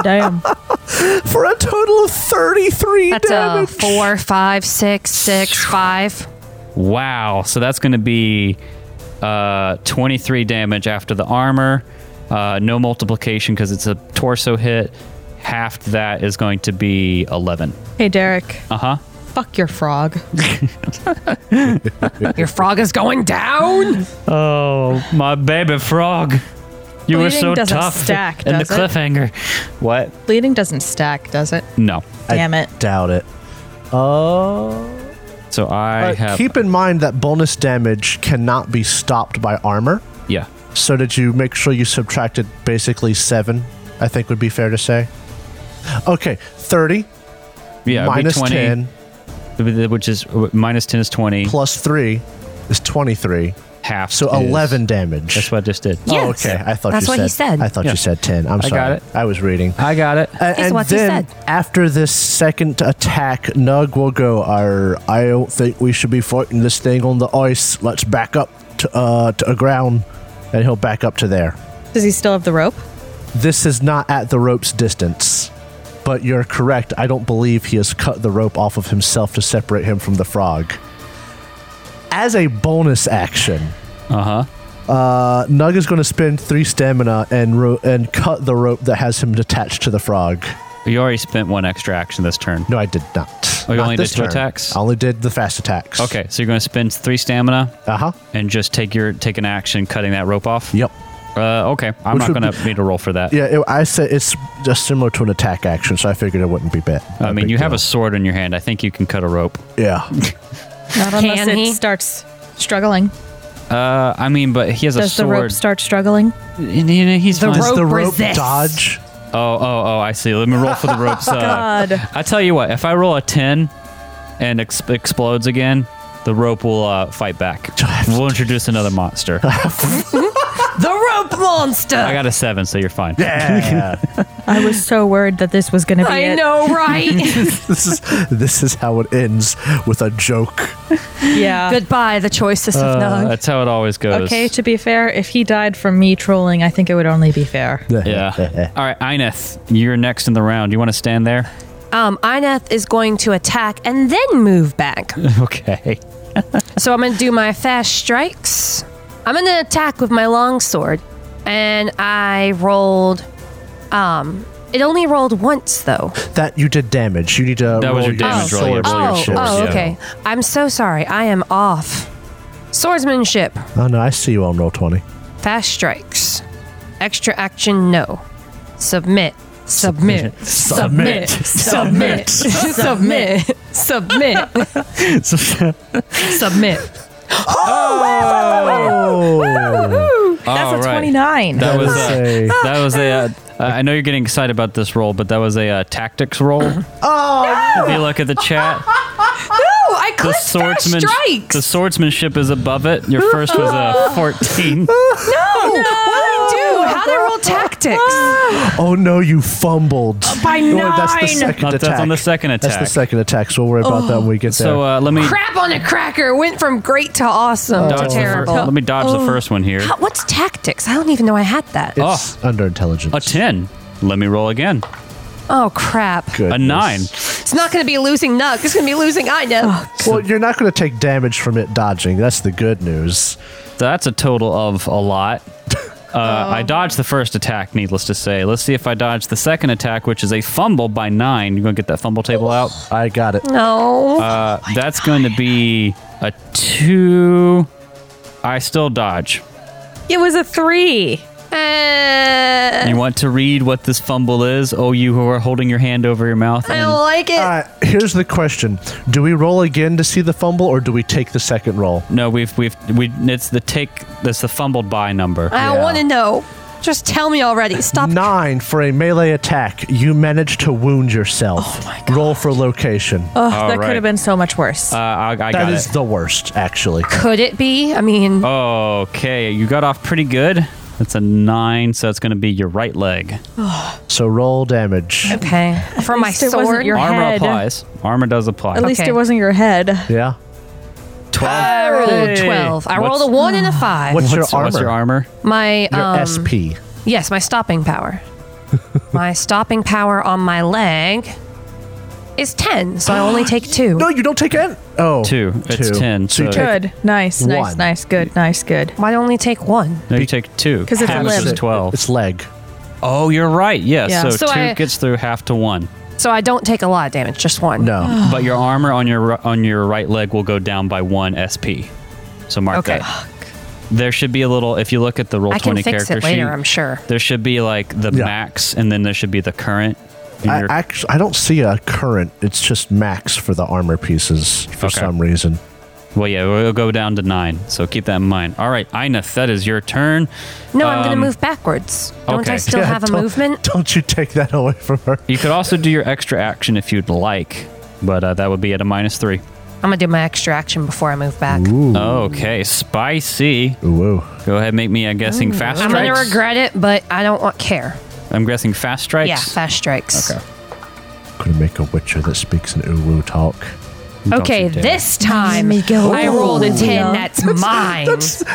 [SPEAKER 4] Damn.
[SPEAKER 2] (laughs) for a total of thirty-three
[SPEAKER 6] That's a
[SPEAKER 2] damage.
[SPEAKER 6] four, five, six, six, five.
[SPEAKER 3] Wow. So that's going to be uh, 23 damage after the armor. Uh, no multiplication because it's a torso hit. Half that is going to be 11.
[SPEAKER 4] Hey, Derek.
[SPEAKER 3] Uh huh.
[SPEAKER 4] Fuck your frog.
[SPEAKER 6] Your frog is going down.
[SPEAKER 3] Oh, my baby frog. You were
[SPEAKER 4] Bleeding
[SPEAKER 3] so
[SPEAKER 4] doesn't
[SPEAKER 3] tough
[SPEAKER 4] stack,
[SPEAKER 3] in the
[SPEAKER 4] does it?
[SPEAKER 3] cliffhanger. What?
[SPEAKER 4] Bleeding doesn't stack, does it?
[SPEAKER 3] No.
[SPEAKER 4] Damn it.
[SPEAKER 2] Doubt it. Oh.
[SPEAKER 3] Uh, So I
[SPEAKER 2] Uh,
[SPEAKER 3] have.
[SPEAKER 2] keep in mind that bonus damage cannot be stopped by armor.
[SPEAKER 3] yeah.
[SPEAKER 2] So did you make sure you subtracted basically seven? I think would be fair to say. Okay, thirty
[SPEAKER 3] Yeah. it'd be
[SPEAKER 2] minus
[SPEAKER 3] 20,
[SPEAKER 2] ten
[SPEAKER 3] Which is minus 10 is 20.
[SPEAKER 2] plus three is twenty-three.
[SPEAKER 3] half.
[SPEAKER 2] So
[SPEAKER 3] is-
[SPEAKER 2] eleven damage.
[SPEAKER 3] That's what I just did.
[SPEAKER 2] Oh,
[SPEAKER 6] Yes.
[SPEAKER 2] okay. I thought
[SPEAKER 6] That's
[SPEAKER 2] you
[SPEAKER 6] what
[SPEAKER 2] said,
[SPEAKER 6] he said.
[SPEAKER 2] I thought
[SPEAKER 3] Yeah.
[SPEAKER 2] you said ten. I'm
[SPEAKER 3] I got
[SPEAKER 2] sorry.
[SPEAKER 3] it.
[SPEAKER 2] I was reading.
[SPEAKER 3] I got it.
[SPEAKER 2] A-
[SPEAKER 6] It's
[SPEAKER 2] and
[SPEAKER 6] what he
[SPEAKER 2] then
[SPEAKER 6] said.
[SPEAKER 2] after this second attack, Nug will go. "Arr, I don't think we should be fighting this thing on the ice. Let's back up to uh to a ground, and he'll back up to there.
[SPEAKER 4] Does he still have the rope?
[SPEAKER 2] This is not at the rope's distance, but you're correct. I don't believe he has cut the rope off of himself to separate him from the frog. As a bonus action,
[SPEAKER 3] Uh huh.
[SPEAKER 2] uh, Nug is going to spend three stamina and ro- and cut the rope that has him attached to the frog.
[SPEAKER 3] You already spent one extra action this turn.
[SPEAKER 2] No, I did not.
[SPEAKER 3] Oh, you
[SPEAKER 2] Not
[SPEAKER 3] only did
[SPEAKER 2] this
[SPEAKER 3] two attacks?
[SPEAKER 2] I only did the fast attacks.
[SPEAKER 3] Okay, so you're going to spend three stamina
[SPEAKER 2] Uh huh.
[SPEAKER 3] and just take your take an action, cutting that rope off.
[SPEAKER 2] Yep.
[SPEAKER 3] Uh, okay, I'm
[SPEAKER 2] Which
[SPEAKER 3] not
[SPEAKER 2] would
[SPEAKER 3] going to need to roll for that.
[SPEAKER 2] Yeah, it, I said it's just similar to an attack action, so I figured it wouldn't be bad.
[SPEAKER 3] I mean, you have a sword in your hand. I think you can cut a rope. (laughs)
[SPEAKER 2] yeah.
[SPEAKER 4] Not unless
[SPEAKER 6] Can
[SPEAKER 4] it
[SPEAKER 6] he?
[SPEAKER 4] starts struggling.
[SPEAKER 3] Uh, I mean, but he has a
[SPEAKER 4] Does the
[SPEAKER 3] sword.
[SPEAKER 4] rope start struggling?
[SPEAKER 3] And, you know, he's fine.
[SPEAKER 2] Does
[SPEAKER 6] rope
[SPEAKER 2] the rope
[SPEAKER 6] resists.
[SPEAKER 2] dodge? (laughs)
[SPEAKER 3] Oh, oh, oh! I see. Let me roll
[SPEAKER 4] (laughs)
[SPEAKER 3] for the rope's. Uh,
[SPEAKER 4] God.
[SPEAKER 3] I tell you what, if I roll a ten and ex- explodes again, the rope will uh, fight back. (laughs) We'll introduce another monster.
[SPEAKER 6] The rope monster.
[SPEAKER 3] I
[SPEAKER 6] I,
[SPEAKER 3] got a seven, so you're fine.
[SPEAKER 2] Yeah.
[SPEAKER 4] I was so worried that this was going to be it.
[SPEAKER 6] know, right?
[SPEAKER 2] this is this is how it ends with a joke.
[SPEAKER 6] (laughs)
[SPEAKER 4] Yeah.
[SPEAKER 6] Goodbye, the choicest
[SPEAKER 3] Uh,
[SPEAKER 6] of none.
[SPEAKER 3] that's how it always goes.
[SPEAKER 4] Okay, to be fair, if he died from me trolling, I think it would only be fair.
[SPEAKER 3] (laughs) Yeah. All right, Ineth, you're next in the round. You want to stand there?
[SPEAKER 6] Um, Ineth is going to attack and then move back.
[SPEAKER 3] (laughs) Okay.
[SPEAKER 6] So I'm going to do my fast strikes. I'm going to attack with my longsword. And I rolled. Um, it only rolled once, though.
[SPEAKER 2] That you did damage. You need to.
[SPEAKER 3] That
[SPEAKER 2] roll
[SPEAKER 3] was your damage roll,
[SPEAKER 2] sword.
[SPEAKER 3] yeah, roll your
[SPEAKER 6] oh,
[SPEAKER 3] sword,
[SPEAKER 6] oh,
[SPEAKER 3] yeah.
[SPEAKER 6] okay. I'm so sorry. I am off. Swordsmanship,
[SPEAKER 2] Oh no, I see you on roll twenty.
[SPEAKER 6] fast strikes, extra action, no. Submit. Submit. Submit. Submit. Submit. Submit. Submit.
[SPEAKER 3] (laughs)
[SPEAKER 2] Oh,
[SPEAKER 4] That's
[SPEAKER 3] All
[SPEAKER 4] a
[SPEAKER 3] right.
[SPEAKER 4] 29.
[SPEAKER 3] That was uh,
[SPEAKER 2] Say-
[SPEAKER 3] a, that was a. Uh, (laughs) uh, I know you're getting excited about this roll, but that was a uh, tactics roll. oh! If you look at the chat,
[SPEAKER 6] No, I
[SPEAKER 3] the
[SPEAKER 6] clicked fast
[SPEAKER 3] swordsman,
[SPEAKER 6] strikes.
[SPEAKER 3] the swordsmanship is above it. Your first was uh, a 14. Oh,
[SPEAKER 6] no, what did I do? How did I roll
[SPEAKER 3] Ah.
[SPEAKER 6] tactics?
[SPEAKER 2] Oh no, you fumbled.
[SPEAKER 6] Uh, By
[SPEAKER 2] No, that's the
[SPEAKER 6] nine.
[SPEAKER 2] second
[SPEAKER 3] Not-
[SPEAKER 2] attack.
[SPEAKER 3] that's on the second
[SPEAKER 2] That's the
[SPEAKER 3] attack.
[SPEAKER 2] second attack. So we'll worry about that when we get there.
[SPEAKER 3] So uh, let me
[SPEAKER 6] Crap on a cracker. Went from great to awesome
[SPEAKER 3] dodge
[SPEAKER 6] to
[SPEAKER 3] the fir-
[SPEAKER 6] terrible.
[SPEAKER 3] let me dodge the first one here.
[SPEAKER 6] How- What's tactics? I don't even know I had that.
[SPEAKER 2] it's under intelligence.
[SPEAKER 3] uh, ah. A 10. Let me roll again.
[SPEAKER 6] Oh crap!
[SPEAKER 3] A 9.
[SPEAKER 6] It's not going to be losing Nug. It's going to be losing I
[SPEAKER 3] Oh,
[SPEAKER 6] know.
[SPEAKER 2] Well, you're not going to take damage from it dodging. That's the good news.
[SPEAKER 3] So that's a total of a lot. Uh, I dodged the first attack, needless to say. Let's see if I dodge the second attack, which is a fumble by nine. You gonna get that fumble table out?
[SPEAKER 2] I got it.
[SPEAKER 6] No.
[SPEAKER 3] Uh, that's going to be a two. I still dodge.
[SPEAKER 4] It was a three.
[SPEAKER 6] Uh,
[SPEAKER 4] Uh,
[SPEAKER 6] Eh,
[SPEAKER 3] You want to read what this fumble is? Oh, you who are holding your hand over your mouth.
[SPEAKER 6] I
[SPEAKER 3] and-
[SPEAKER 6] don't like it.
[SPEAKER 2] All right, here's the question: Do we roll again to see the fumble, or do we take the second roll?
[SPEAKER 3] no, we've we've we. It's the take. That's the fumbled by number.
[SPEAKER 6] I don't
[SPEAKER 2] yeah.
[SPEAKER 6] want to know. Just tell me already. Stop.
[SPEAKER 2] Nine for a melee attack. You manage to wound yourself.
[SPEAKER 6] Oh
[SPEAKER 2] Roll for location.
[SPEAKER 4] Oh, that
[SPEAKER 3] right.
[SPEAKER 4] could have been so much worse.
[SPEAKER 3] uh, I, I
[SPEAKER 2] that
[SPEAKER 3] got
[SPEAKER 2] is
[SPEAKER 3] it.
[SPEAKER 2] the worst, actually.
[SPEAKER 6] Could it be? I mean,
[SPEAKER 3] Okay, you got off pretty good. That's a nine, so that's going to be your right leg.
[SPEAKER 2] So roll damage.
[SPEAKER 6] okay. For my
[SPEAKER 4] least it wasn't
[SPEAKER 6] sword,
[SPEAKER 4] your-
[SPEAKER 3] Armor
[SPEAKER 4] head.
[SPEAKER 3] applies. Armor does apply.
[SPEAKER 4] At least
[SPEAKER 6] okay.
[SPEAKER 4] it wasn't your head.
[SPEAKER 2] Yeah.
[SPEAKER 6] I rolled twelve. I rolled a
[SPEAKER 3] What's-
[SPEAKER 6] one and a five.
[SPEAKER 2] What's,
[SPEAKER 3] What's,
[SPEAKER 2] your armor?
[SPEAKER 3] what's your armor?
[SPEAKER 6] My
[SPEAKER 2] Your
[SPEAKER 6] um,
[SPEAKER 2] SP.
[SPEAKER 6] Yes, my
[SPEAKER 2] (laughs)
[SPEAKER 6] stopping power. my stopping power on my leg is 10, so
[SPEAKER 2] (gasps)
[SPEAKER 6] I only take 2.
[SPEAKER 2] No, you don't take it. Oh,
[SPEAKER 3] Two. It's
[SPEAKER 2] two.
[SPEAKER 3] ten,
[SPEAKER 2] So, you
[SPEAKER 3] so-
[SPEAKER 2] take
[SPEAKER 4] Good. Nice. Nice.
[SPEAKER 2] One.
[SPEAKER 4] Nice. Good. Nice. Good.
[SPEAKER 6] Why do I only take 1?
[SPEAKER 3] No, you take two.
[SPEAKER 4] 'Cause it's a
[SPEAKER 3] half
[SPEAKER 4] limb.
[SPEAKER 3] is twelve.
[SPEAKER 2] It's leg.
[SPEAKER 3] oh, you're right. Yeah.
[SPEAKER 4] Yeah.
[SPEAKER 3] So,
[SPEAKER 6] So
[SPEAKER 3] two
[SPEAKER 6] I-
[SPEAKER 3] gets through half to one,
[SPEAKER 6] So I don't take a lot of damage, just 1.
[SPEAKER 2] No.
[SPEAKER 3] but your armor on your ri- on your right leg will go down by one SP. So mark
[SPEAKER 6] Okay.
[SPEAKER 3] that. There should be a little. If you look at the roll
[SPEAKER 6] I can
[SPEAKER 3] twenty
[SPEAKER 6] fix
[SPEAKER 3] character
[SPEAKER 6] it later,
[SPEAKER 3] sheet,
[SPEAKER 6] I'm sure.
[SPEAKER 3] there should be like the
[SPEAKER 2] Yeah.
[SPEAKER 3] max, and then there should be the current. And
[SPEAKER 2] I,
[SPEAKER 3] your-
[SPEAKER 2] actually, I don't see a current. It's just max for the armor pieces for
[SPEAKER 3] Okay.
[SPEAKER 2] some reason.
[SPEAKER 3] well, yeah, we'll go down to nine. So keep that in mind. All right, Ineth, that is your turn.
[SPEAKER 6] No, I'm going to move backwards. Don't
[SPEAKER 3] Um, okay.
[SPEAKER 6] I
[SPEAKER 2] (laughs)
[SPEAKER 6] still
[SPEAKER 2] Yeah,
[SPEAKER 6] have a
[SPEAKER 2] don't-
[SPEAKER 6] movement?
[SPEAKER 2] Don't you take that away from her.
[SPEAKER 3] You could also do your extra action if you'd like, but uh, that would be at a minus three.
[SPEAKER 6] I'm going to do my extra action before I move back.
[SPEAKER 3] Okay, spicy.
[SPEAKER 2] Whoa.
[SPEAKER 3] Go ahead, make me. I'm guessing fast
[SPEAKER 6] I'm
[SPEAKER 3] strikes.
[SPEAKER 6] going to regret it, but I don't want care.
[SPEAKER 3] I'm guessing fast strikes.
[SPEAKER 6] Yeah, fast strikes.
[SPEAKER 3] Okay.
[SPEAKER 2] Gonna make a witcher that speaks in Uwu talk.
[SPEAKER 3] Don't
[SPEAKER 6] Okay,
[SPEAKER 3] you dare.
[SPEAKER 6] this time I rolled a 10. That's mine.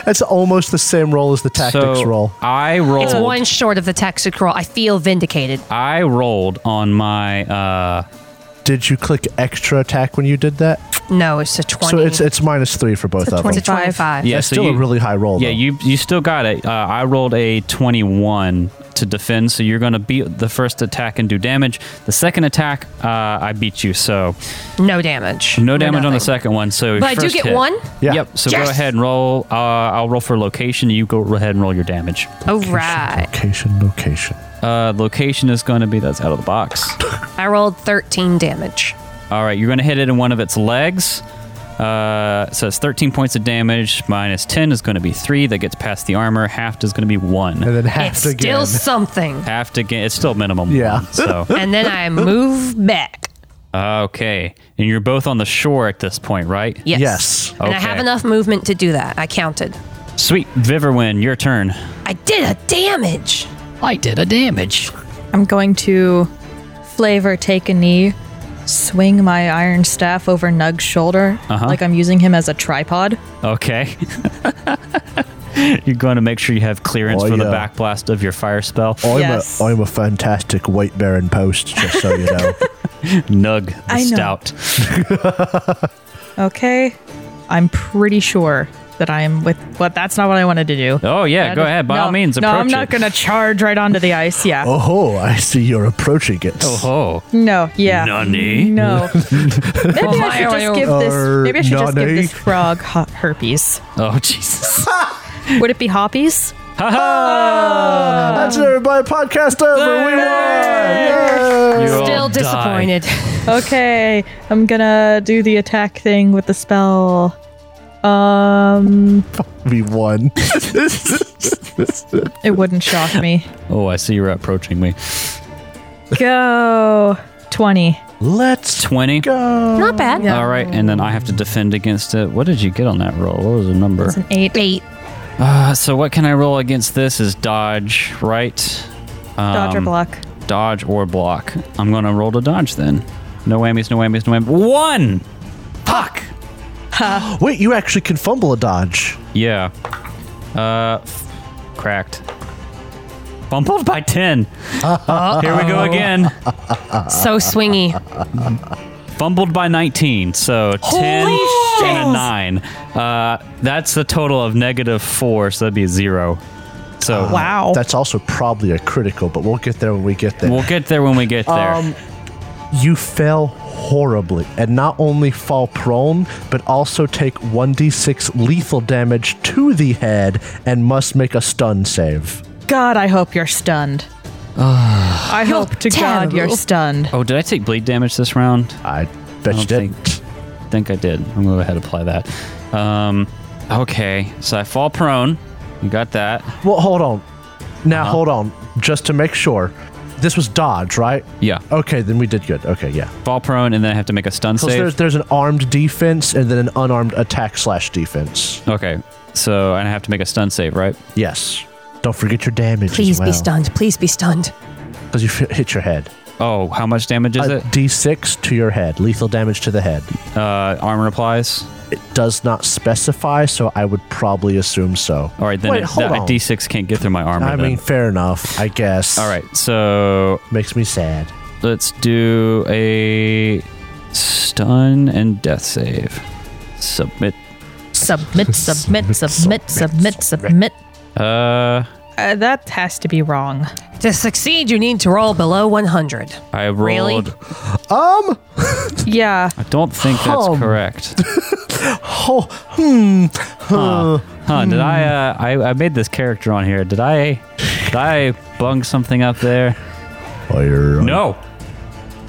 [SPEAKER 2] That's almost the same roll as the tactics
[SPEAKER 3] so
[SPEAKER 2] roll.
[SPEAKER 3] I rolled.
[SPEAKER 6] it's one short of the tactics roll. I feel vindicated.
[SPEAKER 3] I rolled on my. uh
[SPEAKER 2] Did you click extra attack when you did that?
[SPEAKER 6] No, it's a 20.
[SPEAKER 2] So it's it's minus three for both
[SPEAKER 4] It's a
[SPEAKER 2] of
[SPEAKER 6] It's
[SPEAKER 2] them.
[SPEAKER 6] a 25.
[SPEAKER 3] Yeah,
[SPEAKER 2] That's
[SPEAKER 3] so
[SPEAKER 2] still
[SPEAKER 3] you,
[SPEAKER 2] a really high roll.
[SPEAKER 3] Yeah,
[SPEAKER 2] though.
[SPEAKER 3] you you still got it. Uh, I rolled a 21 to defend, so you're going to beat the first attack and do damage. The second attack, uh, I beat you, so
[SPEAKER 6] No damage.
[SPEAKER 3] no damage on the
[SPEAKER 6] nothing.
[SPEAKER 3] second one. So
[SPEAKER 6] But I do
[SPEAKER 3] first
[SPEAKER 6] get
[SPEAKER 3] hit.
[SPEAKER 6] one?
[SPEAKER 2] Yeah.
[SPEAKER 3] Yep. So
[SPEAKER 6] Yes!
[SPEAKER 3] go ahead and roll. Uh, I'll roll for location. You go ahead and roll your damage.
[SPEAKER 6] Oh,
[SPEAKER 2] Location,
[SPEAKER 6] right.
[SPEAKER 2] Location, location.
[SPEAKER 3] Uh, location is going to be that's out of the box.
[SPEAKER 6] I rolled 13 damage.
[SPEAKER 3] All right, you're going to hit it in one of its legs. Uh, so it's 13 points of damage. Minus 10 is going to be three. That gets past the armor. Halved is going to be one.
[SPEAKER 2] And then half
[SPEAKER 6] it's
[SPEAKER 2] again.
[SPEAKER 6] still
[SPEAKER 3] (laughs)
[SPEAKER 6] something.
[SPEAKER 3] Halved again. It's still minimum.
[SPEAKER 2] Yeah. (laughs)
[SPEAKER 3] One, so
[SPEAKER 6] and then I move back.
[SPEAKER 3] okay, and you're both on the shore at this point, right?
[SPEAKER 6] Yes.
[SPEAKER 2] Yes.
[SPEAKER 6] And I have
[SPEAKER 3] Okay.
[SPEAKER 6] enough movement to do that. I counted.
[SPEAKER 3] Sweet, Viverwin, your turn.
[SPEAKER 6] I did a damage.
[SPEAKER 7] I did a damage.
[SPEAKER 4] I'm going to flavor take a knee, swing my iron staff over Nug's shoulder
[SPEAKER 3] Uh-huh.
[SPEAKER 4] like I'm using him as a tripod.
[SPEAKER 3] Okay. (laughs) you're going to make sure you have clearance
[SPEAKER 2] Oh,
[SPEAKER 3] for the
[SPEAKER 2] yeah. Oh,
[SPEAKER 3] backblast of your fire spell.
[SPEAKER 2] I'm,
[SPEAKER 4] Yes.
[SPEAKER 2] a, I'm a fantastic weight bearing post, just so you know.
[SPEAKER 3] Nug the
[SPEAKER 4] I know.
[SPEAKER 3] stout.
[SPEAKER 4] Okay. I'm pretty sure that I am with what that's not what I wanted to do.
[SPEAKER 3] Oh yeah, go ahead. By
[SPEAKER 4] no,
[SPEAKER 3] all means,
[SPEAKER 4] No,
[SPEAKER 3] approach
[SPEAKER 4] I'm not
[SPEAKER 3] it.
[SPEAKER 4] going to charge right onto the ice. Yeah.
[SPEAKER 2] oh, I see you're approaching it.
[SPEAKER 3] Oh,
[SPEAKER 4] No, yeah.
[SPEAKER 2] (laughs)
[SPEAKER 3] Nani?
[SPEAKER 4] No. maybe I should just give
[SPEAKER 2] Or
[SPEAKER 4] this maybe I should just give
[SPEAKER 2] nani?
[SPEAKER 4] this frog ho- herpes.
[SPEAKER 3] oh (laughs) Jesus.
[SPEAKER 4] Would it be hoppies?
[SPEAKER 2] Oh! That's everybody. Podcast over. We won. Yay!
[SPEAKER 3] You all
[SPEAKER 6] Still
[SPEAKER 3] die.
[SPEAKER 6] disappointed.
[SPEAKER 4] Okay, I'm gonna do the attack thing with the spell. Um,
[SPEAKER 2] We won.
[SPEAKER 4] it wouldn't shock me.
[SPEAKER 3] Oh, I see you're approaching me.
[SPEAKER 4] Go 20.
[SPEAKER 2] Let's
[SPEAKER 3] 20.
[SPEAKER 2] go.
[SPEAKER 6] Not bad.
[SPEAKER 3] All right, and then I have to defend against it. What did you get on that roll? What was the number?
[SPEAKER 4] It's an 8.
[SPEAKER 6] Eight.
[SPEAKER 3] Uh, so what can I roll against this is dodge, right?
[SPEAKER 4] Dodge
[SPEAKER 2] Um,
[SPEAKER 4] or block.
[SPEAKER 3] Dodge or block. I'm going to roll to dodge then. No whammies, no whammies, no whammies. One! Fuck!
[SPEAKER 2] (gasps) Wait, you actually can fumble a dodge.
[SPEAKER 3] Yeah. Uh, f- cracked. Bumbled by 10. Here we go again.
[SPEAKER 6] So swingy.
[SPEAKER 3] Fumbled by 19, so 10 and a 9. Uh, that's a total of negative 4, so that'd be 0. So
[SPEAKER 2] uh,
[SPEAKER 4] Wow.
[SPEAKER 2] That's also probably a critical, but we'll get there when we get there.
[SPEAKER 3] we'll get there when we get there.
[SPEAKER 2] Um, you fell horribly and not only fall prone, but also take 1d6 lethal damage to the head and must make a stun save.
[SPEAKER 4] God, I hope you're stunned.
[SPEAKER 2] Ah.
[SPEAKER 4] I hope to God
[SPEAKER 6] terrible.
[SPEAKER 4] you're stunned.
[SPEAKER 3] Oh, did I take bleed damage this round?
[SPEAKER 2] I bet
[SPEAKER 3] I
[SPEAKER 2] you
[SPEAKER 3] don't
[SPEAKER 2] didn't.
[SPEAKER 3] think- think I did. I'm gonna go ahead and apply that. Um, okay, so I fall prone. You got that?
[SPEAKER 2] Well, hold on. Now, hold on. Just to make sure. This was dodge, right?
[SPEAKER 3] Yeah.
[SPEAKER 2] Okay, then we did good. Okay, yeah.
[SPEAKER 3] Fall prone, and then I have to make a stun
[SPEAKER 2] So
[SPEAKER 3] save.
[SPEAKER 2] there's, there's an armed defense and then an unarmed attack slash defense.
[SPEAKER 3] okay, so and I have to make a stun save, right?
[SPEAKER 2] Yes. Don't forget your damage.
[SPEAKER 6] Please be stunned. Please be stunned.
[SPEAKER 2] Because you (laughs) f- hit your head.
[SPEAKER 3] Oh, how much damage is
[SPEAKER 2] A
[SPEAKER 3] it?
[SPEAKER 2] D6 to your head. Lethal damage to the head.
[SPEAKER 3] Uh, armor applies.
[SPEAKER 2] It does not specify, so I would probably assume so.
[SPEAKER 3] All right, then
[SPEAKER 2] Wait,
[SPEAKER 3] it,
[SPEAKER 2] hold
[SPEAKER 3] that, a
[SPEAKER 2] on.
[SPEAKER 3] D6 can't get through my armor.
[SPEAKER 2] I
[SPEAKER 3] then.
[SPEAKER 2] mean, fair enough, I guess.
[SPEAKER 3] all right, so
[SPEAKER 2] Makes me sad.
[SPEAKER 3] let's do a stun and death save. Submit.
[SPEAKER 4] Submit, submit, submit, submit, submit.
[SPEAKER 3] Uh,
[SPEAKER 4] Uh, that has to be wrong.
[SPEAKER 6] To succeed, you need to roll below 100.
[SPEAKER 3] I rolled.
[SPEAKER 6] Really?
[SPEAKER 2] Um,
[SPEAKER 4] Yeah.
[SPEAKER 3] I don't think that's
[SPEAKER 4] (laughs)
[SPEAKER 2] Hum.
[SPEAKER 3] correct.
[SPEAKER 2] oh, hmm.
[SPEAKER 3] Huh. Huh, did I, uh, I I made this character on here. Did I did I bung something up there?
[SPEAKER 2] Fire.
[SPEAKER 3] No.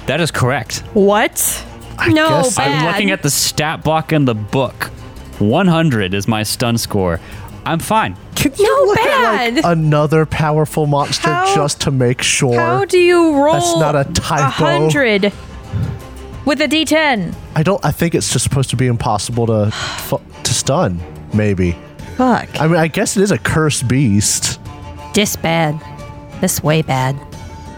[SPEAKER 3] That is correct.
[SPEAKER 4] What?
[SPEAKER 6] no,
[SPEAKER 2] guess-
[SPEAKER 6] bad.
[SPEAKER 3] I'm looking at the stat block in the book. 100 is my stun score. I'm fine.
[SPEAKER 2] Can you
[SPEAKER 6] No,
[SPEAKER 2] look at, like,
[SPEAKER 6] bad.
[SPEAKER 2] another powerful monster
[SPEAKER 4] How-
[SPEAKER 2] just to make sure?
[SPEAKER 4] How do you roll
[SPEAKER 2] not a typo.
[SPEAKER 4] 100 with a d10?
[SPEAKER 2] I don't. I think it's just supposed to be impossible to fu- to stun. Maybe.
[SPEAKER 4] Fuck.
[SPEAKER 2] I mean, I guess it is a cursed beast.
[SPEAKER 6] This bad. This way bad.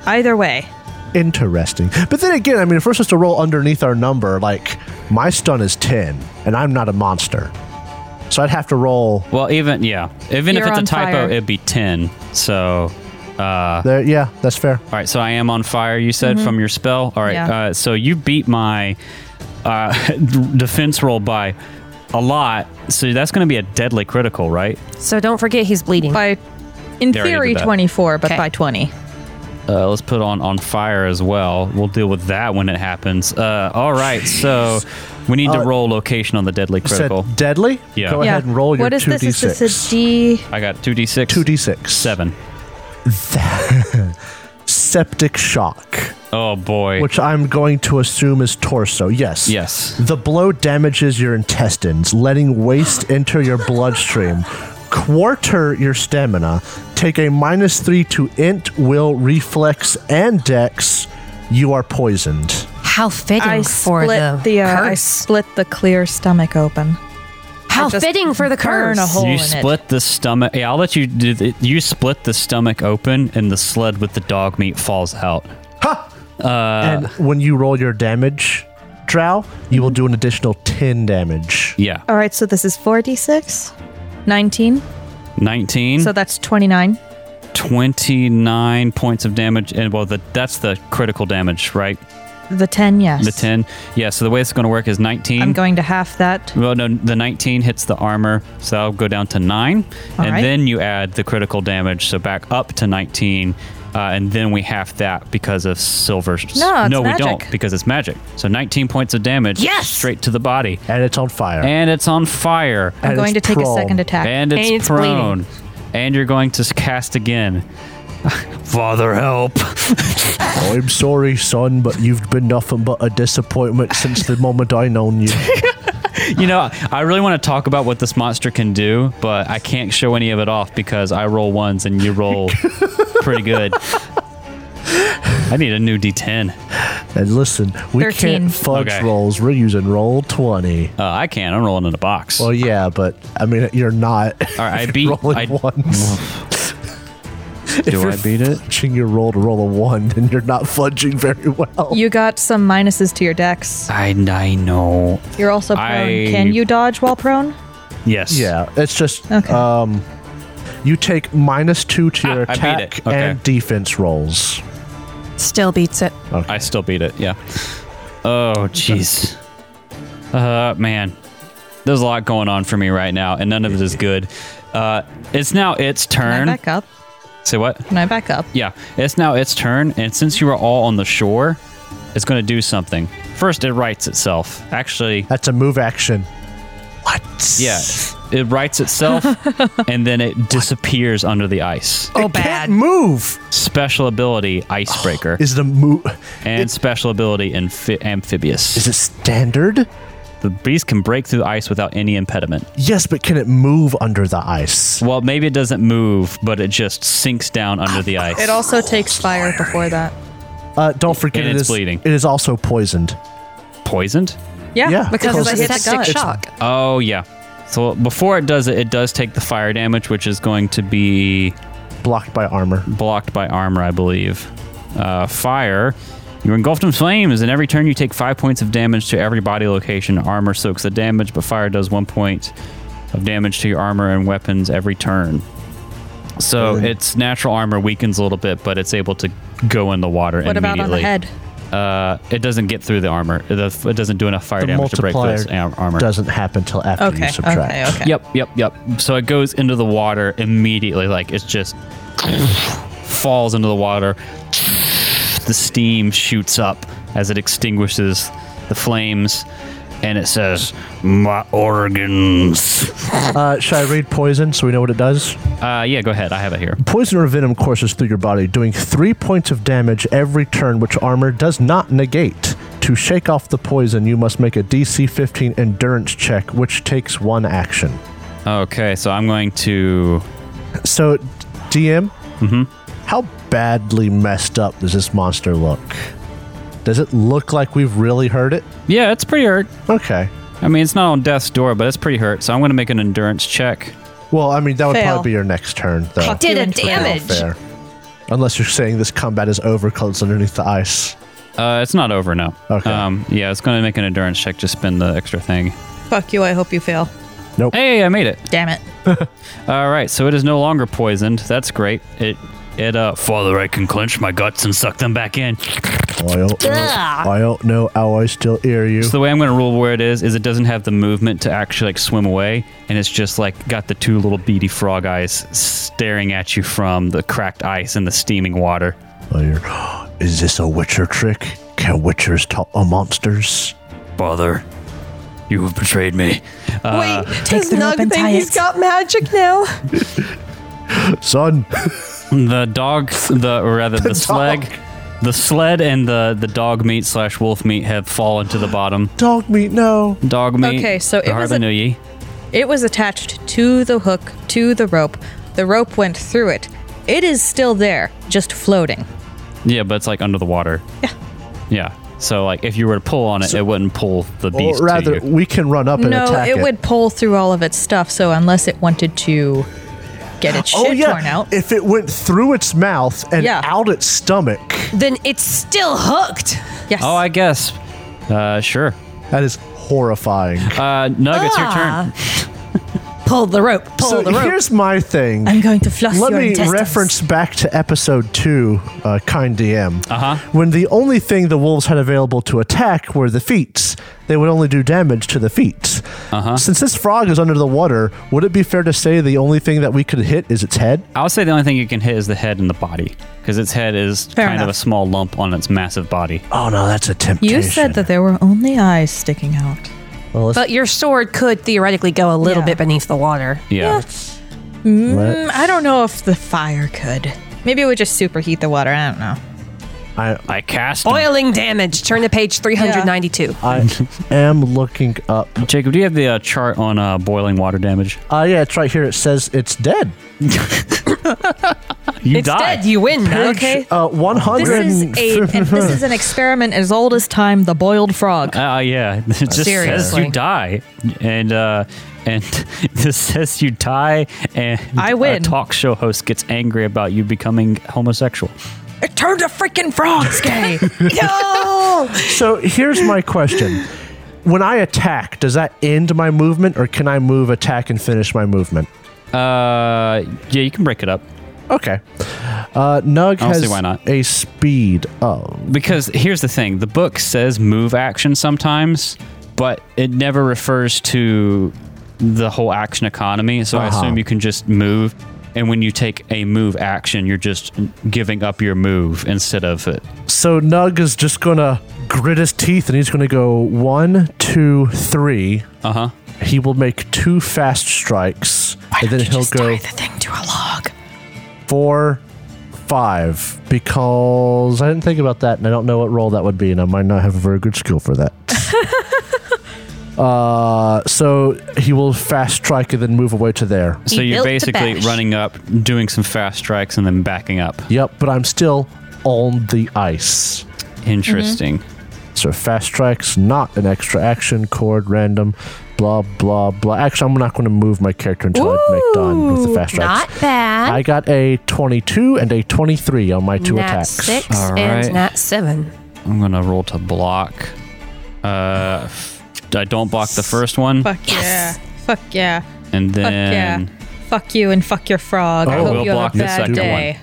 [SPEAKER 4] Either way.
[SPEAKER 2] Interesting. But then again, I mean, if we're supposed to roll underneath our number, like my stun is ten, and I'm not a monster, so I'd have to roll.
[SPEAKER 3] Well, even yeah, even
[SPEAKER 4] You're
[SPEAKER 3] if
[SPEAKER 4] on
[SPEAKER 3] it's a typo,
[SPEAKER 4] fire.
[SPEAKER 3] it'd be 10. So, Ah.
[SPEAKER 2] There, yeah, that's fair.
[SPEAKER 3] all right, so I am on fire, you said from your spell. All right.
[SPEAKER 4] Mm-hmm. Yeah.
[SPEAKER 3] Uh, so you beat my uh, (laughs) defense roll by a lot. So that's going to be a deadly critical, right?
[SPEAKER 6] So don't forget he's bleeding.
[SPEAKER 4] By, in
[SPEAKER 3] They
[SPEAKER 4] theory,
[SPEAKER 3] already did that.
[SPEAKER 4] 24, but
[SPEAKER 6] Okay.
[SPEAKER 4] by 20.
[SPEAKER 3] Uh, let's put on on fire as well. We'll deal with that when it happens. Uh, all right, so we need to roll location on the deadly critical.
[SPEAKER 2] Said deadly.
[SPEAKER 3] Yeah.
[SPEAKER 2] Go
[SPEAKER 3] Yeah.
[SPEAKER 2] ahead and roll your
[SPEAKER 4] What is
[SPEAKER 2] two
[SPEAKER 4] this?
[SPEAKER 2] d
[SPEAKER 4] Is
[SPEAKER 2] six.
[SPEAKER 4] this a D?
[SPEAKER 3] I got two d six,
[SPEAKER 2] two d six.
[SPEAKER 3] seven.
[SPEAKER 2] (laughs) Septic shock.
[SPEAKER 3] Oh boy.
[SPEAKER 2] which I'm going to assume is torso. Yes.
[SPEAKER 3] Yes.
[SPEAKER 2] The blow damages your intestines, letting waste enter your bloodstream. Quarter your stamina. Take a minus three to int, will, reflex, and dex. You are poisoned.
[SPEAKER 6] How fitting
[SPEAKER 4] I
[SPEAKER 6] for
[SPEAKER 4] split
[SPEAKER 6] the,
[SPEAKER 4] the, uh, I
[SPEAKER 6] curse.
[SPEAKER 4] split the clear stomach open.
[SPEAKER 6] How
[SPEAKER 4] just
[SPEAKER 6] fitting for the
[SPEAKER 4] burn
[SPEAKER 6] curse.
[SPEAKER 4] a hole.
[SPEAKER 3] you
[SPEAKER 4] in it.
[SPEAKER 3] split the stomach. Yeah, I'll let you do. The, you split the stomach open, and the sled with the dog meat falls out. Uh,
[SPEAKER 2] and when you roll your damage, Drow, you will do an additional 10 damage.
[SPEAKER 3] Yeah,
[SPEAKER 4] All right, so this is 4d6, 19.
[SPEAKER 3] nineteen.
[SPEAKER 4] So that's 29.
[SPEAKER 3] 29 points of damage and well the, that's the critical damage right
[SPEAKER 4] The 10, yes.
[SPEAKER 3] the 10 yeah so the way it's going to work is 19
[SPEAKER 4] I'm going to half that.
[SPEAKER 3] Well, no, the 19 hits the armor, so I'll go down to 9.
[SPEAKER 4] All
[SPEAKER 3] and
[SPEAKER 4] right.
[SPEAKER 3] then you add the critical damage, so back up to 19. Uh, and then we half that because of silver.
[SPEAKER 4] No, it's
[SPEAKER 3] no we
[SPEAKER 4] magic.
[SPEAKER 3] don't, because it's magic. So 19 points of damage
[SPEAKER 6] Yes!
[SPEAKER 3] straight to the body.
[SPEAKER 2] And it's on fire.
[SPEAKER 3] And it's on fire.
[SPEAKER 4] I'm
[SPEAKER 2] And
[SPEAKER 4] going to
[SPEAKER 2] it's
[SPEAKER 4] take a
[SPEAKER 2] prone.
[SPEAKER 4] second attack.
[SPEAKER 3] And it's,
[SPEAKER 6] And it's
[SPEAKER 3] prone. And you're going to cast again. Father, help.
[SPEAKER 2] Oh, I'm sorry, son, but you've been nothing but a disappointment since the moment I known
[SPEAKER 3] (laughs)
[SPEAKER 2] you.
[SPEAKER 3] you know, I really want to talk about what this monster can do, but I can't show any of it off because I roll ones and you roll
[SPEAKER 2] (laughs)
[SPEAKER 3] pretty good. I need a new D10.
[SPEAKER 2] And listen, we
[SPEAKER 4] 13.
[SPEAKER 2] can't fudge
[SPEAKER 3] Okay.
[SPEAKER 2] rolls. We're using roll 20.
[SPEAKER 3] Uh, I can't. I'm rolling in a box.
[SPEAKER 2] Well, Oh, yeah, but I mean, you're not (laughs)
[SPEAKER 3] All right, I beat.
[SPEAKER 2] rolling
[SPEAKER 3] I, (laughs)
[SPEAKER 2] ones. (laughs) if
[SPEAKER 3] do
[SPEAKER 2] you're
[SPEAKER 3] I beat it?
[SPEAKER 2] fudging your roll to roll a one, then you're not fudging very well.
[SPEAKER 4] You got some minuses to your dex.
[SPEAKER 3] I, I know.
[SPEAKER 4] You're also prone.
[SPEAKER 3] I-
[SPEAKER 4] Can you dodge while prone?
[SPEAKER 3] Yes.
[SPEAKER 2] yeah, it's just
[SPEAKER 4] Okay.
[SPEAKER 2] um, you take minus two to your
[SPEAKER 3] Ah, I beat it.
[SPEAKER 2] attack
[SPEAKER 3] Okay.
[SPEAKER 2] and defense rolls.
[SPEAKER 6] Still beats it.
[SPEAKER 3] I still beat it. Yeah. Oh, jeez. Uh, man, there's a lot going on for me right now, and none of it is good. Uh, it's now its
[SPEAKER 4] Can I
[SPEAKER 3] turn.
[SPEAKER 4] back up?
[SPEAKER 3] Say what?
[SPEAKER 4] Can I back up?
[SPEAKER 3] Yeah, it's now its turn, and since you are all on the shore, It's going to do something. First, it writes itself. Actually,
[SPEAKER 2] That's a move action. What?
[SPEAKER 3] yeah, it writes itself and then it disappears under the ice.
[SPEAKER 6] Oh,
[SPEAKER 2] it
[SPEAKER 6] bad.
[SPEAKER 2] can't move.
[SPEAKER 3] Special ability Icebreaker
[SPEAKER 2] Is the move?
[SPEAKER 3] and special ability amphi- Amphibious.
[SPEAKER 2] Is it standard?
[SPEAKER 3] The beast can break through the ice without any impediment.
[SPEAKER 2] Yes, but can it move under the ice?
[SPEAKER 3] Well, maybe it doesn't move, but it just sinks down under the ice.
[SPEAKER 4] It also takes fire before that.
[SPEAKER 2] Uh, don't forget
[SPEAKER 3] And
[SPEAKER 2] it
[SPEAKER 3] it's
[SPEAKER 2] is
[SPEAKER 3] bleeding.
[SPEAKER 2] It is also poisoned.
[SPEAKER 3] poisoned.
[SPEAKER 4] Yeah,
[SPEAKER 2] Yeah.
[SPEAKER 4] because
[SPEAKER 6] Because
[SPEAKER 4] it
[SPEAKER 6] of
[SPEAKER 4] hit the
[SPEAKER 6] septic
[SPEAKER 4] gut.
[SPEAKER 6] shock.
[SPEAKER 3] Oh yeah. So before it does it, it does take the fire damage, which is going to be
[SPEAKER 2] Blocked by armor.
[SPEAKER 3] blocked by armor, I believe. Uh, fire. You're engulfed in flames, and every turn you take five points of damage to every body location. Armor soaks the damage, but fire does one point of damage to your armor and weapons every turn. So its natural armor weakens a little bit, but it's able to go in the water
[SPEAKER 4] What about
[SPEAKER 3] immediately.
[SPEAKER 4] on the head?
[SPEAKER 3] Uh, it doesn't get through the armor. It does- it doesn't do enough fire
[SPEAKER 2] The
[SPEAKER 3] damage to break through its
[SPEAKER 2] multiplier
[SPEAKER 3] ar- armor.
[SPEAKER 2] doesn't happen till after
[SPEAKER 4] Okay,
[SPEAKER 2] you subtract.
[SPEAKER 4] okay, okay.
[SPEAKER 3] Yep, yep, yep. So it goes into the water immediately. Like it just falls into the water. The steam shoots up as it extinguishes the flames, and it says, "My organs."
[SPEAKER 2] Uh, should I read poison so we know what it does?
[SPEAKER 3] Uh, yeah, go ahead. I have it here.
[SPEAKER 2] Poison or venom courses through your body, doing three points of damage every turn, which armor does not negate. To shake off the poison, you must make a DC 15 endurance check, which takes one action.
[SPEAKER 3] Okay, so I'm going to.
[SPEAKER 2] So, DM, how badly messed up does this monster look? Does it look like we've really hurt it?
[SPEAKER 3] Yeah, it's pretty hurt.
[SPEAKER 2] Okay.
[SPEAKER 3] I mean, it's not on death's door, but it's pretty hurt. So I'm going to make an endurance check.
[SPEAKER 2] Well, I mean, that would
[SPEAKER 4] Fail.
[SPEAKER 2] probably be your next turn, though.
[SPEAKER 4] Fuck.
[SPEAKER 6] Did
[SPEAKER 4] Two
[SPEAKER 6] a
[SPEAKER 4] and twelve.
[SPEAKER 2] Not
[SPEAKER 6] damage.
[SPEAKER 2] fair. Unless you're saying this combat is over, 'cause it's underneath the ice.
[SPEAKER 3] Uh, it's not over now.
[SPEAKER 2] Okay.
[SPEAKER 3] Um, yeah, it's going to make an endurance check to spin the extra thing.
[SPEAKER 4] Fuck you, I hope you fail.
[SPEAKER 2] Nope.
[SPEAKER 3] Hey, I made it.
[SPEAKER 4] Damn it.
[SPEAKER 3] All right, so it is no longer poisoned. That's great. It it uh Father, I can clench my guts and suck them back in.
[SPEAKER 2] I don't, know,
[SPEAKER 6] Ugh.
[SPEAKER 2] I don't know how I still hear you.
[SPEAKER 3] So the way I'm going to rule where it is is it doesn't have the movement to actually like swim away, and it's just like got the two little beady frog eyes staring at you from the cracked ice and the steaming water.
[SPEAKER 2] I hear, Is this a Witcher trick? Can Witchers talk to monsters?
[SPEAKER 3] Father, you have betrayed me.
[SPEAKER 6] Wait, does
[SPEAKER 4] the rope
[SPEAKER 6] Nug
[SPEAKER 4] and
[SPEAKER 6] think
[SPEAKER 4] tie
[SPEAKER 6] he's
[SPEAKER 4] it.
[SPEAKER 6] got magic now?
[SPEAKER 2] Son,
[SPEAKER 3] The dog, the or rather the, sled,
[SPEAKER 2] dog.
[SPEAKER 3] the sled and the the dog meat slash wolf meat have fallen to the bottom.
[SPEAKER 2] dog meat, no.
[SPEAKER 3] Dog meat.
[SPEAKER 4] Okay, so it was a-
[SPEAKER 3] Harbin Uyi.
[SPEAKER 4] It was attached to the hook, to the rope. The rope went through it. It is still there, just floating.
[SPEAKER 3] Yeah, but it's like under the water. Yeah. Yeah. So like if you were to pull on it, it wouldn't pull the
[SPEAKER 2] Or
[SPEAKER 3] beast.
[SPEAKER 2] rather,
[SPEAKER 3] to you.
[SPEAKER 2] we can run up and
[SPEAKER 4] no,
[SPEAKER 2] attack
[SPEAKER 4] it,
[SPEAKER 2] it.
[SPEAKER 4] would pull through all of its stuff, so unless it wanted to get its shit
[SPEAKER 2] oh, yeah.
[SPEAKER 4] torn out.
[SPEAKER 2] If it went through its mouth and
[SPEAKER 4] Yeah.
[SPEAKER 2] out its stomach,
[SPEAKER 6] then it's still hooked.
[SPEAKER 4] yes.
[SPEAKER 3] Oh, I guess. Uh, sure.
[SPEAKER 2] that is horrifying.
[SPEAKER 3] Uh, Nug, it's your turn.
[SPEAKER 6] Pull the rope. Pull
[SPEAKER 2] so
[SPEAKER 6] the rope.
[SPEAKER 2] here's my thing.
[SPEAKER 4] am going to flush
[SPEAKER 2] Let
[SPEAKER 4] your
[SPEAKER 2] me
[SPEAKER 4] intestines.
[SPEAKER 2] reference back to episode two, uh, Kind DM.
[SPEAKER 3] Uh-huh.
[SPEAKER 2] When the only thing the wolves had available to attack were the feet, they would only do damage to the feet. Uh-huh. Since this frog is under the water, would it be fair to say the only thing that we could hit is its head?
[SPEAKER 3] I'll say the only thing you can hit is the head and the body, because its head is
[SPEAKER 4] Fair
[SPEAKER 3] kind of
[SPEAKER 4] enough.
[SPEAKER 3] a small lump on its massive body.
[SPEAKER 2] Oh no, that's a temptation.
[SPEAKER 4] You said that there were only eyes sticking out.
[SPEAKER 2] Well, let's,
[SPEAKER 6] But your sword could theoretically go a little
[SPEAKER 4] Yeah.
[SPEAKER 6] bit beneath the water.
[SPEAKER 3] Yeah.
[SPEAKER 4] Mm, I don't know if the fire could. Maybe it would just superheat the water. I don't know.
[SPEAKER 2] I,
[SPEAKER 3] I cast.
[SPEAKER 6] Oiling damage. Turn to page 392.
[SPEAKER 2] I am looking up.
[SPEAKER 3] Jacob, do you have the uh, chart on uh, boiling water damage?
[SPEAKER 2] Uh, yeah, it's right here. It says it's dead.
[SPEAKER 3] You
[SPEAKER 6] It's
[SPEAKER 3] die.
[SPEAKER 6] dead. You win. Nug.
[SPEAKER 4] Okay.
[SPEAKER 2] Uh, one
[SPEAKER 4] This
[SPEAKER 2] hundred.
[SPEAKER 4] is
[SPEAKER 2] (laughs)
[SPEAKER 4] a and this is an experiment as old as time, the boiled frog.
[SPEAKER 3] Uh, yeah, (laughs) it just says
[SPEAKER 6] Seriously.
[SPEAKER 3] you die, and uh, and (laughs) this says you die, and
[SPEAKER 4] I win.
[SPEAKER 3] A talk show host gets angry about you becoming homosexual.
[SPEAKER 4] It turned a freaking frog
[SPEAKER 2] (laughs)
[SPEAKER 4] gay.
[SPEAKER 2] So here's my question. When I attack, does that end my movement or can I move, attack, and finish my movement?
[SPEAKER 3] Uh, yeah, you can break it up
[SPEAKER 2] Okay. Uh, Nug
[SPEAKER 3] don't see
[SPEAKER 2] has
[SPEAKER 3] why not.
[SPEAKER 2] a speed of.
[SPEAKER 3] because here's the thing: the book says move action sometimes, but it never refers to the whole action economy. So I
[SPEAKER 2] Uh-huh.
[SPEAKER 3] assume you can just move. And when you take a move action, you're just giving up your move instead of it.
[SPEAKER 2] So Nug is just gonna grit his teeth and he's gonna go one, two, three.
[SPEAKER 3] Uh huh.
[SPEAKER 2] He will make two fast strikes, and then he'll go
[SPEAKER 4] thing to a log.
[SPEAKER 2] four, five. Because I didn't think about that, and I don't know what role that would be, and I might not have a very good skill for
[SPEAKER 6] (laughs)
[SPEAKER 2] that. uh, so he will fast strike and then move away to there.
[SPEAKER 3] So
[SPEAKER 4] He
[SPEAKER 3] you're
[SPEAKER 4] built to
[SPEAKER 3] basically
[SPEAKER 4] bash.
[SPEAKER 3] running up, doing some fast strikes, and then backing up.
[SPEAKER 2] Yep, but I'm still on the ice.
[SPEAKER 3] Interesting.
[SPEAKER 4] Mm-hmm.
[SPEAKER 2] So fast strikes, not an extra action, chord, random, blah, blah, blah. Actually, I'm not going to move my character until I make done with the fast strikes.
[SPEAKER 6] Not bad.
[SPEAKER 2] I got a 22 and a 23 on my two
[SPEAKER 6] nat
[SPEAKER 2] attacks.
[SPEAKER 6] six
[SPEAKER 3] All right.
[SPEAKER 6] and nat seven.
[SPEAKER 3] I'm gonna roll to block. Uh, f- I don't block the first one,
[SPEAKER 4] Fuck yeah. Fuck yeah.
[SPEAKER 3] and
[SPEAKER 4] Fuck
[SPEAKER 3] then
[SPEAKER 4] yeah. Fuck you and fuck your frog. I
[SPEAKER 2] Oh.
[SPEAKER 4] hope
[SPEAKER 2] We'll
[SPEAKER 4] you have
[SPEAKER 3] block
[SPEAKER 4] a
[SPEAKER 3] the
[SPEAKER 4] bad
[SPEAKER 3] second
[SPEAKER 4] day.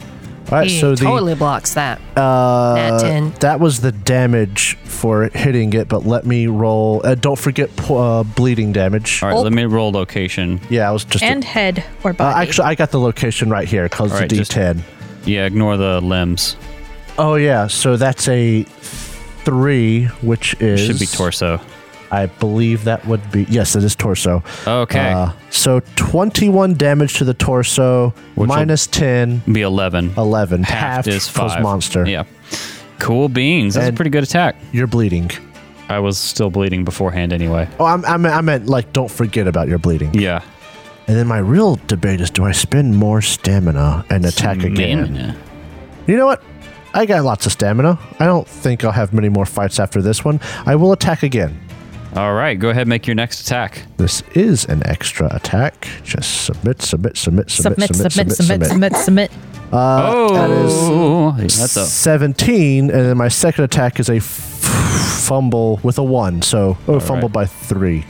[SPEAKER 2] All right, so the
[SPEAKER 6] totally blocks that.
[SPEAKER 2] uh,
[SPEAKER 6] nat 10.
[SPEAKER 2] that was the damage for hitting it, but let me roll. Uh, don't forget po- uh, bleeding damage.
[SPEAKER 3] all right. Let me roll location.
[SPEAKER 2] Yeah, I was just
[SPEAKER 4] And head or
[SPEAKER 2] uh,
[SPEAKER 4] body.
[SPEAKER 2] actually I got the location right here because
[SPEAKER 3] All right,
[SPEAKER 2] the
[SPEAKER 3] just-
[SPEAKER 2] D10.
[SPEAKER 3] Yeah, ignore the limbs.
[SPEAKER 2] Oh yeah, so that's a three, which is
[SPEAKER 3] Should be torso.
[SPEAKER 2] I believe that would be yes, it is torso.
[SPEAKER 3] Okay,
[SPEAKER 2] Uh, so 21 damage to the torso,
[SPEAKER 3] Which
[SPEAKER 2] minus 10,
[SPEAKER 3] be eleven.
[SPEAKER 2] 11.
[SPEAKER 3] Half
[SPEAKER 2] halved
[SPEAKER 3] is
[SPEAKER 2] plus
[SPEAKER 3] five.
[SPEAKER 2] monster.
[SPEAKER 3] Yeah. Cool beans. That's a
[SPEAKER 2] And-
[SPEAKER 3] pretty good attack.
[SPEAKER 2] You're bleeding.
[SPEAKER 3] I was still bleeding beforehand anyway.
[SPEAKER 2] Oh, I'm, I'm, I meant like don't forget about your bleeding.
[SPEAKER 3] Yeah.
[SPEAKER 2] And then my real debate is do I spend more stamina and attack again?
[SPEAKER 3] Stamina.
[SPEAKER 2] You know what? I got lots of stamina. I don't think I'll have many more fights after this one. I will attack again.
[SPEAKER 3] All right, go ahead and make your next attack.
[SPEAKER 2] This is an extra attack. Just submit, submit, submit, submit,
[SPEAKER 4] submit, submit, submit, submit, submit.
[SPEAKER 2] Uh,
[SPEAKER 3] oh, that is, that's a
[SPEAKER 2] 17 and then my second attack is a f- fumble with a 1 so oh fumble
[SPEAKER 3] right.
[SPEAKER 2] by 3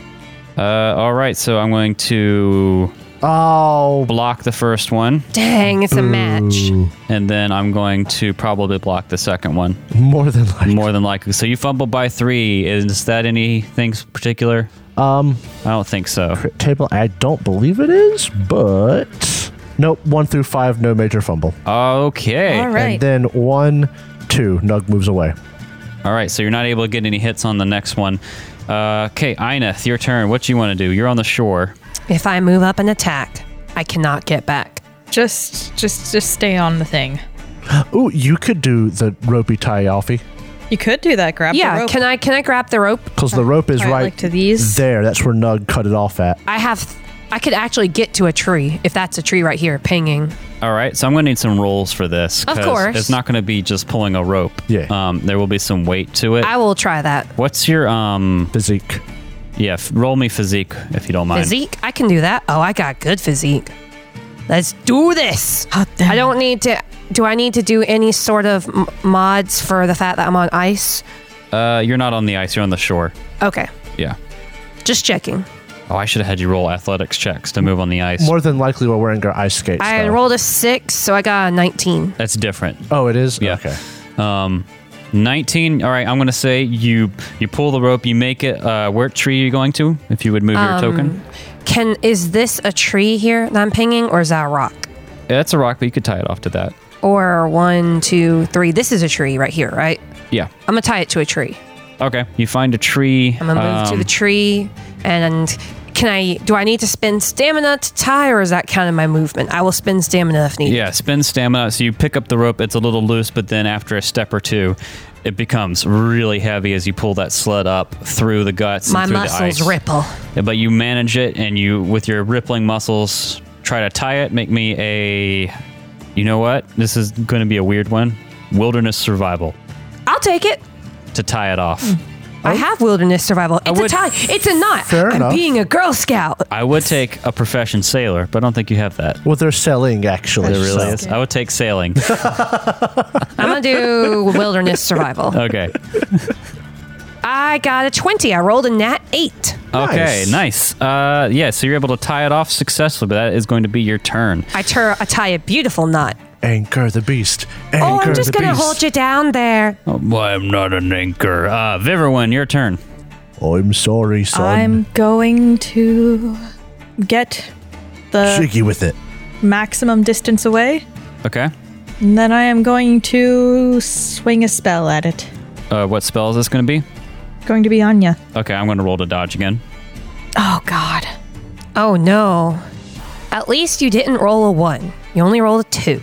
[SPEAKER 3] Uh, all right, so I'm going to
[SPEAKER 2] oh
[SPEAKER 3] block the first one,
[SPEAKER 6] Dang, it's a match.
[SPEAKER 3] and then I'm going to probably block the second one.
[SPEAKER 2] more than like
[SPEAKER 3] More than likely. So you fumble by three. Is that anything particular?
[SPEAKER 2] um
[SPEAKER 3] I don't think so.
[SPEAKER 2] crit table i don't believe it is but nope 1 through 5 no major fumble
[SPEAKER 3] Okay.
[SPEAKER 4] All right.
[SPEAKER 2] and then 1 2 nug moves away
[SPEAKER 3] All right, so you're not able to get any hits on the next one. Uh, okay, Ineth, your turn. What do you want to do? You're on the shore.
[SPEAKER 6] If I move up and attack, I cannot get back.
[SPEAKER 4] Just, just, just stay on the thing.
[SPEAKER 2] ooh you could do the ropey tie alfie
[SPEAKER 4] You could do that. Grab the
[SPEAKER 6] Yeah,
[SPEAKER 4] rope.
[SPEAKER 6] can I can I grab the rope?
[SPEAKER 2] because the rope is
[SPEAKER 4] All right,
[SPEAKER 2] right
[SPEAKER 4] like to these?
[SPEAKER 2] there that's where nug cut it off at
[SPEAKER 6] I have I could actually get to a tree if that's a tree right here pinging.
[SPEAKER 3] All right, so I'm going to need some rolls for this.
[SPEAKER 6] Of
[SPEAKER 3] 'cause
[SPEAKER 6] course.
[SPEAKER 3] It's not going to be just pulling a rope.
[SPEAKER 2] Yeah.
[SPEAKER 3] Um, there will be some weight to it.
[SPEAKER 6] I will try that.
[SPEAKER 3] What's your um?
[SPEAKER 2] physique
[SPEAKER 3] Yeah, f- roll me physique if you don't mind.
[SPEAKER 6] Physique? I can do that. Oh, I got good physique. Let's do this. I don't need to. Do I need to do any sort of m- mods for the fact that I'm on ice?
[SPEAKER 3] Uh, you're not on the ice. You're on the shore.
[SPEAKER 6] Okay,
[SPEAKER 3] Yeah.
[SPEAKER 6] just checking.
[SPEAKER 3] Oh, I should have had you roll athletics checks to move on the ice.
[SPEAKER 2] more than likely we're wearing our ice skates
[SPEAKER 6] I
[SPEAKER 2] though.
[SPEAKER 6] rolled a six, so I got a 19.
[SPEAKER 3] That's different.
[SPEAKER 2] oh it is
[SPEAKER 3] Yeah.
[SPEAKER 2] okay
[SPEAKER 3] Um, 19. All right, I'm going to say you you pull the rope, you make it. Uh, where tree are you going to? If you would move
[SPEAKER 6] Um,
[SPEAKER 3] your token.
[SPEAKER 6] Can is this a tree here that I'm pinging, or is that a rock?
[SPEAKER 3] Yeah, that's a rock, but you could tie it off to that.
[SPEAKER 6] Or one, two, three. This is a tree right here, right?
[SPEAKER 3] Yeah.
[SPEAKER 6] I'm gonna tie it to a tree.
[SPEAKER 3] Okay. You find a tree.
[SPEAKER 6] I'm gonna move to
[SPEAKER 3] um,
[SPEAKER 6] the tree, and can I? Do I need to spend stamina to tie, or is that kind of my movement? I will spend stamina if needed.
[SPEAKER 3] Yeah, spin stamina. So you pick up the rope, it's a little loose, but then after a step or two, it becomes really heavy as you pull that sled up through the guts.
[SPEAKER 6] My
[SPEAKER 3] and through
[SPEAKER 6] muscles
[SPEAKER 3] the ice.
[SPEAKER 6] ripple.
[SPEAKER 3] Yeah, But you manage it and you, with your rippling muscles, try to tie it. Make me a. You know what? This is going to be a weird one. Wilderness survival
[SPEAKER 6] I'll take it.
[SPEAKER 3] to tie it off.
[SPEAKER 6] I have wilderness survival. It's a
[SPEAKER 3] would-
[SPEAKER 6] tie. It's a knot.
[SPEAKER 2] Oh. Fair
[SPEAKER 6] I'm
[SPEAKER 2] enough.
[SPEAKER 6] being a Girl Scout.
[SPEAKER 3] I would take a profession sailor, but I don't think you have that.
[SPEAKER 2] Well, they're selling actually.
[SPEAKER 3] There really
[SPEAKER 2] so-
[SPEAKER 3] is. I would take sailing.
[SPEAKER 6] I'm
[SPEAKER 2] (laughs)
[SPEAKER 6] gonna do wilderness survival.
[SPEAKER 3] Okay.
[SPEAKER 6] I got a 20. I rolled a nat eight.
[SPEAKER 3] Okay,
[SPEAKER 2] Nice.
[SPEAKER 3] nice. Uh, yeah, so you're able to tie it off successfully, but that is going to be your turn.
[SPEAKER 6] I, tur- I tie a beautiful knot.
[SPEAKER 2] Anchor the beast. Anchor
[SPEAKER 6] Oh, I'm just
[SPEAKER 2] the
[SPEAKER 6] gonna
[SPEAKER 2] beast.
[SPEAKER 6] hold you down there.
[SPEAKER 3] Oh, why I'm not an anchor. Uh, Viverwin, your turn.
[SPEAKER 2] I'm sorry, son.
[SPEAKER 4] I'm going to get the uh,
[SPEAKER 2] Shiggy with it.
[SPEAKER 4] maximum distance away,
[SPEAKER 3] Okay.
[SPEAKER 4] and then I am going to swing a spell at it.
[SPEAKER 3] Uh, what spell is this going to be?
[SPEAKER 4] Going to be Anya.
[SPEAKER 3] Okay, I'm going to roll to dodge again.
[SPEAKER 6] Oh, God. Oh, no. At least you didn't roll a one. You only rolled a two.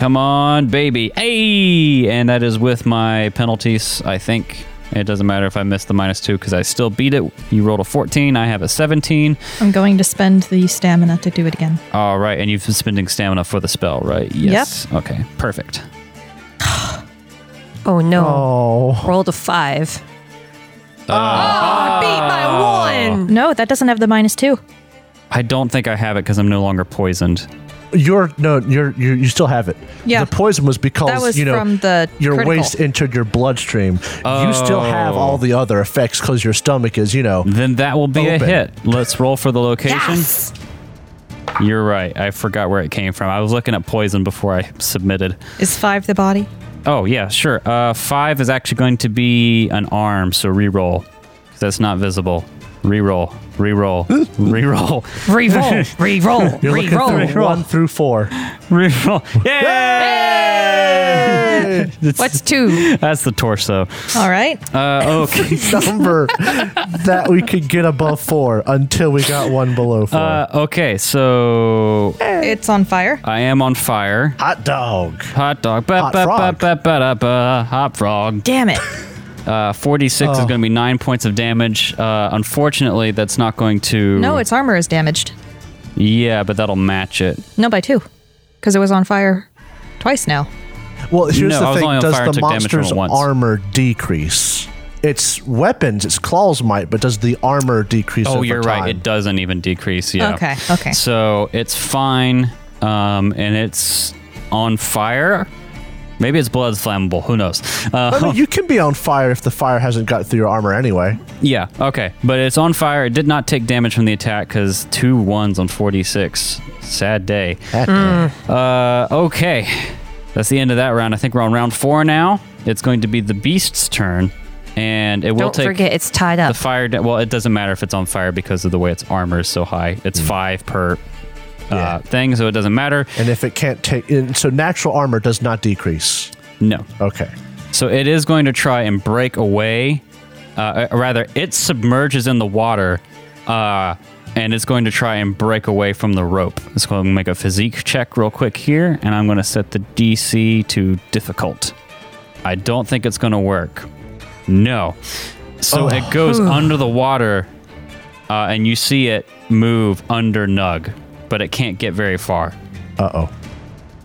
[SPEAKER 3] Come on, baby. Hey! And that is with my penalties, I think. It doesn't matter if I miss the minus two because I still beat it. You rolled a 14. I have a 17.
[SPEAKER 4] I'm going to spend the stamina to do it again.
[SPEAKER 3] All right. And you've been spending stamina for the spell, right? Yes. Yep. Okay. Perfect.
[SPEAKER 6] Oh, no.
[SPEAKER 2] Oh, Ah.
[SPEAKER 6] Rolled a five. Oh, beat by one.
[SPEAKER 4] No, that doesn't have the minus two.
[SPEAKER 3] I don't think I have it because I'm no longer poisoned.
[SPEAKER 2] you're no, you're, you you still have it.
[SPEAKER 4] Yeah.
[SPEAKER 2] the poison was because
[SPEAKER 4] That was
[SPEAKER 2] you know
[SPEAKER 4] from the
[SPEAKER 2] your
[SPEAKER 4] critical.
[SPEAKER 2] waste entered your bloodstream. You still have
[SPEAKER 3] Oh.
[SPEAKER 2] all the other effects because your stomach is you know
[SPEAKER 3] Then that will be a
[SPEAKER 2] Open.
[SPEAKER 3] hit. Let's roll for the location.
[SPEAKER 6] Yes.
[SPEAKER 3] You're right. I forgot where it came from. I was looking at poison before I submitted.
[SPEAKER 4] Is five the body?
[SPEAKER 3] Oh yeah, sure. Uh, five is actually going to be an arm, so reroll. 'Cause That's not visible. Reroll, reroll, reroll, (laughs)
[SPEAKER 6] Reroll, reroll,
[SPEAKER 2] (laughs) you're looking
[SPEAKER 6] reroll.
[SPEAKER 2] through one through four. (laughs)
[SPEAKER 3] reroll. Yay!
[SPEAKER 6] What's two?
[SPEAKER 3] That's the torso.
[SPEAKER 4] All right.
[SPEAKER 2] (laughs)
[SPEAKER 3] Uh, okay.
[SPEAKER 2] number that we could get above four until we got one below four.
[SPEAKER 3] Uh, okay. So
[SPEAKER 4] It's on fire.
[SPEAKER 3] I am on fire.
[SPEAKER 2] Hot dog.
[SPEAKER 3] Hot dog. Ba,
[SPEAKER 2] Hot
[SPEAKER 3] ba,
[SPEAKER 2] frog.
[SPEAKER 3] Ba, ba, ba, da, ba, hot frog.
[SPEAKER 4] Damn it.
[SPEAKER 3] Uh, Forty-six
[SPEAKER 2] Oh.
[SPEAKER 3] is going to be nine points of damage. Uh, unfortunately, that's not going to.
[SPEAKER 4] No, its armor is damaged.
[SPEAKER 3] Yeah, but that'll match it.
[SPEAKER 4] No, by two. Because it was on fire twice now.
[SPEAKER 2] Well, here's
[SPEAKER 3] No,
[SPEAKER 2] the
[SPEAKER 3] I was only
[SPEAKER 2] thing:
[SPEAKER 3] on fire,
[SPEAKER 2] does the
[SPEAKER 3] took damage from it
[SPEAKER 2] monster's
[SPEAKER 3] once.
[SPEAKER 2] armor decrease? Its weapons, its claws might, but does the armor decrease?
[SPEAKER 3] Oh,
[SPEAKER 2] over
[SPEAKER 3] you're right.
[SPEAKER 2] time?
[SPEAKER 3] It doesn't even decrease. Yeah.
[SPEAKER 4] Okay, okay.
[SPEAKER 3] So it's fine, um, and it's on fire. Maybe its blood's flammable. Who knows? Uh,
[SPEAKER 2] I mean, you can be on fire if the fire hasn't got through your armor anyway.
[SPEAKER 3] (laughs) yeah. Okay. But it's on fire. It did not take damage from the attack because two ones on 46. Sad day.
[SPEAKER 2] That-
[SPEAKER 4] Hmm.
[SPEAKER 3] Uh, okay. That's the end of that round. I think we're on round four now. It's going to be the beast's turn, and it will
[SPEAKER 6] Don't
[SPEAKER 3] take.
[SPEAKER 6] forget, it's tied
[SPEAKER 3] The
[SPEAKER 6] up.
[SPEAKER 3] fire, da- well, it doesn't matter if it's on fire because of the way its armor is so high. It's five per uh,
[SPEAKER 2] Yeah.
[SPEAKER 3] thing, so it doesn't matter.
[SPEAKER 2] And if it can't take, and so natural armor does not decrease.
[SPEAKER 3] No.
[SPEAKER 2] Okay.
[SPEAKER 3] So it is going to try and break away. Uh, or rather, it submerges in the water uh, and it's going to try and break away from the rope. It's going to make a physique check real quick here, and I'm going to set the DC to difficult. I don't think it's going to work. No. So it goes under the water uh, and you see it move under Nug, but it can't get very far.
[SPEAKER 2] Uh oh.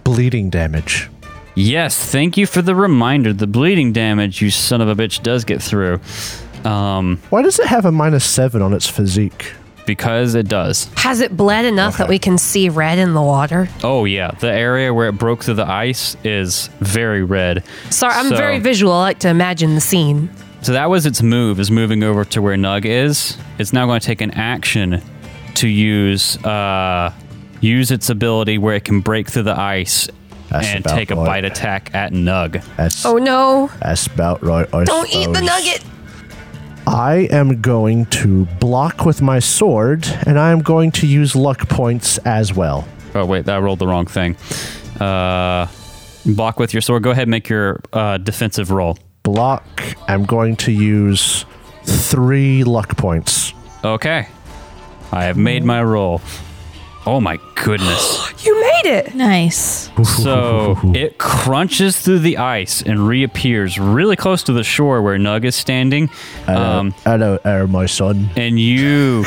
[SPEAKER 2] Bleeding damage.
[SPEAKER 3] Yes, thank you for the reminder. The bleeding damage, you son of a bitch, does get through. Um,
[SPEAKER 2] Why does it have a minus seven on its physique?
[SPEAKER 3] because it does.
[SPEAKER 6] Has it bled enough that we can see red in the water?
[SPEAKER 3] Oh, yeah. The area where it broke through the ice is very red.
[SPEAKER 6] Sorry, I'm
[SPEAKER 3] So-
[SPEAKER 6] very visual. I like to imagine the scene.
[SPEAKER 3] So that was its move, is moving over to where Nug is. It's now going to take an action to use uh, use its ability where it can break through the ice
[SPEAKER 2] That's
[SPEAKER 3] and
[SPEAKER 2] about
[SPEAKER 3] take a
[SPEAKER 2] right.
[SPEAKER 3] bite attack at Nug.
[SPEAKER 2] That's
[SPEAKER 6] Oh no!
[SPEAKER 2] that's about right. I
[SPEAKER 6] Don't eat the
[SPEAKER 2] suppose.
[SPEAKER 3] Oh,
[SPEAKER 6] nugget.
[SPEAKER 2] I am going to block with my sword, and I am going to use luck points as well.
[SPEAKER 3] Oh wait, I rolled the wrong thing. Uh, block with your sword. Go ahead, and make your uh, defensive roll.
[SPEAKER 2] Block. I'm going to use three luck points.
[SPEAKER 3] Okay, I have made my roll. Oh my goodness!
[SPEAKER 6] You made it.
[SPEAKER 4] Nice.
[SPEAKER 3] so it crunches through the ice and reappears really close to the shore where Nug is standing. Um,
[SPEAKER 2] Hello, air, my son.
[SPEAKER 3] and you,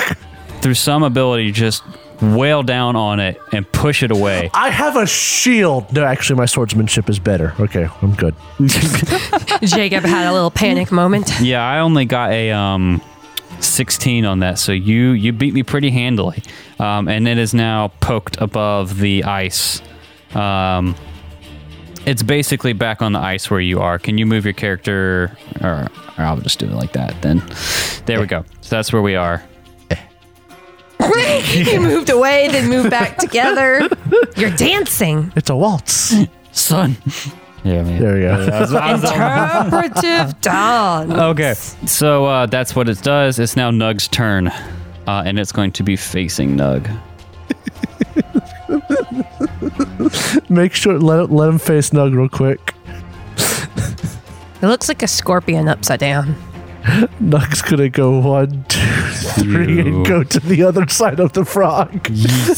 [SPEAKER 3] through some ability, just wail down on it and push it away.
[SPEAKER 2] I have a shield. No, actually, my swordsmanship is better. Okay, I'm good.
[SPEAKER 6] (laughs) Jacob had a little (laughs) panic moment.
[SPEAKER 3] Yeah, I only got a um, 16 on that, so you you beat me pretty handily. Um, and it is now poked above the ice. Um, it's basically back on the ice where you are. Can you move your character? Or, or I'll just do it like that then. There we go. So that's where we are.
[SPEAKER 6] you moved away, then moved back together. (laughs) You're dancing.
[SPEAKER 2] It's a waltz.
[SPEAKER 3] Son. (laughs) Yeah, man.
[SPEAKER 2] There we (laughs) go.
[SPEAKER 3] (laughs)
[SPEAKER 6] Interpretive dance.
[SPEAKER 3] Okay, so uh, that's what it does. It's now Nug's turn, uh, and it's going to be facing Nug.
[SPEAKER 2] Make sure let it, let him face Nug real quick.
[SPEAKER 6] It looks like a scorpion upside down.
[SPEAKER 2] Nug's gonna go one, two, three,
[SPEAKER 3] You.
[SPEAKER 2] and go to the other side of the frog.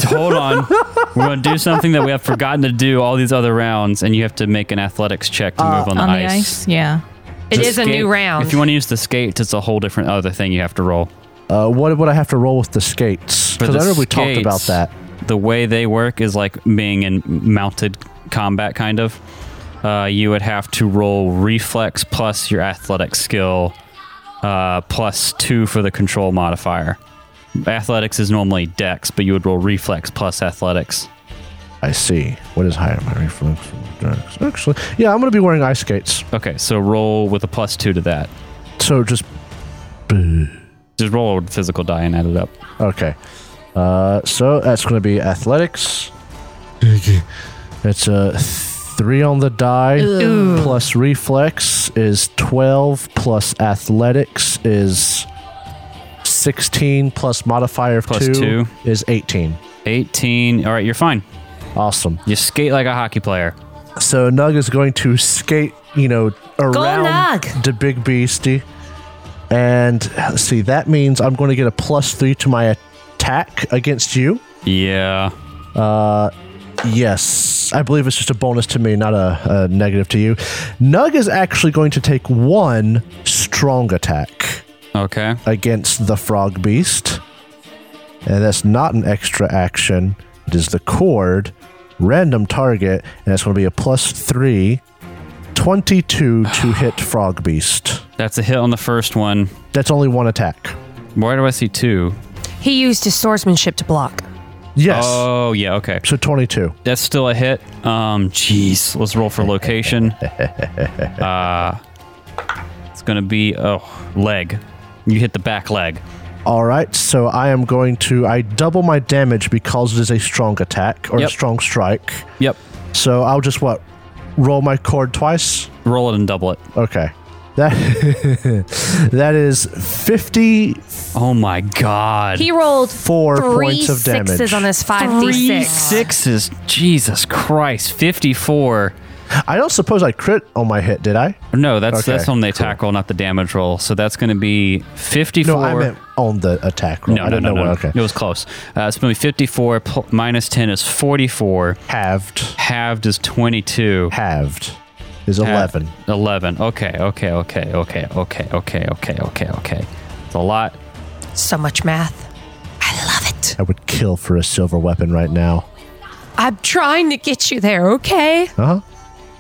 [SPEAKER 3] Hold on. We're going to do something that we have forgotten to do all these other rounds, and you have to make an athletics check to
[SPEAKER 6] Uh,
[SPEAKER 3] move on,
[SPEAKER 4] on the ice. Yeah.
[SPEAKER 6] It
[SPEAKER 3] The
[SPEAKER 6] is a
[SPEAKER 3] skate-
[SPEAKER 6] new round.
[SPEAKER 3] If you want to use the skates, it's a whole different other thing you have to roll.
[SPEAKER 2] Uh, what would I have to roll with the skates?
[SPEAKER 3] For
[SPEAKER 2] Because
[SPEAKER 3] the
[SPEAKER 2] I know we talked
[SPEAKER 3] skates,
[SPEAKER 2] about that.
[SPEAKER 3] The way they work is like being in mounted combat, kind of. Uh, you would have to roll reflex plus your athletic skill uh, plus two for the control modifier. Athletics is normally dex, but you would roll reflex plus athletics.
[SPEAKER 2] I see. What is higher? My reflex. reflex. Actually, yeah, I'm gonna be wearing ice skates.
[SPEAKER 3] Okay, so roll with a plus two to that.
[SPEAKER 2] So just
[SPEAKER 3] Just roll a physical die and add it up.
[SPEAKER 2] okay. Uh, so that's gonna be athletics. It's a three on the die plus reflex is twelve plus athletics is sixteen plus modifier of
[SPEAKER 3] Plus two.
[SPEAKER 2] is eighteen.
[SPEAKER 3] 18. All right, you're fine.
[SPEAKER 2] Awesome.
[SPEAKER 3] You skate like a hockey player.
[SPEAKER 2] So Nug is going to skate, you know, around
[SPEAKER 6] Nug!
[SPEAKER 2] the big beastie. And let's see, that means I'm going to get a plus three to my attack against you.
[SPEAKER 3] Yeah.
[SPEAKER 2] Yes, I believe it's just a bonus to me, not a, a negative to you. Nug is actually going to take one strong attack
[SPEAKER 3] Okay.
[SPEAKER 2] against the frog beast. And that's not an extra action. It is the cord, random target, and that's going to be a plus three, 22 to hit frog beast.
[SPEAKER 3] That's a hit on the first one.
[SPEAKER 2] That's only one attack.
[SPEAKER 3] Why do I see two?
[SPEAKER 6] He used his swordsmanship to block.
[SPEAKER 2] Yes.
[SPEAKER 3] Oh, yeah, okay.
[SPEAKER 2] so 22.
[SPEAKER 3] That's still a hit. Um, jeez, let's roll for location. Uh, it's gonna be oh leg. You hit the back leg.
[SPEAKER 2] All right. So I am going to, I double my damage because it is a strong attack or
[SPEAKER 3] Yep.
[SPEAKER 2] a strong strike.
[SPEAKER 3] Yep.
[SPEAKER 2] So I'll just what? Roll my cord twice?
[SPEAKER 3] Roll it and double it.
[SPEAKER 2] Okay. That, (laughs) that is 50
[SPEAKER 3] Oh my god.
[SPEAKER 6] He rolled
[SPEAKER 2] Four
[SPEAKER 6] three
[SPEAKER 2] points of damage.
[SPEAKER 6] sixes on his five d
[SPEAKER 3] Three
[SPEAKER 6] six.
[SPEAKER 3] sixes. Jesus Christ. Fifty-four.
[SPEAKER 2] I don't suppose I crit on my hit, did I?
[SPEAKER 3] No, that's
[SPEAKER 2] Okay,
[SPEAKER 3] that's on the
[SPEAKER 2] cool.
[SPEAKER 3] attack roll, not the damage roll. So that's gonna be fifty-four.
[SPEAKER 2] No, I meant on the attack roll.
[SPEAKER 3] no,
[SPEAKER 2] I
[SPEAKER 3] no,
[SPEAKER 2] don't
[SPEAKER 3] no,
[SPEAKER 2] know
[SPEAKER 3] no.
[SPEAKER 2] what. Okay.
[SPEAKER 3] It was close. Uh, it's going to be 54 pl- minus 10 is 44.
[SPEAKER 2] Halved.
[SPEAKER 3] Halved is 22.
[SPEAKER 2] Halved is
[SPEAKER 3] Half-
[SPEAKER 2] 11.
[SPEAKER 3] 11. Okay, okay, okay, okay, okay, okay, okay, okay, okay. It's a lot.
[SPEAKER 6] So much math. I love it.
[SPEAKER 2] I would kill for a silver weapon right now.
[SPEAKER 6] I'm trying to get you there, okay?
[SPEAKER 2] Uh huh.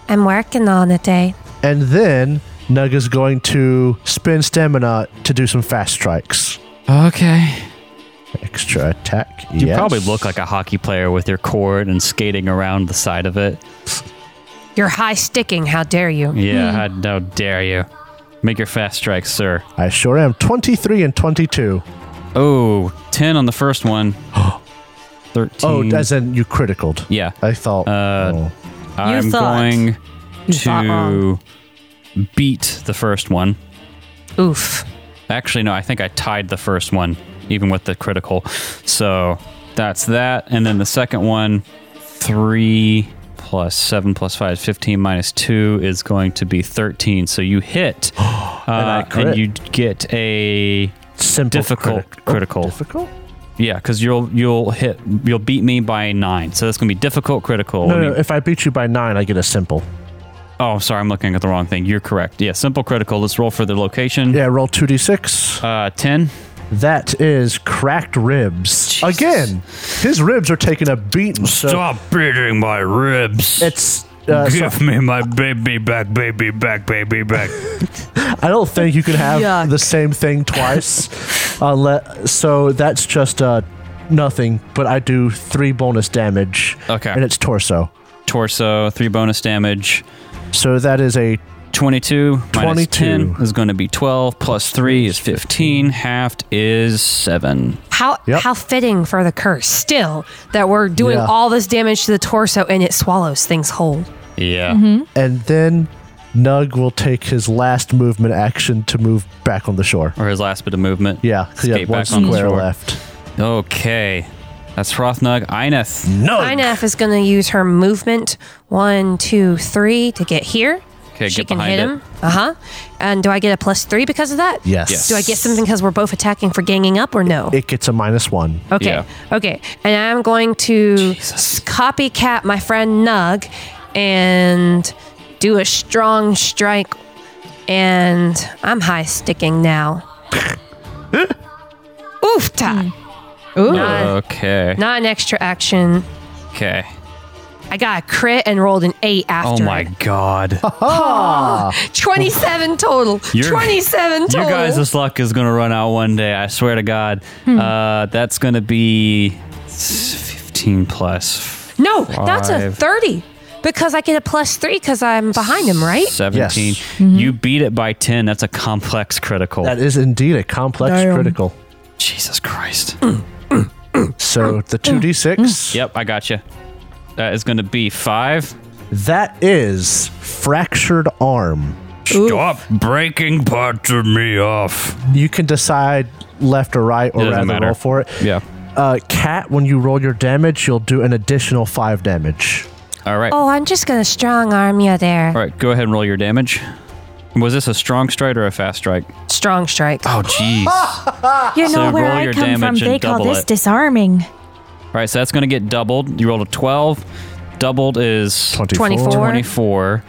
[SPEAKER 6] I'm working on it, eh?
[SPEAKER 2] And then Nug is going to spend stamina to do some fast strikes.
[SPEAKER 3] Okay.
[SPEAKER 2] Extra attack.
[SPEAKER 3] You
[SPEAKER 2] yes.
[SPEAKER 3] probably look like a hockey player with your cord and skating around the side of it.
[SPEAKER 6] You're high sticking. How dare you?
[SPEAKER 3] Yeah, I, how dare you. Make your fast strike, sir.
[SPEAKER 2] I sure am. 23 and 22.
[SPEAKER 3] Oh, 10 on the
[SPEAKER 2] (gasps)
[SPEAKER 3] first one. 13.
[SPEAKER 2] Oh, as in you criticaled.
[SPEAKER 3] Yeah.
[SPEAKER 2] I thought.
[SPEAKER 3] Uh,
[SPEAKER 2] oh.
[SPEAKER 3] I'm
[SPEAKER 6] thought.
[SPEAKER 3] going
[SPEAKER 6] thought
[SPEAKER 3] to
[SPEAKER 6] wrong.
[SPEAKER 3] beat the first one.
[SPEAKER 6] Oof.
[SPEAKER 3] Actually, no, I think I tied the first one, even with the critical. So that's that. And then the second one, three plus seven plus five is 15 minus two is going to be 13. So
[SPEAKER 2] (gasps)
[SPEAKER 3] you hit. uh, and,
[SPEAKER 2] crit.
[SPEAKER 3] you get a.
[SPEAKER 2] Simple
[SPEAKER 3] difficult
[SPEAKER 2] critic-
[SPEAKER 3] critical.
[SPEAKER 2] Oh, difficult?
[SPEAKER 3] Yeah, because you'll you'll hit you'll beat me by nine, so that's gonna be difficult critical.
[SPEAKER 2] No,
[SPEAKER 3] Let me-
[SPEAKER 2] no, if I beat you by nine, I get a simple.
[SPEAKER 3] oh, sorry, I'm looking at the wrong thing. You're correct. Yeah, simple critical. Let's roll for the location.
[SPEAKER 2] Yeah, roll 2d6.
[SPEAKER 3] Uh, ten.
[SPEAKER 2] That is cracked ribs. Again, his ribs are taking a beating. So
[SPEAKER 3] beating my ribs.
[SPEAKER 2] It's. Uh, so
[SPEAKER 3] me my baby back, baby back, baby back.
[SPEAKER 2] I don't think you can have
[SPEAKER 4] Yuck.
[SPEAKER 2] the same thing
[SPEAKER 3] (laughs)
[SPEAKER 2] twice. uh, le- so that's just uh, nothing, but I do three bonus damage.
[SPEAKER 3] Okay.
[SPEAKER 2] And it's torso.
[SPEAKER 3] Torso, three bonus damage.
[SPEAKER 2] So that is a.
[SPEAKER 3] 22, minus 10
[SPEAKER 2] 22.
[SPEAKER 3] is going to be 12, plus 3 is 15, halved is 7.
[SPEAKER 6] How
[SPEAKER 2] Yep.
[SPEAKER 6] how fitting for the curse. Still, that we're doing
[SPEAKER 2] Yeah.
[SPEAKER 6] all this damage to the torso and it swallows things whole.
[SPEAKER 3] Yeah.
[SPEAKER 2] And then Nug will take his last movement action to move back on the shore.
[SPEAKER 3] Or his last bit of movement.
[SPEAKER 2] Yeah, 'cause he had
[SPEAKER 3] Skate
[SPEAKER 2] one
[SPEAKER 3] back on the
[SPEAKER 2] square
[SPEAKER 3] shore.
[SPEAKER 2] left.
[SPEAKER 3] Okay. That's Frothnug Ineth.
[SPEAKER 2] No.
[SPEAKER 6] Inef is going to use her movement one, two, three to get here.
[SPEAKER 3] Okay,
[SPEAKER 6] she
[SPEAKER 3] get
[SPEAKER 6] can
[SPEAKER 3] behind
[SPEAKER 6] hit
[SPEAKER 3] it.
[SPEAKER 6] him. Uh huh. And do I get a plus three because of that?
[SPEAKER 2] Yes.
[SPEAKER 3] Yes.
[SPEAKER 6] Do I get something because we're both attacking for ganging up or no?
[SPEAKER 2] It gets a minus one.
[SPEAKER 6] Okay.
[SPEAKER 3] Yeah.
[SPEAKER 6] Okay. And I'm going to s- copycat my friend Nug and do a strong strike. And I'm high sticking
[SPEAKER 3] (laughs)
[SPEAKER 6] now. Oof, ta.
[SPEAKER 4] Ooh.
[SPEAKER 3] Okay.
[SPEAKER 6] Not an extra action.
[SPEAKER 3] Okay.
[SPEAKER 6] I got a crit and rolled an eight
[SPEAKER 3] Oh
[SPEAKER 6] after.
[SPEAKER 3] my
[SPEAKER 2] (laughs)
[SPEAKER 6] it.
[SPEAKER 3] god. (laughs)
[SPEAKER 6] 27 total.
[SPEAKER 3] Your-
[SPEAKER 6] 27 total.
[SPEAKER 3] Your guys' luck is going to run out one day. I swear to God. Uh, that's going to be s- 15 plus
[SPEAKER 6] no, that's a
[SPEAKER 3] Five.
[SPEAKER 6] 30 because I get a plus three because I'm behind him, right?
[SPEAKER 3] 17.
[SPEAKER 2] Yes.
[SPEAKER 3] You beat it by 10. That's a complex critical.
[SPEAKER 2] That is indeed a complex
[SPEAKER 4] Damn.
[SPEAKER 2] critical.
[SPEAKER 3] Jesus Christ.
[SPEAKER 2] Mm. So the 2d6.
[SPEAKER 3] Yep, I got you. That is going to be 5.
[SPEAKER 2] That is fractured arm.
[SPEAKER 3] Stop breaking parts of me off.
[SPEAKER 2] You can decide left or right
[SPEAKER 3] It
[SPEAKER 2] or
[SPEAKER 3] doesn't
[SPEAKER 2] rather
[SPEAKER 3] matter.
[SPEAKER 2] roll for it.
[SPEAKER 3] Yeah.
[SPEAKER 2] Uh, cat, when you roll your damage, you'll do an additional five damage.
[SPEAKER 3] All right.
[SPEAKER 6] Oh, I'm just going to strong arm you there.
[SPEAKER 3] All right, go ahead and roll your damage. Was this a strong strike or a fast strike?
[SPEAKER 6] Strong strike.
[SPEAKER 3] Oh, jeez. All
[SPEAKER 4] You
[SPEAKER 3] So know where roll I your come from, damage and they call double this it.
[SPEAKER 4] disarming.
[SPEAKER 3] right, so that's going to get doubled. You rolled a 12. Doubled is
[SPEAKER 6] 24.
[SPEAKER 3] 24.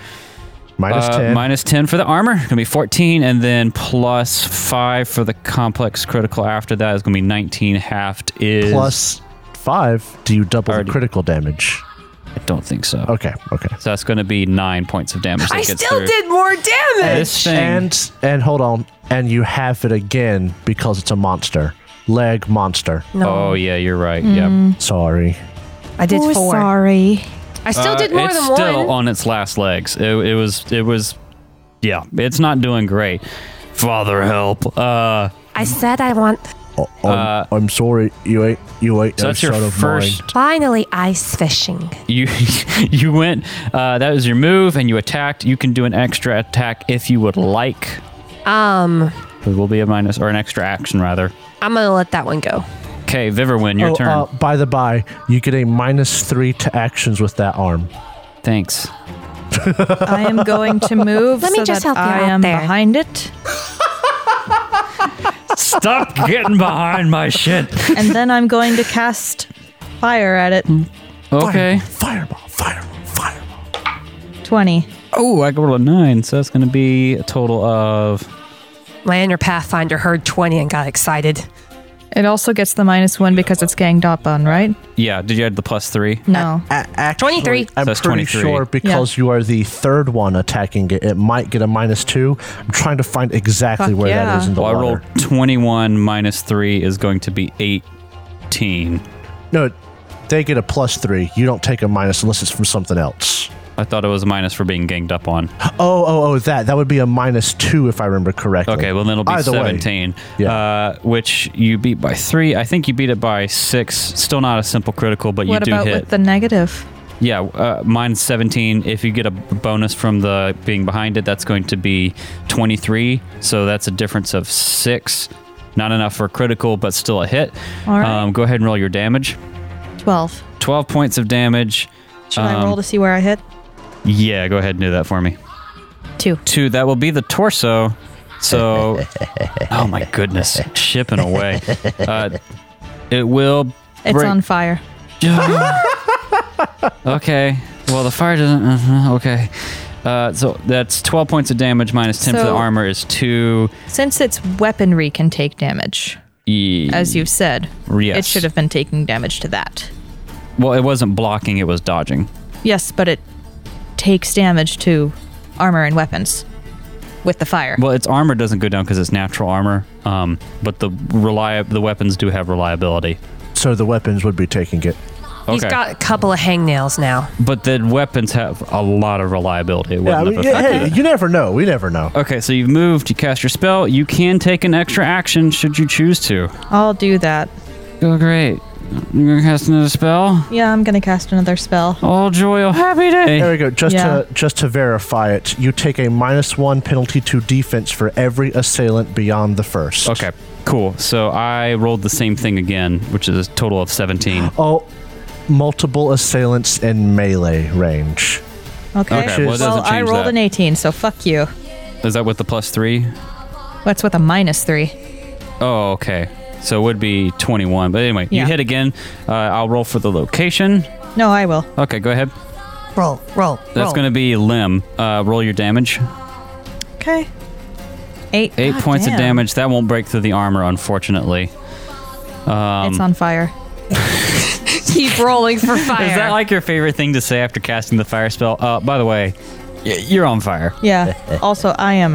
[SPEAKER 2] Minus
[SPEAKER 3] Uh,
[SPEAKER 2] 10.
[SPEAKER 3] minus 10 for the armor. Going to be 14. And then plus 5 for the complex critical after that is going to be 19. Halved is.
[SPEAKER 2] plus five. Do you double
[SPEAKER 3] Already-
[SPEAKER 2] the critical damage?
[SPEAKER 3] I don't think so.
[SPEAKER 2] Okay, okay.
[SPEAKER 3] So that's going to be 9 points of damage. that
[SPEAKER 6] I
[SPEAKER 3] gets
[SPEAKER 6] still
[SPEAKER 3] through.
[SPEAKER 6] did more damage.
[SPEAKER 3] This thing.
[SPEAKER 2] And and hold on, and you have it again because it's a monster. Leg monster.
[SPEAKER 6] No,
[SPEAKER 3] oh, yeah, you're right.
[SPEAKER 6] Mm.
[SPEAKER 3] Yeah.
[SPEAKER 2] Sorry.
[SPEAKER 6] I did four.
[SPEAKER 4] sorry.
[SPEAKER 6] I still
[SPEAKER 3] Uh,
[SPEAKER 6] did more
[SPEAKER 3] it's
[SPEAKER 6] than one.
[SPEAKER 3] still on its last legs. It, it was. It was. Yeah, it's not doing great. Father help. Uh,
[SPEAKER 6] I said I want.
[SPEAKER 2] I'm, I'm sorry. You ain't you ain't
[SPEAKER 3] so
[SPEAKER 2] no
[SPEAKER 3] that's your
[SPEAKER 2] son of
[SPEAKER 3] first.
[SPEAKER 2] mine.
[SPEAKER 6] Finally, ice fishing.
[SPEAKER 3] (laughs) You you went. Uh, that was your move, and you attacked. You can do an extra attack if you would like.
[SPEAKER 6] Um,
[SPEAKER 3] It will be a minus or an extra action rather.
[SPEAKER 6] I'm gonna let that one go.
[SPEAKER 3] Okay, Viverwin, your
[SPEAKER 2] Oh,
[SPEAKER 3] turn.
[SPEAKER 2] uh, by the by, you get a minus three to actions with that arm.
[SPEAKER 3] Thanks.
[SPEAKER 4] I am going to move.
[SPEAKER 6] Let me
[SPEAKER 4] so
[SPEAKER 6] just
[SPEAKER 4] that
[SPEAKER 6] help you
[SPEAKER 4] I
[SPEAKER 6] out
[SPEAKER 4] am
[SPEAKER 6] there.
[SPEAKER 4] behind it,
[SPEAKER 3] Stop getting behind my shit.
[SPEAKER 4] and then I'm going to cast fire at it.
[SPEAKER 3] Hmm. Okay.
[SPEAKER 2] Fireball, fireball, fireball.
[SPEAKER 4] Twenty.
[SPEAKER 3] Oh, I rolled a nine, so that's going to be a total of
[SPEAKER 6] My inner pathfinder heard 20 and got excited.
[SPEAKER 4] It also gets the minus one because it's ganged up on, right?
[SPEAKER 3] yeah. Did you add the plus three?
[SPEAKER 4] No.
[SPEAKER 2] A- actually,
[SPEAKER 6] 23.
[SPEAKER 2] I'm
[SPEAKER 3] That's
[SPEAKER 2] pretty
[SPEAKER 3] 23.
[SPEAKER 2] sure because you are the third one attacking it, it might get a minus two. I'm trying to find exactly
[SPEAKER 4] Fuck
[SPEAKER 2] where
[SPEAKER 4] yeah.
[SPEAKER 2] that is in the
[SPEAKER 3] Well, I
[SPEAKER 2] water.
[SPEAKER 3] rolled 21 minus 3 is going to be 18.
[SPEAKER 2] No, they get a plus three. You don't take a minus unless it's from something else.
[SPEAKER 3] I thought it was a minus for being ganged up (sighs) on.
[SPEAKER 2] Oh, oh, oh, that. That would be a minus two if I remember correctly.
[SPEAKER 3] Okay, well, then it'll be
[SPEAKER 2] Either way.
[SPEAKER 3] 17,
[SPEAKER 2] Yeah.
[SPEAKER 3] uh, which you beat by 3. I think you beat it by 6. Still not a simple critical, but
[SPEAKER 4] what
[SPEAKER 3] you do
[SPEAKER 4] about
[SPEAKER 3] hit.
[SPEAKER 4] with the negative?
[SPEAKER 3] yeah, uh, mine's 17. If you get a b- bonus from the being behind it, that's going to be 23. So that's a difference of 6. Not enough for a critical, but still a hit.
[SPEAKER 4] All right.
[SPEAKER 3] um, go ahead and roll your damage.
[SPEAKER 4] Twelve.
[SPEAKER 3] 12 points of damage.
[SPEAKER 4] Should
[SPEAKER 3] um,
[SPEAKER 4] I roll to see where I hit?
[SPEAKER 3] Yeah, go ahead and do that for me.
[SPEAKER 4] Two.
[SPEAKER 3] two. That will be the torso.
[SPEAKER 4] (laughs)
[SPEAKER 3] So, oh my goodness, chipping away. Uh, it will.
[SPEAKER 4] It's
[SPEAKER 3] break-
[SPEAKER 4] on fire.
[SPEAKER 3] (laughs) okay. Well, the fire doesn't. uh okay. Uh, so that's twelve points of damage minus ten for the
[SPEAKER 4] So-
[SPEAKER 3] armor is two.
[SPEAKER 4] Since its weaponry can take damage,
[SPEAKER 3] E-
[SPEAKER 4] as you've said,
[SPEAKER 3] Yes.
[SPEAKER 4] it should have been taking damage to that.
[SPEAKER 3] well, it wasn't blocking; it was dodging.
[SPEAKER 4] Yes, but it takes damage to armor and weapons with the fire.
[SPEAKER 3] Well, its armor doesn't go down because it's natural armor. Um, but the reli- the weapons do have reliability.
[SPEAKER 2] So the weapons would be taking it.
[SPEAKER 3] Okay.
[SPEAKER 6] He's got a couple of hangnails (laughs) now.
[SPEAKER 3] but the weapons have a lot of reliability. It
[SPEAKER 2] Yeah, I
[SPEAKER 3] wouldn't
[SPEAKER 2] mean,
[SPEAKER 3] have
[SPEAKER 2] yeah,
[SPEAKER 3] affected
[SPEAKER 2] hey,
[SPEAKER 3] it.
[SPEAKER 2] you never know. We never know.
[SPEAKER 3] Okay, so you've moved, you cast your spell. You can take an extra action should you choose to.
[SPEAKER 4] I'll do that.
[SPEAKER 3] Oh, great. You're going to cast another spell?
[SPEAKER 4] Yeah, I'm gonna cast another spell.
[SPEAKER 3] All joy, oh, happy
[SPEAKER 2] There
[SPEAKER 3] day.
[SPEAKER 2] we go. Just
[SPEAKER 4] Yeah.
[SPEAKER 2] to just to verify it, you take a minus one penalty to defense for every assailant beyond the first.
[SPEAKER 3] Okay, Cool. So I rolled the same thing again, which is a total of 17.
[SPEAKER 2] Oh, multiple assailants in melee range.
[SPEAKER 4] Okay.
[SPEAKER 3] Okay, well, it doesn't
[SPEAKER 4] well, I
[SPEAKER 3] change
[SPEAKER 4] rolled
[SPEAKER 3] that.
[SPEAKER 4] an 18, so fuck you.
[SPEAKER 3] Is that with the plus three?
[SPEAKER 4] That's with a minus three.
[SPEAKER 3] Oh, okay. So it would be 21. But anyway, you
[SPEAKER 4] Yeah.
[SPEAKER 3] hit again. Uh, I'll roll for the location.
[SPEAKER 4] No, I will.
[SPEAKER 3] Okay, go ahead.
[SPEAKER 6] Roll, roll,
[SPEAKER 3] That's going to be limb. Uh, roll your damage.
[SPEAKER 4] Okay. Eight.
[SPEAKER 3] Eight
[SPEAKER 4] God
[SPEAKER 3] points
[SPEAKER 4] damn.
[SPEAKER 3] of damage. That won't break through the armor, unfortunately.
[SPEAKER 4] it's on fire.
[SPEAKER 6] keep rolling for fire.
[SPEAKER 3] Is that like your favorite thing to say after casting the fire spell? Uh, by the way, y- you're on fire. (laughs)
[SPEAKER 4] Yeah. also, I am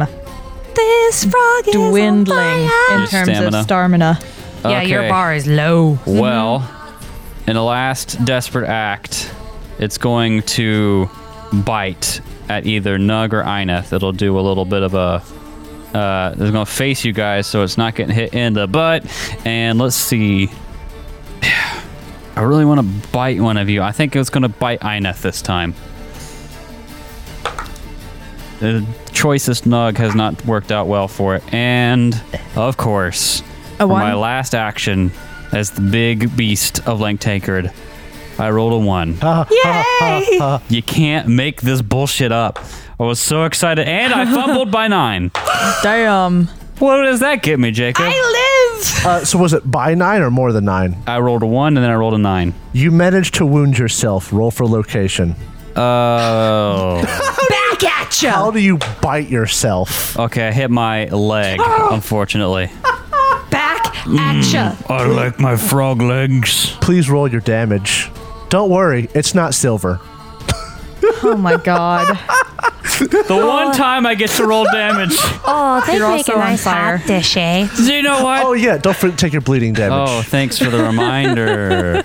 [SPEAKER 6] this frog is on
[SPEAKER 4] dwindling
[SPEAKER 6] fire.
[SPEAKER 4] in terms
[SPEAKER 3] stamina.
[SPEAKER 4] of stamina.
[SPEAKER 6] Yeah, your
[SPEAKER 3] Okay.
[SPEAKER 6] bar is low.
[SPEAKER 3] Well, in a last desperate act, it's going to bite at either Nug or Ineth. It'll do a little bit of a. Uh, it's going to face you guys, so it's not getting hit in the butt. And let's see. (sighs) I really want to bite one of you. I think it's going to bite Ineth this time. The choicest Nug has not worked out well for it. And, of course,
[SPEAKER 4] A
[SPEAKER 3] for
[SPEAKER 4] one?
[SPEAKER 3] my last action as the big beast of Langtankard, I rolled a one. Yay! you can't make this bullshit up. I was so excited, and I fumbled by nine.
[SPEAKER 4] Damn.
[SPEAKER 3] What does that get me, Jacob? I,
[SPEAKER 2] Uh, so was it by nine or more than nine?
[SPEAKER 3] rolled a one, and then I rolled a nine.
[SPEAKER 2] You managed to wound yourself. Roll for location.
[SPEAKER 3] Oh,
[SPEAKER 6] Back at you.
[SPEAKER 2] How do you bite yourself?
[SPEAKER 3] okay. I hit my leg, unfortunately. Mm,
[SPEAKER 6] Back at you.
[SPEAKER 3] I like my frog legs.
[SPEAKER 2] Please roll your damage. Don't worry, it's not silver.
[SPEAKER 4] Oh my
[SPEAKER 6] (laughs)
[SPEAKER 4] god.
[SPEAKER 3] The one time I get to roll damage.
[SPEAKER 6] Oh, they
[SPEAKER 4] You're
[SPEAKER 6] make
[SPEAKER 4] also
[SPEAKER 6] a
[SPEAKER 4] on
[SPEAKER 6] nice
[SPEAKER 4] fire.
[SPEAKER 6] hot dish, eh?
[SPEAKER 3] Do you know what?
[SPEAKER 2] Oh yeah, don't for- take your bleeding damage.
[SPEAKER 3] Oh, thanks for (laughs) the reminder.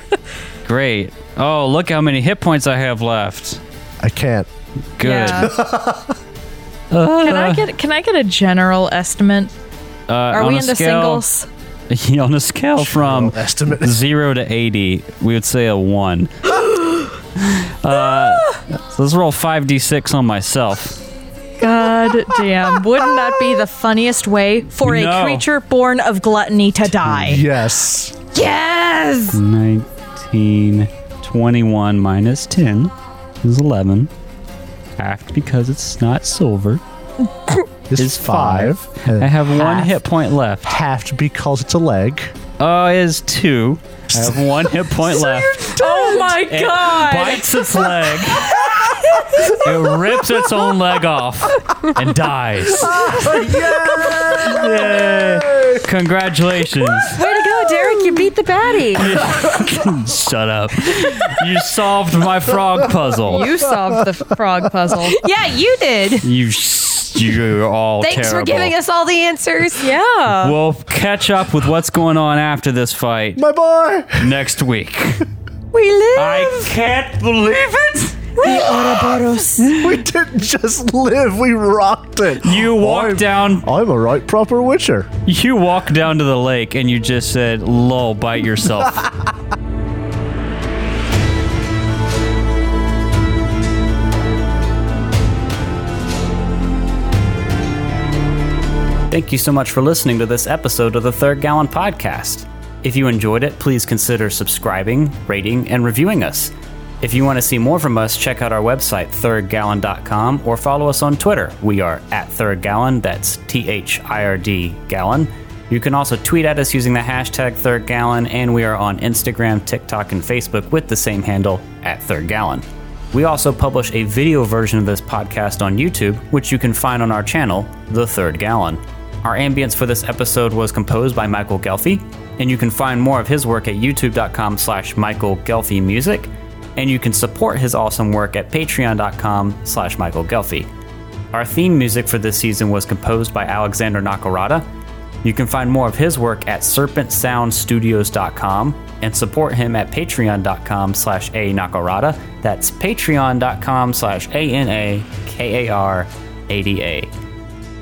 [SPEAKER 3] Great. Oh, look how many hit points I have left.
[SPEAKER 2] I can't.
[SPEAKER 3] Good.
[SPEAKER 4] Yeah. (laughs) can I get can I get a general estimate?
[SPEAKER 3] Uh,
[SPEAKER 4] Are
[SPEAKER 3] on
[SPEAKER 4] we
[SPEAKER 3] a
[SPEAKER 4] in the
[SPEAKER 3] scale,
[SPEAKER 4] singles?
[SPEAKER 3] (laughs) on a scale from
[SPEAKER 2] estimate.
[SPEAKER 3] zero to eighty, we would say
[SPEAKER 4] (gasps)
[SPEAKER 3] a one. uh, so let's roll five d six on myself.
[SPEAKER 4] God damn. Wouldn't that be the funniest way for
[SPEAKER 3] No.
[SPEAKER 4] a creature born of gluttony to die?
[SPEAKER 2] Yes.
[SPEAKER 6] Yes.
[SPEAKER 3] 19, 21 minus ten is eleven. Half because it's not silver.
[SPEAKER 2] This
[SPEAKER 3] It's Uh-huh.
[SPEAKER 2] is five.
[SPEAKER 3] I
[SPEAKER 2] And
[SPEAKER 3] have one hit point left.
[SPEAKER 2] halved because it's a leg.
[SPEAKER 3] Oh, it is two. I have one
[SPEAKER 4] (laughs)
[SPEAKER 3] hit point left.
[SPEAKER 4] Oh my
[SPEAKER 3] It
[SPEAKER 4] god.
[SPEAKER 3] bites its leg. it rips its own leg off and dies. Yay. Congratulations. (laughs)
[SPEAKER 6] Way to go, Derek. You beat the baddie.
[SPEAKER 3] Shut up. You solved my frog puzzle.
[SPEAKER 4] You solved the frog
[SPEAKER 3] (laughs)
[SPEAKER 4] puzzle.
[SPEAKER 6] yeah, you did.
[SPEAKER 3] You, s- you're all
[SPEAKER 6] Thanks
[SPEAKER 3] terrible.
[SPEAKER 6] for giving us all the answers.
[SPEAKER 4] Yeah.
[SPEAKER 3] We'll catch up with what's going on after this fight
[SPEAKER 2] My boy. (laughs)
[SPEAKER 3] next week.
[SPEAKER 6] We live.
[SPEAKER 3] I can't believe it.
[SPEAKER 2] We didn't just live. We rocked it.
[SPEAKER 3] You walk
[SPEAKER 2] I'm-
[SPEAKER 3] down
[SPEAKER 2] I'm a right proper witcher.
[SPEAKER 3] You walk down to the lake and you just said, lol, bite yourself. (laughs) Thank you so much for listening to this episode of the Third Gallon Podcast. If you enjoyed it, please consider subscribing, rating, and reviewing us. If you want to see more from us, check out our website, thirdgallon.com, or follow us on Twitter. We are at Third Gallon, that's T H I R D Gallon. You can also tweet at us using the hashtag Third Gallon, and we are on Instagram, TikTok, and Facebook with the same handle, at Third Gallon. We also publish a video version of this podcast on YouTube, which you can find on our channel, The Third Gallon. Our ambience for this episode was composed by Michael Gelfie, and you can find more of his work at youtube.com slash Michael Gelfie Music, and you can support his awesome work at patreon.com slash Michael Gelfie. Our theme music for this season was composed by Alexander Nakarada. You can find more of his work at serpentsoundstudios.com and support him at patreon.com slash a nakarada. That's patreon.com slash A-N-A-K-A-R-A-D-A.